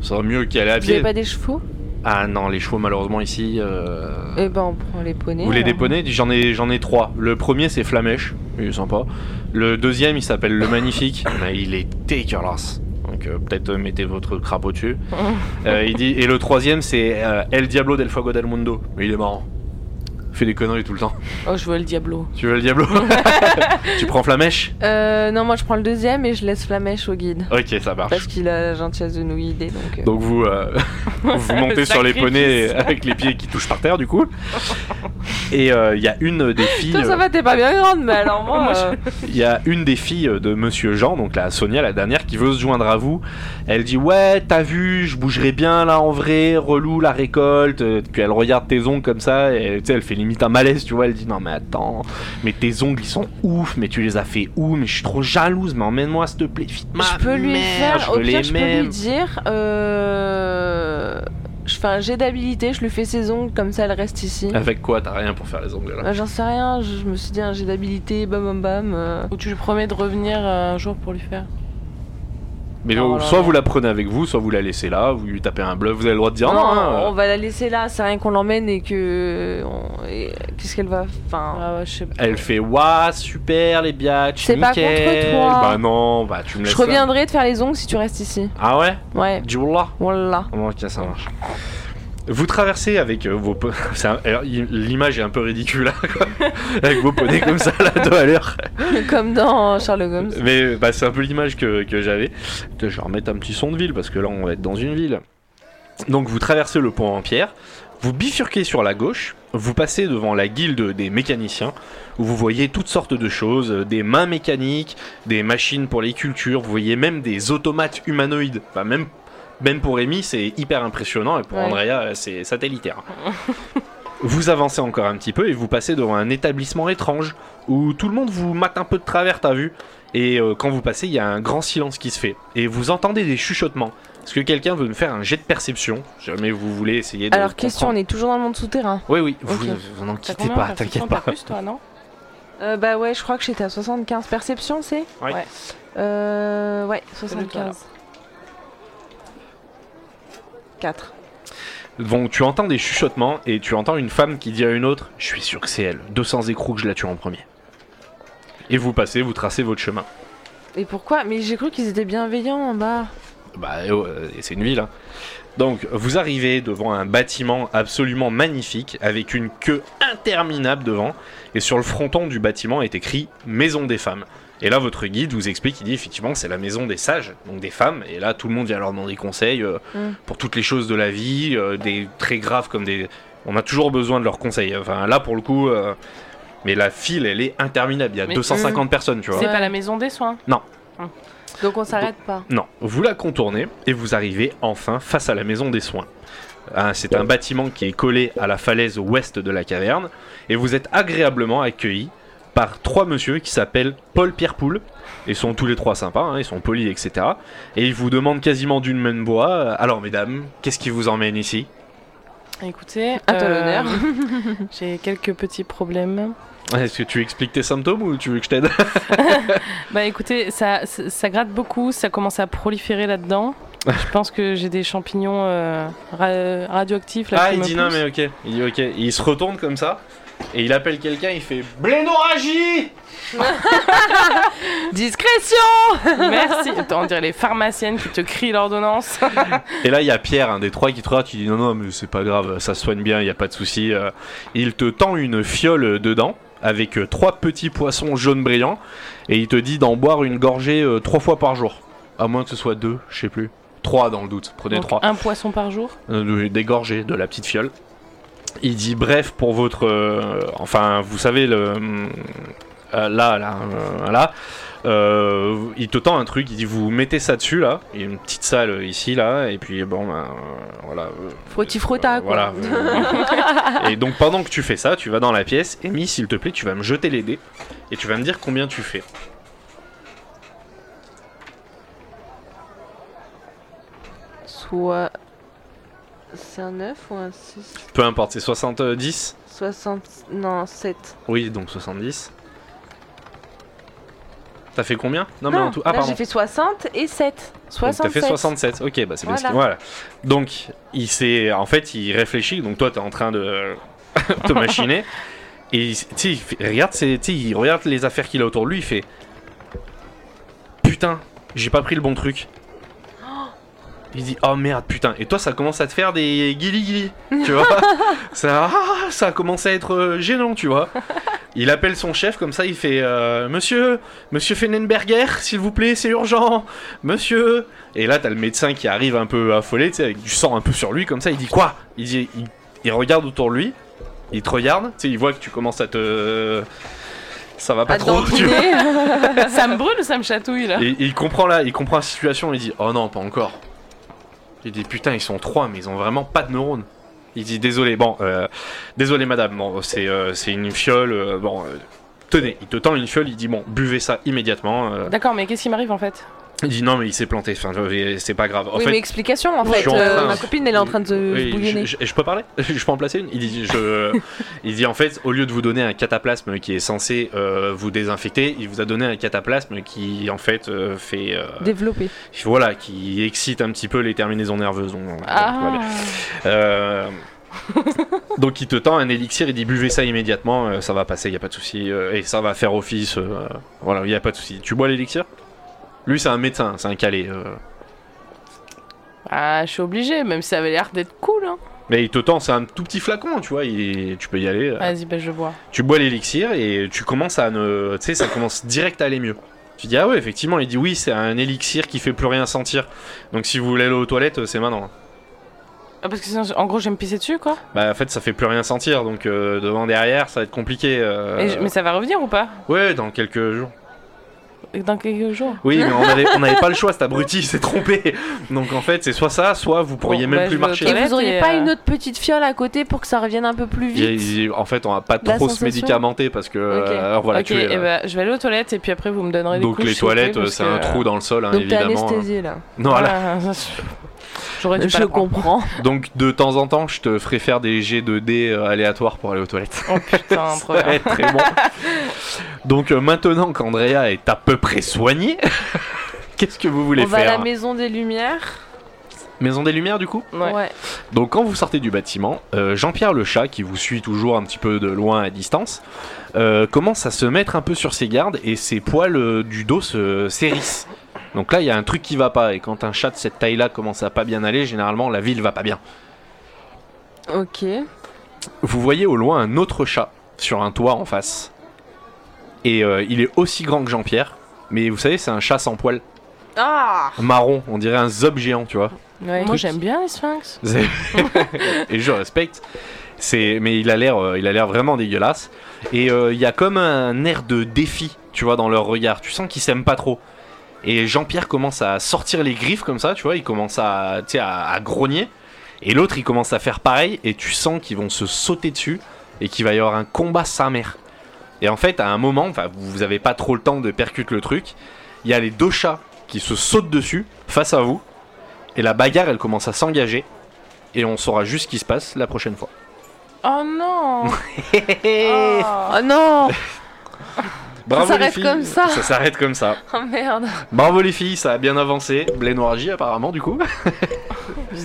S1: Ça va mieux qu'y aller à
S2: Vous avez
S1: pied.
S2: pas des chevaux
S1: Ah non, les chevaux malheureusement ici. euh,
S2: Eh ben, on prend les poneys.
S1: Vous voulez
S2: alors.
S1: des poneys Il dit, J'en ai, j'en ai trois. Le premier c'est Flamèche, il est sympa. Le deuxième il s'appelle le Magnifique, mais il est dégueulasse. Donc donc euh, peut-être euh, mettez votre crapaud dessus. Euh, il dit, et le troisième, c'est euh, El Diablo del Fuego del Mundo. Mais il est marrant. Il fait des conneries tout le temps.
S3: Oh, je veux le Diablo.
S1: Tu veux le Diablo Tu prends Flamèche
S2: Euh, non, moi je prends le deuxième et je laisse Flamèche au guide.
S1: Ok, ça marche.
S2: Parce qu'il a la gentillesse de nous guider. Donc, euh,
S1: Donc vous, euh, vous montez sur les
S3: Sacrifice.
S1: poneys avec les pieds qui touchent par terre du coup. Et euh, il euh, y a une des filles,
S2: Toi, ça va, t'es pas bien grande, mais alors moi.
S3: Moi, je-
S2: euh,
S1: il y a une des filles de Monsieur Jean, donc la Sonia, la dernière, qui veut se joindre à vous. Elle dit ouais, t'as vu, je bougerai bien là en vrai, relou la récolte. Euh, Puis elle regarde tes ongles comme ça, et tu sais, elle fait limite un malaise, tu vois. Elle dit non mais attends, mais tes ongles ils sont ouf, mais tu les as fait où Mais je suis trop jalouse, mais emmène-moi s'il te plaît vite. Ma
S2: je peux lui
S1: mère,
S2: faire,
S1: je
S2: au
S1: veux les
S2: pire, je peux lui
S1: mêmes.
S2: dire. euh, Je fais un jet d'habilité, je lui fais ses ongles, comme ça elle reste ici.
S1: Avec quoi T'as rien pour faire les ongles là.
S2: Euh, J'en sais rien, je je me suis dit un jet d'habilité, bam bam bam. euh,
S3: Ou tu lui promets de revenir euh, un jour pour lui faire.
S1: Mais
S3: Oh
S1: donc,
S3: là
S1: soit
S3: là.
S1: vous la prenez avec vous, soit vous la laissez là, vous lui tapez un bluff, vous avez le droit de dire non. hein,
S2: on va la laisser là, c'est rien qu'on l'emmène et que. on- et Qu'est-ce qu'elle va. Enfin.
S3: Ah ouais, je sais pas.
S1: Elle fait waouh, super les biatchs,
S2: C'est pas contre
S1: nickel.
S2: toi.
S1: Bah non, bah tu me laisses.
S2: Je
S1: là.
S2: reviendrai te faire les ongles si tu restes ici.
S1: Ah ouais
S2: Ouais,
S1: Du là
S2: voilà.
S1: Oh, ok, ça marche. Vous traversez avec euh, vos poneys. L'image est un peu ridicule, hein, quoi. avec vos poneys comme ça, là, deux à l'heure.
S2: Comme dans Sherlock Holmes.
S1: Mais bah, c'est un peu l'image que, que j'avais. Je vais remettre un petit son de ville parce que là on va être dans une ville. Donc vous traversez le pont en pierre, vous bifurquez sur la gauche, vous passez devant la guilde des mécaniciens où vous voyez toutes sortes de choses, euh, des mains mécaniques, des machines pour les cultures, vous voyez même des automates humanoïdes. Enfin, même, même Ben pour Amy c'est hyper impressionnant et pour
S2: Ouais.
S1: Andrea euh, c'est satellitaire. vous avancez encore un petit peu et vous passez devant un établissement étrange où tout le monde vous mate un peu de travers, t'as vu et euh, quand vous passez, il y a un grand silence qui se fait. Et vous entendez des chuchotements. Est-ce que quelqu'un veut me faire un jet de perception Si Jamais vous voulez essayer de.
S2: Alors, question, on
S1: comprendre.
S2: est toujours dans le monde souterrain.
S1: Oui, oui, vous,
S2: Ok.
S1: vous n'en
S3: T'as
S1: quittez
S3: combien en
S1: pas,
S3: perception
S1: t'inquiète
S3: T'as
S1: pas.
S3: plus, toi, non
S2: Euh, bah ouais, je crois que j'étais à 75. Perception, c'est
S1: Ouais.
S3: Ouais.
S2: Euh, ouais,
S3: de toi, là.
S2: 75. 4.
S1: Bon, tu entends des chuchotements et tu entends une femme qui dit à une autre Je suis sûr que c'est elle, 200 écrous que je la tue en premier. Et vous passez, vous tracez votre chemin.
S2: Et pourquoi Mais j'ai cru qu'ils étaient bienveillants en bas.
S1: Bah, euh, c'est une ville. hein. Donc, vous arrivez devant un bâtiment absolument magnifique avec une queue interminable devant. Et sur le fronton du bâtiment est écrit Maison des femmes. Et là, votre guide vous explique, il dit effectivement, c'est la maison des sages, donc des femmes. Et là, tout le monde vient leur demander conseil euh,
S2: Mm.
S1: pour toutes les choses de la vie, euh, des très graves comme des. On a toujours besoin de leurs conseils. Enfin, là, pour le coup. euh, Mais la file, elle est interminable. Il y a
S3: Mais-
S1: 250 personnes, tu vois.
S3: C'est pas la maison des soins.
S2: Donc on s'arrête pas.
S1: Non, vous la contournez et vous arrivez enfin face à la maison des soins. Ah, C'est un bâtiment qui est collé à la falaise ouest de la caverne et vous êtes agréablement accueilli par trois messieurs qui s'appellent Paul Pierre Poule. Ils sont tous les trois sympas, hein, ils sont polis, etc. Et ils vous demandent quasiment d'une main de bois euh, Alors, mesdames, qu'est-ce qui vous emmène ici
S3: Écoutez. euh,
S2: À toi Ah, l'honneur.
S3: J'ai quelques petits problèmes.
S1: Est-ce que tu expliques tes symptômes ou tu veux que je t'aide
S3: Bah écoutez, ça, ça, ça gratte beaucoup, ça commence à proliférer là-dedans. Je pense que j'ai des champignons euh, ra- radioactifs là.
S1: Ah,
S3: qui
S1: il
S3: me
S1: dit non,
S3: poussent.
S1: mais ok. Il dit ok. Il se retourne comme ça et il appelle quelqu'un, il fait Blénoragie
S2: Discrétion
S3: Merci. Attends, on dirait les pharmaciennes qui te crient l'ordonnance.
S1: Et là, il y a Pierre, un des trois qui te regarde, qui dit non, non, mais c'est pas grave, ça se soigne bien, il n'y a pas de souci. Euh, Il te tend une fiole dedans, avec euh, trois petits poissons jaunes brillants, et il te dit d'en boire une gorgée euh, trois fois par jour. À moins que ce soit deux, je sais plus. Trois dans le doute, prenez
S3: Donc,
S1: trois.
S3: un poisson par jour.
S1: Euh, des gorgées de la petite fiole. Il dit bref pour votre, euh, enfin vous savez le euh, là là euh, là. euh, il te tend un truc, il dit vous mettez ça dessus là, il y a une petite salle euh, ici là, et puis bon ben euh, voilà. euh,
S2: Frotti frotta,
S1: euh, voilà.
S2: quoi.
S1: euh, et donc pendant que tu fais ça, tu vas dans la pièce, Amy s'il te plaît, tu vas me jeter les dés et tu vas me dire combien tu fais.
S2: Soit. C'est un 9 ou un 6
S1: Peu importe, c'est 70
S2: 60. Non, 7.
S1: Oui, donc 70. T'as fait combien Non, mais en tout. Ah,
S2: là
S1: pardon.
S2: j'ai fait 60 et 7.
S1: Donc,
S2: 67.
S1: T'as fait 67, ok, bah c'est bien ce qu'il- Voilà.
S2: Voilà.
S1: Donc, il s'est. En fait, il réfléchit, donc toi, t'es en train de te machiner. Et il- tu sais, il fait- regarde, ses- tu sais, il regarde les affaires qu'il a autour de lui, il fait. Putain, j'ai pas pris le bon truc. il dit oh merde putain et toi ça commence à te faire des guili guili tu vois ça ah, ça commence à être euh, gênant tu vois il appelle son chef comme ça il fait euh, monsieur monsieur Fennenberger s'il vous plaît c'est urgent monsieur et là t'as le médecin qui arrive un peu affolé tu sais avec du sang un peu sur lui comme ça il dit quoi il dit il, il regarde autour de lui il te regarde tu sais il voit que tu commences à te ça va pas
S2: À
S1: trop tu vois.
S2: dentiner.
S3: ça me brûle ou ça me chatouille là
S1: Et il comprend là, il comprend la situation, il dit Oh non, pas encore. Il dit Putain, ils sont trois, mais ils ont vraiment pas de neurones. Il dit Désolé, bon, euh, désolé madame, bon, c'est euh, c'est une fiole, euh, bon, euh, tenez, il te tend une fiole, il dit Bon, buvez ça immédiatement. euh.
S3: D'accord, mais qu'est-ce qui m'arrive en fait
S1: Il dit Non, mais il s'est planté, enfin, euh, c'est pas grave. En
S2: oui,
S1: fait,
S2: mais explication en
S1: je
S2: fait.
S1: suis en
S2: euh,
S1: train-
S2: ma copine elle est en train de se
S1: oui,
S2: bouillonner.
S1: je, je- je peux parler Je peux en placer une il dit, je, il dit en fait, au lieu de vous donner un cataplasme qui est censé euh, vous désinfecter, il vous a donné un cataplasme qui en fait euh, fait. euh,
S4: Développer.
S1: voilà, qui excite un petit peu les terminaisons nerveuses. donc- donc, voilà
S3: Ah
S1: bien. Euh, donc il te tend un élixir, il dit buvez ça immédiatement, euh, ça va passer, il y a pas de souci, euh, et ça va faire office, euh, voilà, il y a pas de souci. Tu bois l'élixir Lui c'est un médecin, c'est un calé, euh,
S3: Ah, je suis obligé, même si ça avait l'air d'être cool. Hein.
S1: mais il te tend, c'est un tout petit flacon, tu vois, il- tu peux y aller. euh.
S3: Vas-y, bah, je bois.
S1: Tu bois l'élixir et tu commences à ne, tu sais, ça commence direct à aller mieux. Tu dis ah ouais effectivement, il dit oui c'est un élixir qui fait plus rien sentir, donc si vous voulez aller aux toilettes euh, c'est maintenant.
S3: Ah, parce que sinon, en gros, je vais me pisser dessus quoi.
S1: Bah en fait ça fait plus rien sentir donc euh, devant derrière ça va être compliqué. euh,
S3: Et je- Mais ça va revenir ou pas
S1: Ouais dans quelques jours.
S3: Dans quelques jours.
S1: Oui mais on avait, on avait pas le choix cet abruti il s'est trompé. Donc en fait c'est soit ça soit vous pourriez
S3: Bon,
S1: même
S3: bah,
S1: plus
S3: je vais aux
S1: marcher.
S2: Et
S3: toilettes.
S2: vous auriez
S3: Et,
S2: pas
S3: euh,
S2: une autre petite fiole à côté pour que ça revienne un peu plus
S1: Il-
S2: vite
S1: il- en fait on va pas
S2: La
S1: trop se
S2: sensation.
S1: médicamenter parce que
S2: Ok.
S1: euh, voilà
S3: ok,
S1: tu es,
S3: et
S1: euh,
S3: bah, je vais aller aux toilettes et puis après, vous me donnerez des
S1: donc
S3: couches,
S1: les
S3: s'il vous plaît,
S1: toilettes
S3: parce
S1: c'est
S3: que- euh,
S1: un trou dans le sol hein,
S2: Donc t'es
S1: évidemment.
S2: anesthésié là.
S1: Voilà.
S3: Ah, J'aurais dû pas
S2: Je
S3: le prendre.
S2: comprends.
S1: Donc de temps en temps je te ferai faire des jets de dés euh, aléatoires pour aller aux toilettes.
S3: Oh putain,
S1: Ça va
S3: problème.
S1: être très bon. Donc euh, maintenant qu'Andrea est à peu près soignée, qu'est-ce que vous voulez
S2: On va à
S1: faire hein
S2: la maison des lumières.
S1: Maison des Lumières du coup
S3: Ouais.
S2: Ouais.
S1: Donc quand vous sortez du bâtiment, euh, Jean-Pierre le chat, qui vous suit toujours un petit peu de loin à distance, euh, commence à se mettre un peu sur ses gardes et ses poils euh, du dos se s'hérissent. Donc là, il y a un truc qui va pas. Et quand un chat de cette taille-là commence à pas bien aller, généralement, la ville va pas bien.
S2: Ok.
S1: Vous voyez au loin un autre chat sur un toit en face. Et euh, il est aussi grand que Jean-Pierre. Mais vous savez, c'est un chat sans poils.
S2: Ah
S1: Marron, on dirait un zob géant, tu vois.
S3: Ouais, Moi,
S1: Truc-
S3: j'aime bien les sphinx.
S1: C'est- et je respecte. C'est, mais il a l'air, euh, il a l'air vraiment dégueulasse. Et euh, il y a comme un air de défi, tu vois, dans leur regard. Tu sens qu'ils s'aiment pas trop. Et Jean-Pierre commence à sortir les griffes comme ça, tu vois. Il commence à, tu sais, à, à grogner. Et l'autre, il commence à faire pareil. Et tu sens qu'ils vont se sauter dessus et qu'il va y avoir un combat sa mère. Et en fait, à un moment, enfin, vous vous avez pas trop le temps de percuter le truc. Il y a les deux chats qui se sautent dessus face à vous. Et la bagarre, elle commence à s'engager et on saura juste ce qui se passe la prochaine fois.
S3: Oh non
S2: Oh non
S1: Bravo les
S2: s'arrête
S1: filles.
S2: comme ça.
S1: Ça s'arrête comme ça.
S2: Oh merde
S1: Bravo les filles, ça a bien avancé. Blaine Noirgie apparemment du coup.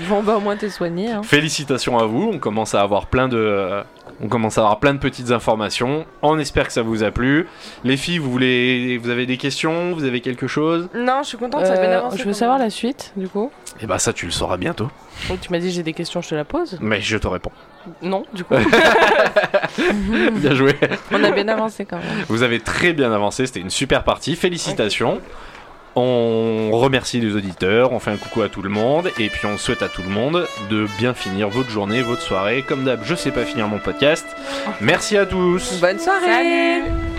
S2: Bon bah au moins t'es soigné. Hein.
S1: Félicitations à vous. On commence à avoir plein de, on commence à avoir plein de petites informations. On espère que ça vous a plu. Les filles, vous voulez, vous avez des questions, vous avez quelque chose
S2: Non, je suis contente, ça a bien
S3: Euh,
S2: avancé.
S3: je veux
S2: quand
S3: savoir
S2: même.
S3: la suite, du coup.
S1: Eh bah ça tu le sauras bientôt.
S3: Oh, tu m'as dit j'ai des questions, je te la pose.
S1: Mais je te réponds.
S3: Non, du coup.
S1: bien joué.
S2: On a bien avancé quand même.
S1: Vous avez très bien avancé, c'était une super partie, félicitations. On remercie les auditeurs, on fait un coucou à tout le monde, et puis on souhaite à tout le monde de bien finir votre journée, votre soirée. Comme d'hab, je sais pas finir mon podcast. Merci à tous.
S2: Bonne soirée
S3: Salut